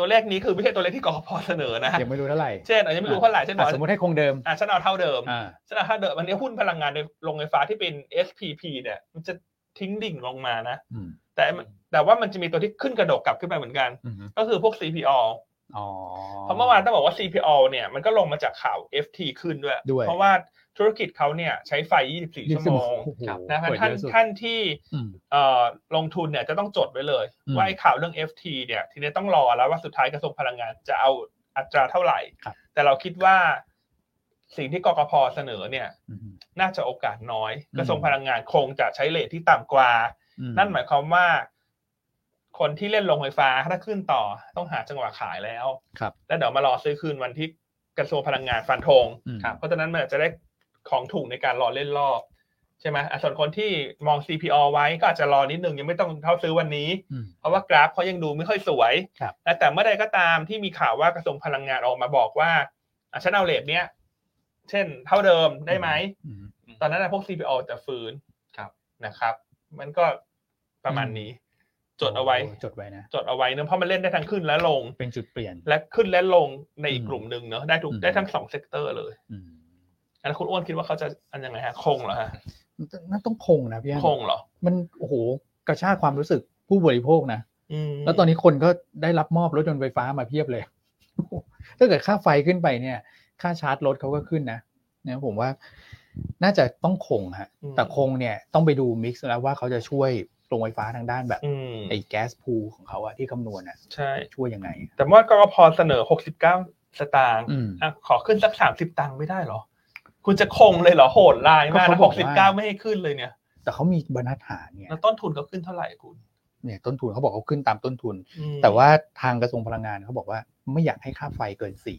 S1: ตัวเลขนี้คือไม่ใช่ตัว <laughs> เลขที่กรพเสนอนะ
S2: ยังไม่รู้เท่าไหร่
S1: เช่นอาจจะไม่รู้เท่าไหร่เช่นบอ
S2: อ่ะ
S1: ก
S2: สมมติให้คงเดิม
S1: อ่ะฉันเอาเท่าเดิม
S2: อ่า
S1: สถานะเดิมอันนี้หุ้นพลังงานในโรงไฟฟ้าที่เป็น SPP เนี่ยมันจะทิ้งดิ่งลงมานะ
S2: อืม
S1: แต่แต่ว่ามันจะมีตัวที่ขึ้นกระดกกลับขึ้นไปเหมือนกัน
S2: อืม
S1: ก็คือพวก CPO
S2: อ๋อ
S1: เพราะเมื่อวานต้องบอกว่า CPO เนี่ยมันก็ลงมาจากข่าว FT ขึ้นด้วย
S2: ด้วย
S1: เพราะว่าธุรกิจเขาเนี่ยใช้ไฟ 24 ชั่วโมง
S2: โอ้โห
S1: นะ
S2: เปิด
S1: ท่าน
S2: เยอะสุด
S1: ท่านที่
S2: อืม
S1: เอ่อลงทุนเนี่ยจะต้องจดไว้เลย
S2: อืม
S1: ว่าไอ้ข่าวเรื่อง FT เนี่ยทีนี้ต้องรอแล้วว่าสุดท้ายกระทรวงพลังงานจะเอาอัตราเท่าไหร่ แต่เราคิดว่าสิ่งที่กกพเสนอเนี่ย
S2: อืม
S1: น่าจะโอกาสน้อย
S2: อืม
S1: กระทรวงพลังงานคงจะใช้เลทที่ต่ำกว่า
S2: อื
S1: นั่นหมายความว่า คนที่เล่นลงไฟฟ้าถ้าขึ้นต่อต้องหาจังหวะขายแล้ว
S2: ครับ
S1: แล้วเดี๋ยวมารอซื้อคืนวันที่กระทรวงพลังงานฟันธง
S2: อืม
S1: ครับเพราะฉะนั้นมันอาจจะได้ของถูกในการรอเล่นรอบใช่ไหมอ่ะส่วนคนที่มอง CPO ไว้ก็อาจจะรอนิดนึงยังไม่ต้องเท่าซื้อวันนี้
S2: อืม
S1: เพราะว่ากราฟเขายังดูไม่ค่อยสวย
S2: ครับ
S1: นะแต่เมื่อใดก็ตามที่มีข่าวว่ากระทรวงพลังงานออกมาบอกว่าอ่ะฉันเอาเลทเนี้ยเช่น เท่าเดิมได้ไหม
S2: อืม
S1: ตอนนั้นนะพวก CPO จะฟื้น
S3: ครับ
S1: นะครับ มันก็ประมาณ
S2: อืม
S1: นี้ จดเอาไว้
S2: โจดไว้นะ
S1: จดเอาไว้เนอะเพราะมันเล่นได้ทั้งขึ้นและลง
S2: เป็นจุดเปลี่ยน
S1: และขึ้นและลงในอีก
S2: อืม
S1: กลุ่มหนึ่งเนอะได้ทุก
S2: อืม
S1: ได้ทั้งสองเซกเตอร์เลย
S2: อืม
S1: อันนนคุณอ้วนคิดว่าเขาจะอันยังไงฮะ คงเหรอฮะ
S2: นั่นต้องคงนะพี่อัน
S1: คงเหรอ
S2: มันโอ้โหกระชากความรู้สึกผู้บริโภคนะ
S1: อืม
S2: แล้วตอนนี้คนก็ได้รับมอบรถยนต์ไฟฟ้ามาเพียบ <laughs> เลย ถ้าเกิดค่าไฟขึ้นไปเนี่ย ค่าชาร์จรถเขาก็ขึ้นนะนะผมว่าน่าจะต้องคงฮะ แต่คงเนี่ยต้องไปดูมิกซ์แล้วว่าเขาจะช่วยโรงไฟฟ้าทางด้านแบบ
S1: อืม
S2: ไอ้แก๊สพูลของเขาอะที่คำนวณอะ
S1: ใช่
S2: ช่วยยังไง
S1: แต่ว่ากรพเสนอ 69 สตางค์
S2: อืม
S1: อ่ะขอขึ้นสัก 30 ตังค์ไม่ได้เหรอ คุณจะคงเลยเหรอโหดลายมาก
S2: ก็
S1: นะ
S2: เขาบอกว่า
S1: 69 ไม่ให้ขึ้นเลยเนี่ย
S2: แต่เขามีบรรทัดฐานเนี่ย
S1: แล้วต้นทุนเขาขึ้นเท่าไหร่คุณ
S2: เนี่ยต้นทุนเขาบอกเขาขึ้นตามต้นทุน
S1: อืม
S2: แต่ว่าทางกระทรวงพลังงานเขาบอกว่าไม่อยากให้ค่าไฟเกินสี่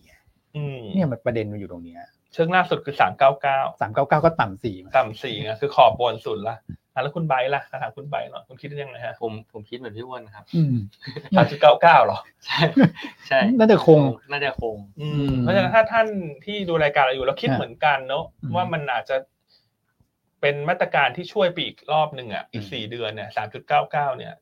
S1: อืม
S2: เนี่ยมันประเด็นมันอยู่ตรงเนี้ย
S1: เชิงล่าสุดคือสามเก้าเก้า
S2: สามเก้าเก้าก็ต่ำสี่มา
S1: ต่ำสี่ไงคือขอบบนสุดละอ่ะแล้วคุณไบร์ทล่ะถามคุณไบร์ทหน่อยคุณคิดยังไงฮะ
S3: ผมผมคิดเหมือนพี่อ้วนครับ
S2: อืม
S1: สามจุดเก้าเก้าหรอ
S3: ใช่ ใช่
S2: น่าจะคง
S3: น่าจะคง
S1: อื
S2: อื
S1: ม
S2: ม
S1: เพราะฉะนั้นถ้าท่านที่ดูรายการเราอยู่แล้วคิด
S2: ฮะ
S1: เหมือนกันเนอะ
S2: อืม
S1: ว่ามันอาจจะเป็นมาตรการที่ช่วยไปอีกรอบหนึ่งอ่ะอีก
S2: อืม
S1: สี่เดือนเนี่ยสามจุดเก้าเก้าเนี่ย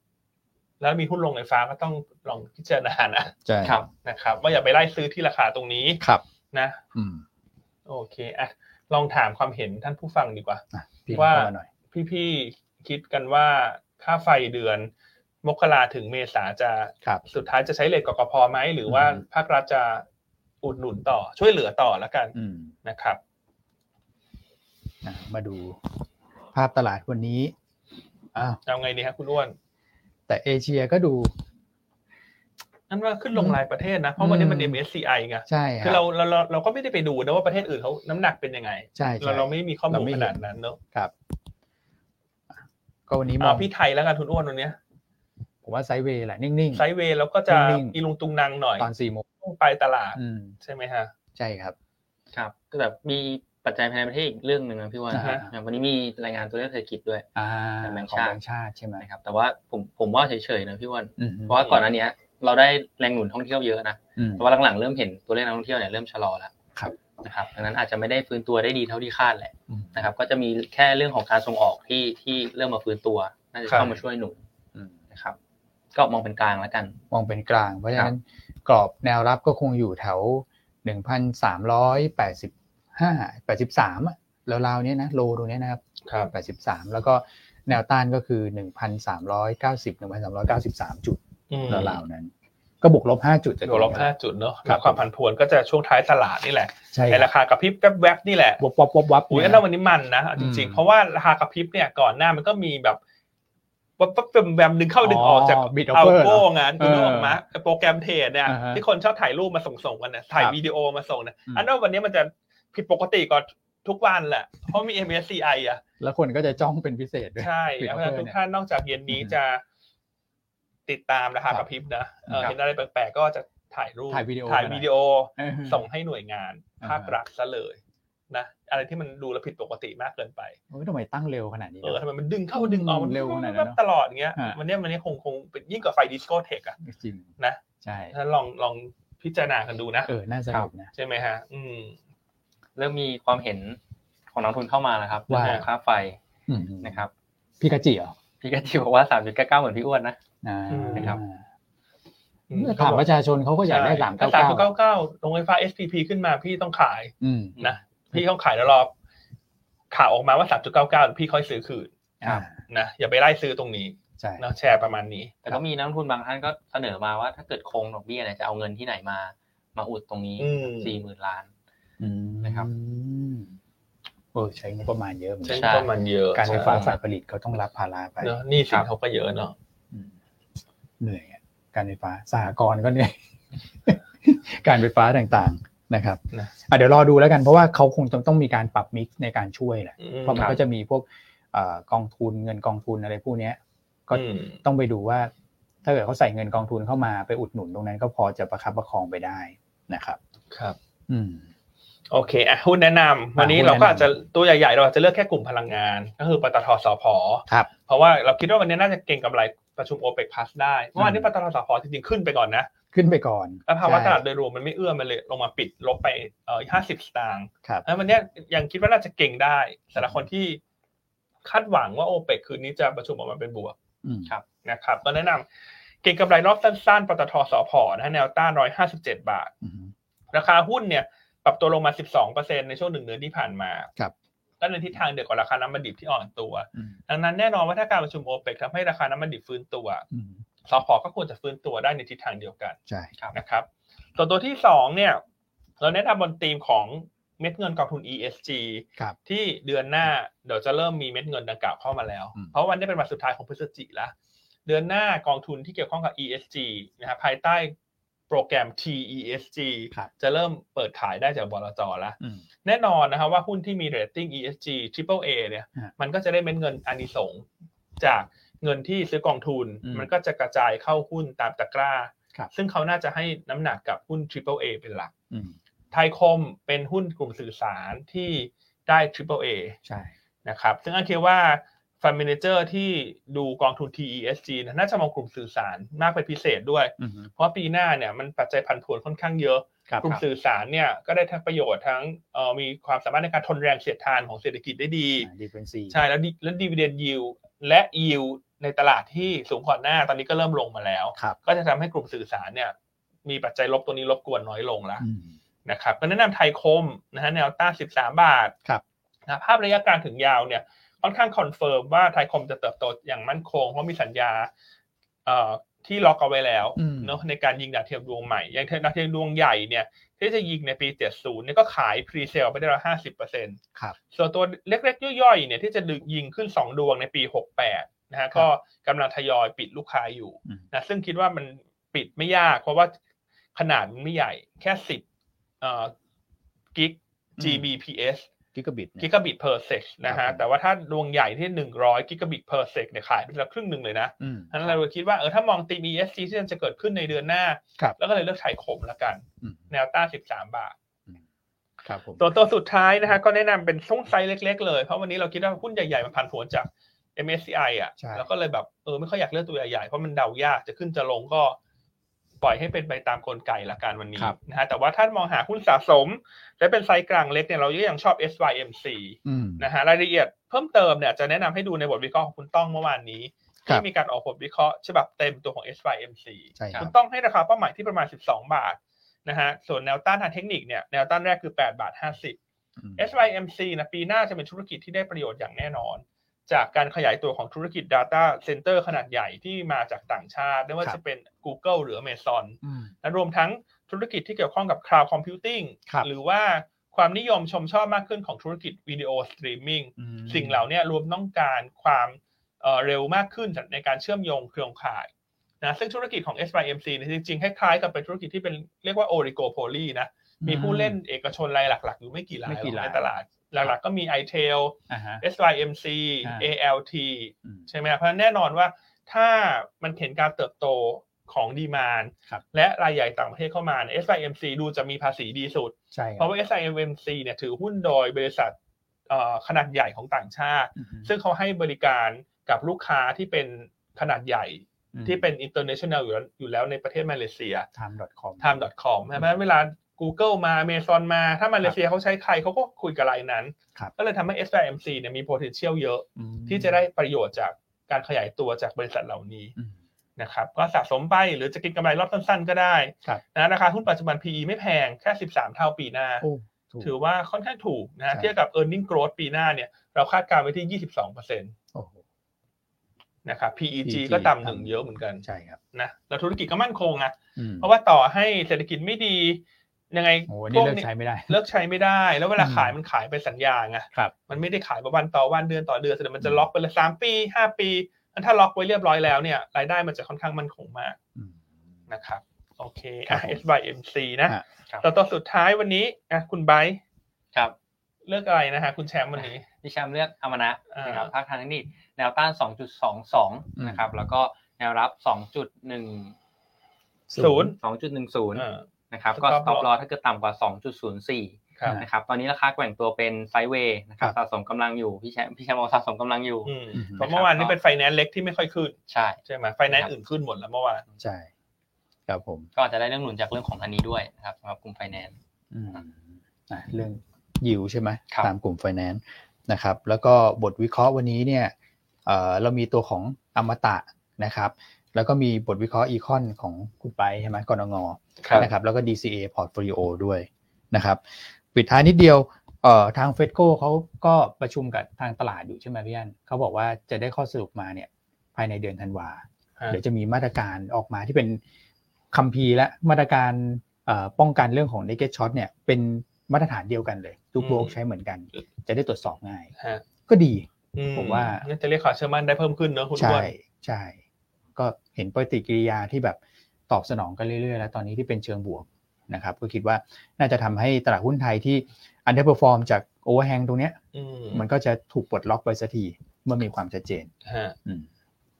S1: แล้วมีหุ้นลงไฟฟ้าก็ต้องลองพิจารณานะ
S2: ใช่
S3: ครับ
S1: นะครับว่าอย่าไปไล่ซื้อที่ราคาตรงนี้
S2: ครับ
S1: นะ
S2: อืม
S1: โอเคอ่ะลองถามความเห็นท่านผู้ฟังดีกว่า
S2: อ่ะพี่
S1: ว่า
S2: เข้ามาหน่อย
S1: พี่ๆคิดกันว่าค่าไฟเดือน มกราถึงเมษาจะ
S2: ครับ
S1: สุดท้ายจะใช้เลทกกพไหมหรือว่าภาครัฐจะอุดหนุนต่อช่วยเหลือต่อแล้วกัน
S2: อืม
S1: นะครับ
S2: อ่ะมาดูภาพตลาดวันนี้อ้าว
S1: เอาไงดีฮะคุณอ้วน
S2: แต่เอเชียก็ดู
S1: นั่นว่าขึ้นลงรายประเทศนะ เพราะวันนี้มัน MSCI ไง
S2: ใช่ฮะ
S1: คือเราเราเราเราก็ไม่ได้ไปดูนะว่าประเทศอื่นเขาน้ำหนักเป็นยังไง
S2: ใช่
S1: เรา
S2: ใช่
S1: เราไม่มีข้อมู
S2: เรา
S1: ล
S2: ไม่
S1: ข
S2: เห็น
S1: นาดนั้นเนอะ
S2: ครับอ่ะก็วันนี้มอ
S1: เอา
S2: ง
S1: พี่ไทยแล้วกันคุณอ้วนวันเนี้ย
S2: ผมว่าไซด์เวย์แหละนิ่ง
S1: ไซด์เวย์แล้วก็จะ
S2: นิ่งๆ
S1: อีลุงตุงนางหน่อย
S2: ๆ ตอนสี่โมง
S1: ต้องไปตลาด
S2: อืม
S1: ใช่ไหมฮะ
S2: ใช่ครับ
S3: ครับก็แบบมีปัจจัยภายในประเทศอีกเรื่องหนึ่งนะพี่อ้วน
S2: อ่าฮะ
S3: อย่างวันนี้มีรายงานตัวเลขเศรษฐกิจด้วย
S2: อ่า
S3: ของแบงค์
S2: ของ
S3: ชาติ
S2: แบงค์ชาติใช่ไหม
S3: นะครับ แต่ว่าผมผมว่าเฉยๆนะพี่อ้วน
S2: อืม
S3: เพราะว่าก่อนอันเนี้ยเราได้แรงหนุนท่องเที่ยวเยอะนะ
S2: อืม
S3: แต่ว่าหลังๆเริ่มเห็นตัวเลขนักท่องเที่ยวเนี่ยเริ่มชะลอแล้ว
S2: ครับ
S3: นะครับดังนั้นอาจจะไม่ได้ฟื้นตัวได้ดีเท่าที่คาดแหละ
S2: อืม
S3: นะครับ ก็จะมีแค่เรื่องของการส่งออกที่ที่เริ่มมาฟื้นตัว น่าจะ
S1: ครับ
S3: เข้ามาช่วยหนุนนะครับ ก็มองเป็นกลางแล้วกัน
S2: มองเป็นกลาง เพราะฉะนั้นกรอบแนวรับก็คงอยู่แถว 1,385 83อะแล้วราวๆเนี้ยนะโลตรงเนี้ยนะครับ
S1: ครับ
S2: 83 แล้วก็แนวต้านก็คือ 1,390 1,393 จุดแล้วราวๆนั้น ก็บวกลบ 5 จุด
S1: จะ
S2: จาก
S1: โดนลบห้าจุดเนอะแล้วความผันผวนก็จะช่วงท้ายตลาดนี่แหละ
S2: ใช่
S1: ไอราคากระพริบแวบๆนี่แหละ
S2: บวกวับวับวับ
S1: อุ้ยอันนั้นวันนี้มันนะเอาจริง
S2: อื
S1: ๆ
S2: ม
S1: เพราะว่าราคากระพริบเนี่ยก่อนหน้ามันก็มีแบบวับวับๆแวมๆดึงเข้าดึงออกจาก
S2: บิดออ
S1: เอา
S2: เฟอร์
S1: โก้งานคุณนึกออกมา
S2: เออ
S1: ไอ้โปรแกรมเทรดเนี่ย
S2: อ่าฮะ
S1: ที่คนชอบถ่ายรูปมาส่งๆกันเนี่ยถ่าย
S2: ครับ
S1: วิดีโอมาส่งเนี่ย
S2: อืม
S1: อันนั้นวันนี้มันจะผิดปกติกว่าทุกวันแหละ เพราะมี MSCI
S2: <laughs>
S1: อ่ะ
S2: แล้วคนก็จะจ้องเป็นพิเศษด้วย
S1: ใช่
S2: ปิด
S1: เพ
S2: ออ
S1: ราะ
S2: ฟ
S1: ฉะ
S2: เฟอ
S1: นั้
S2: ร์
S1: นทุกท่านน
S2: เนี่ย
S1: อกจากเย็นนี้
S2: อืม
S1: จะติดตามราคาก
S2: ครั
S1: ระ
S2: บ
S1: พริบนะเออ
S2: ครับ
S1: เห็นอะไรแปลกๆก็จะถ่ายรูป
S2: ถ่ายวิดีโอ
S1: ถ่าย
S2: มาหน่อย
S1: วิดีโอ
S2: เออ
S1: ส่งให้หน่วยงาน
S2: อ่าฮะ
S1: ภาครัฐซะเลยนะอะไรที่มันดูแล้วผิดปกติมากเกินไป
S2: โอ้ยทำไมตั้งเร็วขนาดนี้
S1: เออ
S2: นะ
S1: ทำไมมันดึงเข้าดึงออก
S2: อืม
S1: มัน
S2: เร็วขนาดนั้นเนอะ
S1: ตลอดอย่างเงี้ย
S2: ฮะ
S1: วันเนี้ยวันเนี้ยคงคงเป็นยิ่งกว่าไฟดิสโก้เทคอะ
S2: จริง
S1: นะ
S2: ใช่
S1: ถ้าลองลอง พิจารณากันดูนะ
S2: เออ น่าสนุกนะ
S1: ใช่ไหมฮะ อืม
S3: เริ่มมีความเห็นของนักลงทุนเข้ามาแล้วครับ
S2: ว่า
S3: เรื่องของค่าไฟ
S2: อืม
S3: นะครับ
S2: พี่กาจิเหรอ
S3: พี่กัจจิบอกว่าสามจุดเก้าเก้าเหมือนพี่อ้วนนะ
S2: อ่า
S3: นะครับ
S2: เมื่อถามประชาชนเขาก็อยากได้สามเก้า
S1: สาม
S2: เก้า
S1: เก้าเก้าโรงไฟฟ้า SPP ขึ้นมาพี่ต้องขาย
S2: อืม
S1: นะ พี่ต้องขายแล้วรอข่าวออกมาว่าสามจุดเก้าเก้าพี่ค่อยซื้อคืน
S2: อ่า
S1: นะอย่าไปไล่ซื้อตรงนี้
S2: ใช่
S1: เนาะแชร์ประมาณนี้
S3: แต่ก็มีนักลงทุนบางท่านก็เสนอมาว่าถ้าเกิดโครงดอกเบี้ยเนี่ยจะเอาเงินที่ไหนมา มาอุดตรงนี้
S1: อืม
S3: สี่หมื่นล้าน
S2: อืม
S3: นะครับ
S2: เออใช้งบประมาณเยอะเหมือน
S1: ใช้งบ
S2: กัน
S1: ประมาณเยอะ
S2: การไฟฟ้าฝ่ายผลิตเขาต้องรับภาระไป
S1: เนาะหนี่สินเขาก็เยอะเนาะ
S2: อืมเหนื่อยอะการไฟฟ้าสหกรณ์ก็เหนื่อย <laughs> การไฟฟ้าต่างๆนะครับ
S1: นะ
S2: อ่ะเดี๋ยวรอดูแล้วกันเพราะว่าเขาคงต้องมีการปรับมิกซ์ในการช่วยแหละ
S1: อื
S2: เพราะมัน
S1: ครับ
S2: ก็จะมีพวกเอ่อกองทุนเงินกองทุนอะไรพวกเนี้ย ก็
S1: อืม
S2: ต้องไปดูว่า ถ้าเกิดเขาใส่เงินกองทุนเข้ามาไปอุดหนุนตรงนั้นก็พอจะประคับประคองไปได้นะครับ
S1: ครับ
S2: อืม
S1: โอเคอ่ะหุ้นแนะนำวันนี้
S2: หุ้นแนะนำ
S1: เราก็อาจจะตัวใหญ่ๆ เราอาจจะเลือกแค่กลุ่มพลังงาน ก็คือปตทสพ
S2: ครับ
S1: เพราะว่าเราคิดว่าวันนี้น่าจะเก่งกำไรประชุมโอเปกพ s สได้เมื่อวานนี้
S2: อืม
S1: ปตทสพจริงๆขึ้นไปก่อนนะ
S2: ขึ้นไปก่อน
S1: แล้วภาวะตลาด
S2: ใช่
S1: โดยรวมมันไม่เอื้อมันเลยลงมาปิดลบไปเอ่อห้าสิบสตางค์
S2: ครับ
S1: แล้ววันเนี้ยยังคิดว่าน่าจะเก่งได้สำหรับคนที่คาดหวังว่าโอเปกคืนนี้จะประชุมออกมาเป็นบวก
S2: อืม
S3: ครับ
S1: นะครับ ก็แนะนำเก่งกำไรรอบสั้นๆปตทสพนะแนวต้านร้อยห้าสิบเจ็ดบาท
S2: อืม
S1: ราคาหุ้นเนี่ยปรับตัวลงมา 12%ในช่วงหนึ่งเดือนที่ผ่านมา
S2: ครับ
S1: ก็ในทิศทางเดียวกับราคาน้ำมันดิบที่อ่อนตัว
S2: อืม
S1: ดังนั้นแน่นอนว่าถ้าการประชุมโอเปกทำให้ราคาน้ำมันดิบฟื้นตัว
S2: อืม
S1: สพก็ควรจะฟื้นตัวได้ในทิศทางเดียวกัน
S2: ใช่
S1: นะครับส่วนตัวที่สองเนี่ยเราแนะนำบนธีมของเม็ดเงินกองทุน ESG
S2: ครับ
S1: ที่เดือนหน้าเดี๋ยวจะเริ่มมีเม็ดเงินดังกล่าวเข้ามาแล้ว
S2: อืม
S1: เพราะวันนี้เป็นวันสุดท้ายของพฤศจิกแล้ว เดือนหน้ากองทุนที่เกี่ยวข้องกับ ESG นะฮะภายใต้โปรแกรม TESG
S2: ครับ
S1: จะเริ่มเปิดขายได้จากบลจแล้ว
S2: อืม
S1: แน่นอนนะครับว่าหุ้นที่มีเรตติ้ง ESG Triple A เนี่ย
S2: ฮะ
S1: มันก็จะได้เป็นเงินอานิสงส์จากเงินที่ซื้อกองทุน
S2: อืม
S1: มันก็จะกระจายเข้าหุ้นตามตะกร้า
S2: ครับ
S1: ซึ่งเขาน่าจะให้น้ำหนักกับหุ้น Triple A เป็นหลัก
S2: อืม
S1: ไทยคมเป็นหุ้นกลุ่มสื่อสารที่ได้ Triple A
S2: ใช่
S1: นะครับ ซึ่งอันคิดว่าฟันเมนเจอร์ที่ดูกองทุน TESG นะน่าจะมองกลุ่มสื่อสารมากเป็นพิเศษด้วย
S2: อืม
S1: เพราะว่าปีหน้าเนี่ยมันปัจจัยผันผวนค่อนข้างเยอะ
S2: ครับ
S1: กลุ่มสื่อสารเนี่ยก็ได้ทั้งประโยชน์ทั้งเอ่อมีความสามารถในการทนแรงเสียดทานของเศรษฐกิจได้ดี
S2: ดีเฟนซี
S1: ใช่แล้วดิแล้วดีเวเดนยิวและยิวในตลาดที่สูงกว่าหน้าตอนนี้ก็เริ่มลงมาแล้ว
S2: ครับ
S1: ก็จะทำให้กลุ่มสื่อสารเนี่ยมีปัจจัยลบตัวนี้ลบกวนน้อยลงแล้ว
S2: อืม
S1: นะครับก็แนะนำไทยคมนะฮะแนวต้าน13 บาท
S2: ครับ
S1: นะภาพระยะกลางถึงยาวเนี่ยค่อนข้างคอนเฟิร์มว่าไทยคมจะเติบโตอย่างมั่นคง เพราะมีสัญญาเอ่อที่ล็อกเอาไว้แล้ว
S2: อืม
S1: เนาะในการยิงดาวเทียมดวงใหม่ อย่างดาวเทียมดวงใหญ่เนี่ยที่จะยิงในปี 70เนี่ยก็ขายพรีเซลไปได้ละ50เปอร์เซ็นต
S2: ครับ
S1: ส่วนตัวเล็กๆ ย่อยๆ เนี่ยที่จะดึกยิงขึ้น 2 ดวงในปี 68 นะฮะก็กำลังทยอยปิดลูกค้าอยู่
S2: อืม
S1: นะซึ่งคิดว่ามันปิดไม่ยาก เพราะว่าขนาดมันไม่ใหญ่แค่ 10เอ่อกิก Gbps
S2: กิกะบิต
S1: กิกะบิต per sec นะ
S2: ครั
S1: ฮะ
S2: บผม
S1: แต่ว่าถ้าดวงใหญ่ที่ 100 กิกะบิต per sec เนี่ยขายไปแล้วครึ่งหนึ่งเลยนะ
S2: อืม
S1: ฉะนั้นเราคิดว่าเออถ้ามองตีม ESG ที่มันจะเกิดขึ้นในเดือนหน้า
S2: ครับ
S1: แล้วก็เลยเลือกไทยคมละกัน
S2: อืม
S1: แนวต้าน13 บาท
S2: ครับผม
S1: ส่วนตัวสุดท้ายนะฮะก็แนะนำเป็นช่วงไซส์เล็ก ๆ เลย เพราะวันนี้เราคิดว่าหุ้นใหญ่ ๆ มันผันผวนจาก MSCI อ่ะแล้วก็เลยแบบเออไม่ค่อยอยากเลือกตัวใหญ่ ๆ เพราะมันเดายากจะขึ้นจะลงก็ ปล่อยให้เป็นไปตามกลไกละกันวันนี้นะฮะแต่ว่าถ้ามองหาหุ้นสะสม และเป็นไซส์กลางเล็กเนี่ยเรายังชอบ SYMC
S2: อืม
S1: นะฮะรายละเอียดเพิ่มเติมเนี่ยจะแนะนำให้ดูในบทวิเคราะห์ของคุณต้องเมื่อวานนี้
S2: ครับ
S1: ที่มีการออกบทวิเคราะห์ฉบับเต็มตัวของ SYMC
S2: ใช่ค
S1: คุ
S2: รั
S1: ณ
S2: บ
S1: ต้องให้ราคาเป้าหมายที่ประมาณ 12 บาทนะฮะ ส่วนแนวต้านทางเทคนิคเนี่ย แนวต้านแรกคือ 8 บาท 50 SYMC นะปีหน้าจะเป็นธุรกิจที่ได้ประโยชน์อย่างแน่นอน จากการขยายตัวของธุรกิจ Data Center ขนาดใหญ่ที่มาจากต่างชาติ ไม่ว่า
S2: ครับ
S1: จะเป็น Google หรือ Amazon
S2: อืม
S1: และรวมทั้งธุรกิจที่เกี่ยวข้องกับ Cloud Computing
S2: ครับ
S1: หรือว่าความนิยมชมชอบมากขึ้นของธุรกิจวิดีโอสตรีมมิ่ง
S2: อืม
S1: สิ่งเหล่าเนี้รวมต้องการความเอ่อเร็วมากขึ้นในการเชื่อมโยงเครือข่ายนะซึ่งธุรกิจของ s y m c เนี่ยจริงๆคล้ายๆกับเป็นธุรกิจที่เป็นเรียกว่าโอ i ิโกโพลีนะ มีผู้เล่นเอกชนรายหลักๆ อยู่ไม่กี่ราย
S2: ไม่กี่ราย
S1: ในตลาด หลักๆก็มี i t e l
S2: อ่าฮะ
S1: SYMC
S2: อ่า
S1: ALT
S2: อืม
S1: ใช่ไหมครับเพราะฉะนั้นแน่นอนว่าถ้ามันเห็นการเติบโตของดีมาน
S2: ครับ
S1: และรายใหญ่ต่างประเทศเข้ามาเนี่ย SYMC ดูจะมีภาษีดีสุด
S2: ใช่
S1: เพราะว่า SIMC เนี่ยถือหุ้นโดยบริษัทเอ่อขนาดใหญ่ของต่างชาติ
S2: อืม
S1: ซึ่งเขาให้บริการกับลูกค้าที่เป็นขนาดใหญ่ ที่เป็น international อยู่แล้วอยู่แล้วในประเทศมาเลเซีย
S2: time.com
S1: time.com เพราะฉะนั้นเวลา Google มา Amazon มา ถ้ามาเลเซียเขาใช้ใครเขาก็คุยกับรายนั้น
S2: ครับ
S1: ก็เลยทำให้ SIMC เนี่ยมี potential เยอะ
S2: อืม
S1: ที่จะได้ประโยชน์จากการขยายตัวจากบริษัทเหล่านี้
S2: อืม
S1: นะครับ ก็สะสมไปหรือจะกินกำไรรอบสั้นๆ ก็ได้
S2: ครับ
S1: นะราคาหุ้นปัจจุบัน PE ไม่แพงแค่ 13 เท่าปีหน้า
S2: โอ้ถูก
S1: ถือว่าค่อนข้างถูกนะ
S2: ใช่
S1: ฮะเทียบกับ e a r n i n g growth ปีหน้าเนี่ยเราคาดการณ์ไว้ที่ 22%
S2: โอ้โห
S1: นะครับ PEG
S2: PEG
S1: ก็ต่ำหนึ่งเยอะเหมือนกัน
S2: ใช่ครับ
S1: นะแล้วธุรกิจก็มั่นคงนะ
S2: อืม
S1: เพราะว่าต่อให้เศรษฐกิจไม่ดียังไง
S2: โอ้โห
S1: พ
S2: นี่
S1: ว
S2: เลิก
S1: นี้
S2: ใช้ไม่ได้
S1: เลิกใช้ไม่ได้ แล้วเวลา
S2: อืม
S1: ขายมันขายเป็นสัญญาไง
S2: ครับ
S1: มันไม่ได้ขายประวันต่อวันเดือนต่อเดือนแต่มันจะ
S2: อืม
S1: ล็อกไปเลยสามปีห้าปีงั้นถ้าล็อกไว้เรียบร้อยแล้วเนี่ยรายได้มันจะค่อนข้างมั่นคงมาก
S2: อืม
S1: นะครับโอเคอ่ะ
S2: ครับผม
S1: SYMC นะ
S2: ฮะ
S3: ครับ
S1: แล้วตัวสุดท้ายวันนี้อ่ะคุณไบร์ท
S3: ครับ
S1: เลือกอะไรนะฮะคุณแชมป์วันนี้
S3: พี่แชมป์เลือกอามานะ
S1: อ่าน
S3: นะครับภาคทางเทคนิคแนวต้าน 2.22 นะครับ แล้วก็แนวรับ 2.1
S1: ศูนย์
S3: 2.10 นะครับ
S1: Stop
S3: ก็ stop
S1: loss
S3: loss ถ้าเกิดต่ำกว่า 2.04
S1: ครับ
S3: นะครับ ตอนนี้ราคาแกว่งตัวเป็นไซด์เวย์นะครับ
S2: ครับ
S3: สะสมกำลังอยู่ พี่แชมป์พี่แชมป์บอกสะสมกำลังอยู่
S1: อืม
S2: อืม
S1: เพราะเมื่อวานนี้เป็นไฟแนนซ์เล็กที่ไม่ค่อยขึ้น
S3: ใช่
S1: ใช่ไหมไฟแนน
S3: ครั
S1: ซ์
S3: บ
S1: อื่นขึ้นหมดแล้วเมื่อวาน
S2: ใช่ครับผม
S3: ก็อาจจะได้เรื่องหนุนจากเรื่องของอันนี้ด้วยนะครับสำหรับกลุ่มไฟแนนซ์
S2: อืมอ่ะเรื่องยิวใช่ไหม
S3: ครับ
S2: ตามกลุ่มไฟแนนซ์นะครับ แล้วก็บทวิเคราะห์วันนี้เนี่ยเอ่อเรามีตัวของอมตะนะครับ แล้วก็มีบทวิเคราะห์อีคอนของคุณไปใช่ไหมกรงงนะครับ แล้วก็ DCA Portfolio ด้วยนะครับ ปิดท้ายนิดเดียวเอ่อทางเฟดโกเขาก็ประชุมกับทางตลาดอยู่ใช่ไหมพี่อันเขาบอกว่าจะได้ข้อสรุปมาเนี่ยภายในเดือนธันวา
S1: ฮะ
S2: เดี๋ยวจะมีมาตรการออกมาที่เป็นคัมภีร์และมาตรการเอ่อป้องกันเรื่องของ naked short เนี่ยเป็นมาตรฐานเดียวกันเลย ทุกโบรกใช้เหมือนกัน จะได้ตรวจสอบง่าย
S1: ฮะ
S2: ก็ดี
S1: อื
S2: ผมว่า
S1: น่าจะเรียกความเชื่อมั่นได้เพิ่มขึ้นเนอะคุณอ้
S2: ใช่
S1: วน
S2: ใช่ก็เห็นปฏิกิริยาที่แบบตอบสนองกันเรื่อยๆ แล้วตอนนี้ที่เป็นเชิงบวกนะครับ ก็คิดว่าน่าจะทำให้ตลาดหุ้นไทยที่ underperform จาก overhang ตรงเนี้ย
S1: อืม
S2: มันก็จะถูกปลดล็อกไปสักทีเมื่อมีความชัดเจน
S1: ฮะ
S2: อืม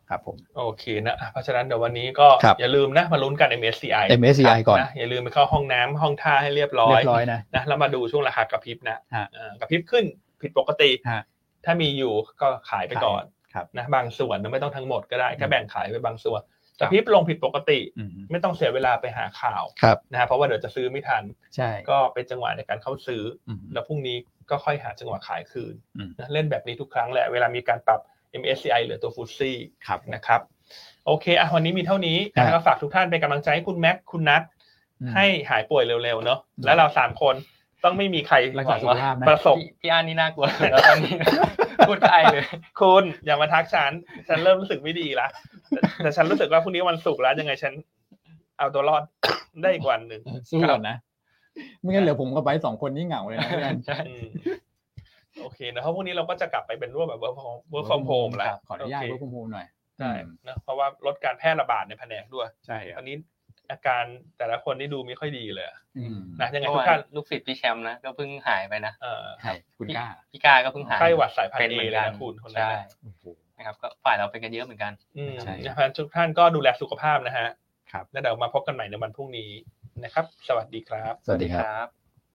S2: ครับผม
S1: โอเคนะอ่ะเพราะฉะนั้นเดี๋ยววันนี้ก็
S2: ครับ
S1: อย่าลืมนะมาลุ้นกัน MSCI
S2: MSCI ก่อน
S1: นะอย่าลืมไปเข้าห้องน้ำห้องท่าให้เรียบร้อ
S2: เรี
S1: ย
S2: ยบร้อยนะ
S1: นะแล้วมาดูช่วงราคากระพริบนะ
S2: ฮะ
S1: เอ่อกระพริบขึ้นผิดปกติ
S2: ฮะ
S1: ถ้ามีอยู่ก็ขายไปก่อน
S2: ครับ
S1: นะบางส่วนนะไม่ต้องทั้งหมดก็ได้แค่
S2: อืม
S1: แบ่งขายไปบางส่วนกระพริบลงผิดปกติ
S2: อืม
S1: ไม่ต้องเสียเวลาไปหาข่าว
S2: ครับ
S1: นะฮะเพราะว่าเดี๋ยวจะซื้อไม่ทัน
S2: ใช่
S1: ก็เป็นจังหวะในการเข้าซื้อ
S2: อืม
S1: แล้วพรุ่งนี้ก็ค่อยหาจังหวะขายคืน
S2: อืม
S1: นะเล่นแบบนี้ทุกครั้งแหละ เวลามีการปรับ MSCI เหลือตัวฟูซี่
S2: ครับ
S1: นะครับ โอเคอ่ะวันนี้มีเท่านี้นะ
S2: ครั
S1: คะ
S2: บ
S1: ก็ฝากทุกท่านเป็นกำลังใจให้คุณแม็กซ์คุณนัทให้หายป่วยเร็วๆเนอะแล้วเราสามคนต้องไม่มีใคร
S2: รักษาสุขภาพนะ
S1: ประสบ
S3: พี่พี่อันนี่น่ากลัว
S1: <laughs>
S3: แล้วตอนนี้ พูดไอเลย
S1: คุณอย่ามาทักฉัน ฉันเริ่มรู้สึกไม่ดีละแต่แต่ฉันรู้สึกว่าพรุ่งนี้วันศุกร์แล้วยังไงฉันเอาตัวรอด <coughs> ได้อีกวันหนึ่ง
S2: สู้ก่อนนะ ไม่งั้นเหลือผมกับไปสองคนนี่เหงาเลยนะพี่อัน
S3: <laughs> ใช่
S1: อืมโอเคนะเพราะพรุ่งนี้เราก็จะกลับไปเป็นร่วมแบบ work from work from home แล้ว
S2: ขออนุญาต
S1: โอเค
S2: เวิร์กฟอร์มโฮมหน่อย
S1: ใช่นะเพราะว่าลดการแพร่ระบาดในแผนกด้วย
S2: ใช่
S1: ตอนนี้อาการแต่ละคนนี่ดูไม่ค่อยดีเลยอะ
S2: อืม
S1: นะยังไงทุ
S3: เมื่อวาก น
S1: ท่าน
S3: ลูกศิษย์พี่แชมป์นะก็เพิ่งหายไปนะ
S1: เอ่อ
S2: ใช่คุณกล้า
S3: พี่กาก็เพิ่งหาย
S1: ไข้หวัดสายพัน
S3: เป็น
S1: ธุ์เอ
S3: เหมือน
S1: เลย
S3: กัน
S1: นะคุณคนนั้น
S3: ใช่
S1: นะ
S2: โอ้โห
S3: นะครับ ก็ฝ่ายเราเป็นกันเยอะเหมือนกัน
S1: อืม
S2: ใช่
S1: นะเพราะฉะนั้นทุกท่านก็ดูแลสุขภาพนะฮะ
S2: ครับ
S1: แล้วเดี๋ยวมาพบกันใหม่ในวันพรุ่งนี้นะครับ สวัสดีครับ
S2: สวัสดีครับ
S3: ครับ